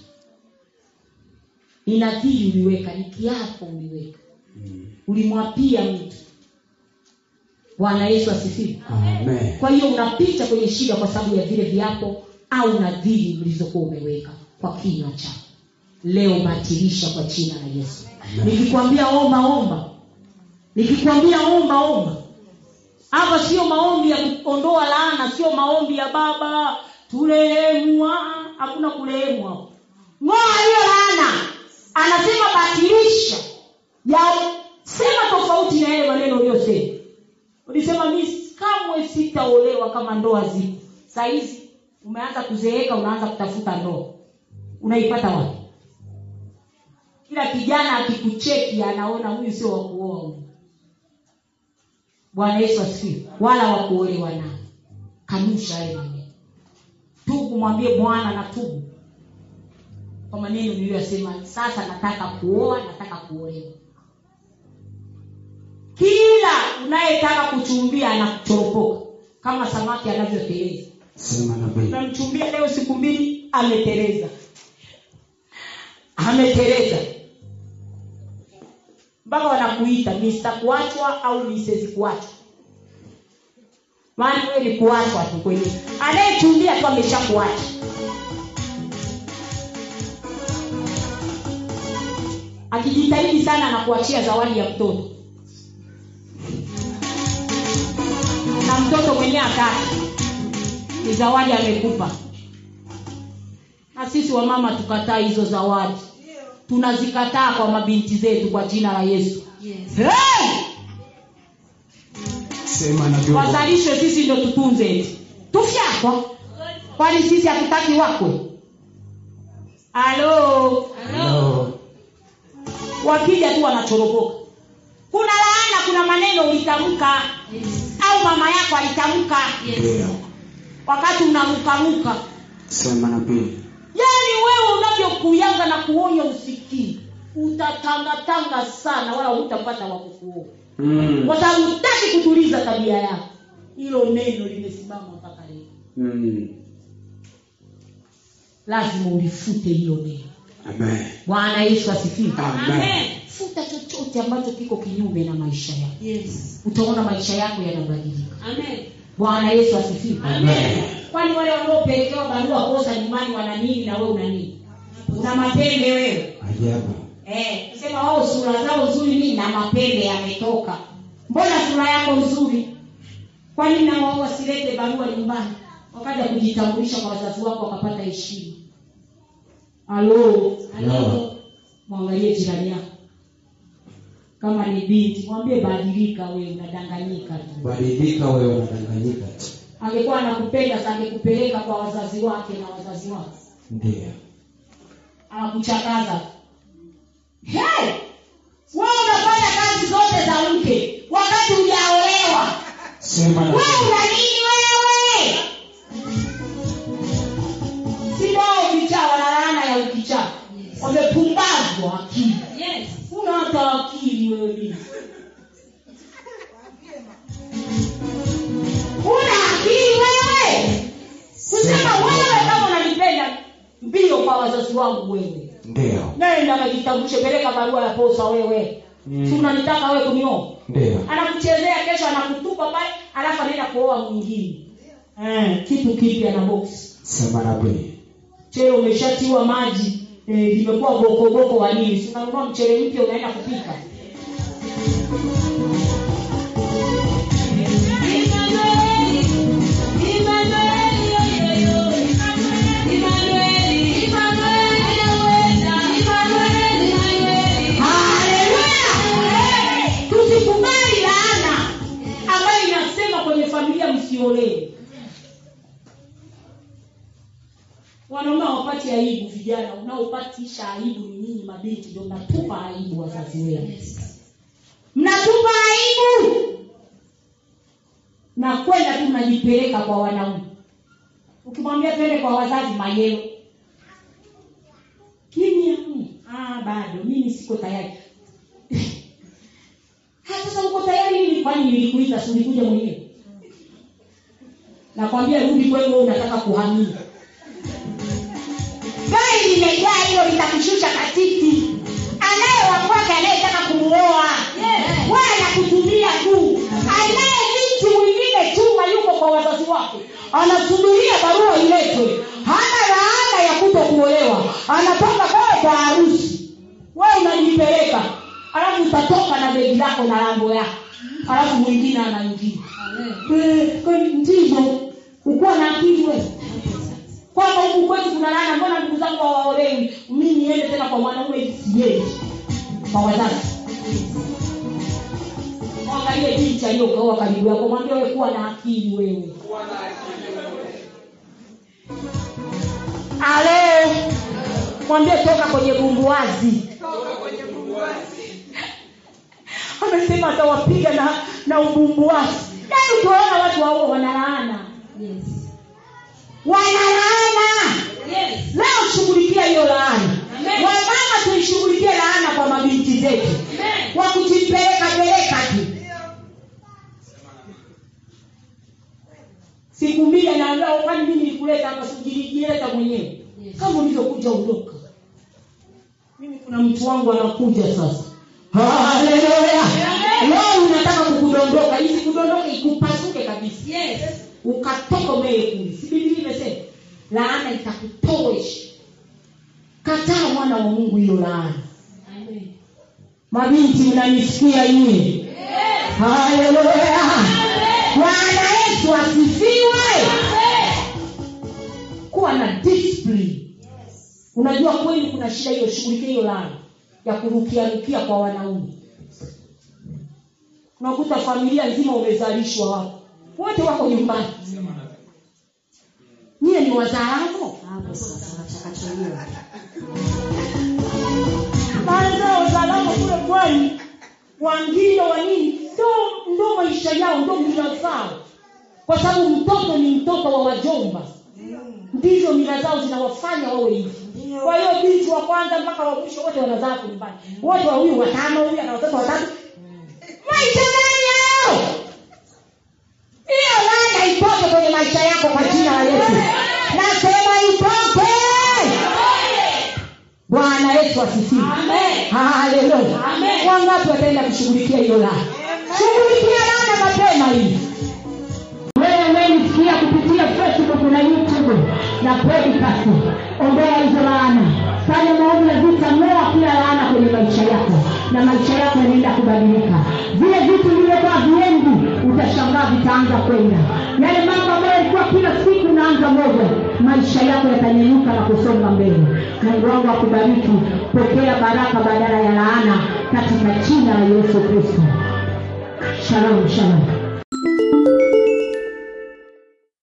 Speaker 1: ni nadhiri uliweka ni kiapo uliweka
Speaker 2: Mm.
Speaker 1: ulimwapia mtu bwana yesu asifiwe
Speaker 2: amen
Speaker 1: kwa hiyo unapita kwenye shida kwa sababu ya vile viapo au nadhiri ulizokuwa umeweka kwa kinywa chako leo batilisha kwa jina la yesu nikikwambia omba omba nikikwambia omba omba hapa sio maombi ya kuondoa laana sio maombi ya baba turehemwa hakuna kurehemwa hapo. ng'oa hiyo laana anasema batilisha ya sema tofauti na yale maneno uliyosema ulisema mi kamwe sitaolewa kama ndoa zipo sahizi umeanza kuzeeka unaanza kutafuta ndoa unaipata wapi kila kijana akikucheki anaona huyu sio wa kuoa huyu bwana yesu asifiwe wala wa kuolewa naye kanusha yale maneno tubu mwambie bwana na tubu kwa maneno niliyoyasema sasa nataka kuoa nataka kuolewa kila unayetaka kuchumbia anakuchoropoka kama samaki anavyoteleza
Speaker 2: sema nabii
Speaker 1: unamchumbia leo siku mbili ameteleza ameteleza mpaka wanakuita mista kuachwa au misezi kuachwa maana wewe ni kuachwa tu kwenye anayechumbia tu ameshakuacha akijitahidi sana anakuachia zawadi ya mtoto na mtoto mwenyewe ataki ni zawadi amekupa na sisi wamama tukataa hizo zawadi tunazikataa kwa mabinti zetu kwa jina la yesu
Speaker 3: yes.
Speaker 1: hey!
Speaker 2: sema nabii
Speaker 1: wazalishwe sisi ndio tutunze eti tufyakwa kwani sisi hatutaki wakwe alo
Speaker 2: Hello.
Speaker 1: wakija tu wanachoropoka kuna laana kuna maneno ulitamka
Speaker 3: Yes.
Speaker 1: au ambayo mama yako alitamka
Speaker 3: yes.
Speaker 2: ndio
Speaker 1: wakati unarukaruka
Speaker 2: sema nabii
Speaker 1: yaani wewe unavyokuyanga na kuonya usikii utatangatanga sana wala hutapata wakukuonya
Speaker 2: Mm,
Speaker 1: kwa sababu hutaki kutuliza tabia yako hilo neno limesimama mpaka leo
Speaker 2: mm,
Speaker 1: lazima ulifute hilo neno
Speaker 2: amen
Speaker 1: bwana yesu asifiwe
Speaker 2: Amen. Amen.
Speaker 1: futa chochote ambacho kiko kinyume na maisha yako
Speaker 3: Yes.
Speaker 1: utaona maisha yako yanabadilika
Speaker 3: Amen.
Speaker 1: bwana yesu asifiwe
Speaker 2: Amen.
Speaker 1: kwani wale wanaopelekewa barua kosa nyumbani wana nini na wewe una nini una mapembe wewe
Speaker 2: ajabu
Speaker 1: eh, sema wao sura zao nzuri nini na mapembe yametoka mbona sura yako nzuri kwani na wao wasilete barua nyumbani wakaja kujitambulisha kwa wazazi wako wakapata heshima halo
Speaker 2: Naam.
Speaker 1: mwangalie jirani yako kama ni binti mwambie badilika wewe unadanganyika tu
Speaker 2: badilika wewe unadanganyika tu
Speaker 1: angekuwa anakupenda sa angekupeleka kwa wazazi wake na wazazi wako
Speaker 2: ndio
Speaker 1: anakuchakaza hey! wewe unafanya kazi zote za mke wakati hujaolewa
Speaker 2: sema
Speaker 1: wewe
Speaker 2: nabii
Speaker 1: una nini wewe sidao ukichaa wanalaana ya ukichaa wamepumbazwa akili
Speaker 3: Yes.
Speaker 1: una hata akili wewe mimi. una akili wewe kusema wewe kama unanipenda mbio kwa wazazi wangu wewe
Speaker 2: ndio
Speaker 1: nenda kajitambulishe peleka barua ya posa wewe si
Speaker 2: Mm,
Speaker 1: unanitaka wewe kunioa
Speaker 2: ndio
Speaker 1: anakuchezea kesho anakutupa pale alafu anaenda kuoa mwingine eh, kitu kipya na boksi
Speaker 2: sema nabii
Speaker 1: chele umeshatiwa maji eh, limekuwa bokoboko wa nini Si unanunua mchele mpya unaenda kupika Haleluya! tusikubali laana ambayo inasema kwenye familia msiolewe wanaume hawapati aibu vijana unaopatisha aibu ni nyinyi mabinti ndio mnatupa aibu wazazi wenu mnatupa aibu na kwenda tu mnajipeleka kwa wanaume ukimwambia twende kwa wazazi mayewe kimya mm, ah, bado mimi siko tayari [laughs] Ah, sasa uko tayari nini kwani nilikuita si ulikuja mwenyewe nakwambia rudi kwenu wewe unataka kuhamia gari limejaa hilo litakushusha katiti anayewakwake anayetaka kumuoa wewe anakutumia tu anaye binti mwingine chuma yuko kwa wazazi wake anasubiria barua iletwe hana laana ya kuto kuolewa anatoka pale kwa harusi wewe unajipeleka alafu utatoka na begi lako na lango yako alafu mwingine anaingia Eh, kwani ndivyo ukuwa na akili wewe kwamba huku kwetu kuna laana mbona ndugu zangu hawaolewi mi niende tena kwa mwanaume hivi siyendi kwa wazazi angalie binti aliyokaoa karibu yako mwambie wewe kuwa na akili wewe alo mwambie toka kwenye bumbuwazi amesema atawapiga na na ubumbuwazi yaani ukiwaona watu wao wanalaana wanalaana leo shughulikia hiyo laana
Speaker 3: Amen.
Speaker 1: wamama tuishughulikie laana kwa mabinti zetu
Speaker 3: Amen.
Speaker 1: kwa kujipeleka peleka tu siku mbili naambia kwani mimi nikuleta hapa sijilijileta mwenyewe kama ulivyokuja udoka mimi kuna mtu wangu anakuja sasa haleluya leo unataka kukudondoka isikudondoka ikupasuke kabisa ukatoka umeye kuli si biblia imesema laana itakutoesha kataa mwana wa mungu hiyo laana mabinti mnanisikia yeye haleluya bwana yesu asifiwe kuwa na discipline unajua kweli kuna shida hiyo shughulikia hiyo laana ya kurukiarukia kwa wanaume unakuta familia nzima umezalishwa wapo wote wako nyumbani niye ni wataalamu maana wataalamu kule kwani wangilo wanini ndo ndo maisha maisha yao ndio mila zao kwa sababu mtoto ni mtoto wa wajomba ndivyo mila zao zinawafanya wawe hivi kwa hiyo binti wa kwanza mpaka wa mwisho wote wanazaa kumbani wote wa huyu watano huyu ana watoto watatu maisha gani yao hiyo laana ipoke kwenye maisha yako kwa jina la yesu nasema ipoke bwana yesu asifiwe haleluya wangapi wataenda kushughulikia hiyo laana shughulikia laana mapema hii wewe unayenisikia kupitia facebook na youtube na podcast ombea hizo laana fanya maombi na zitang'oa kila laana kwenye maisha yako na maisha yako yanaenda kubadilika vile vitu vilivyokuwa viengi utashangaa vitaanza kwenda yale mambo ambayo yalikuwa kila siku unaanza moja maisha yako yatanyanyuka na kusonga mbele mungu wangu akubariki pokea baraka badala ya laana katika jina la yesu kristo shalom shalom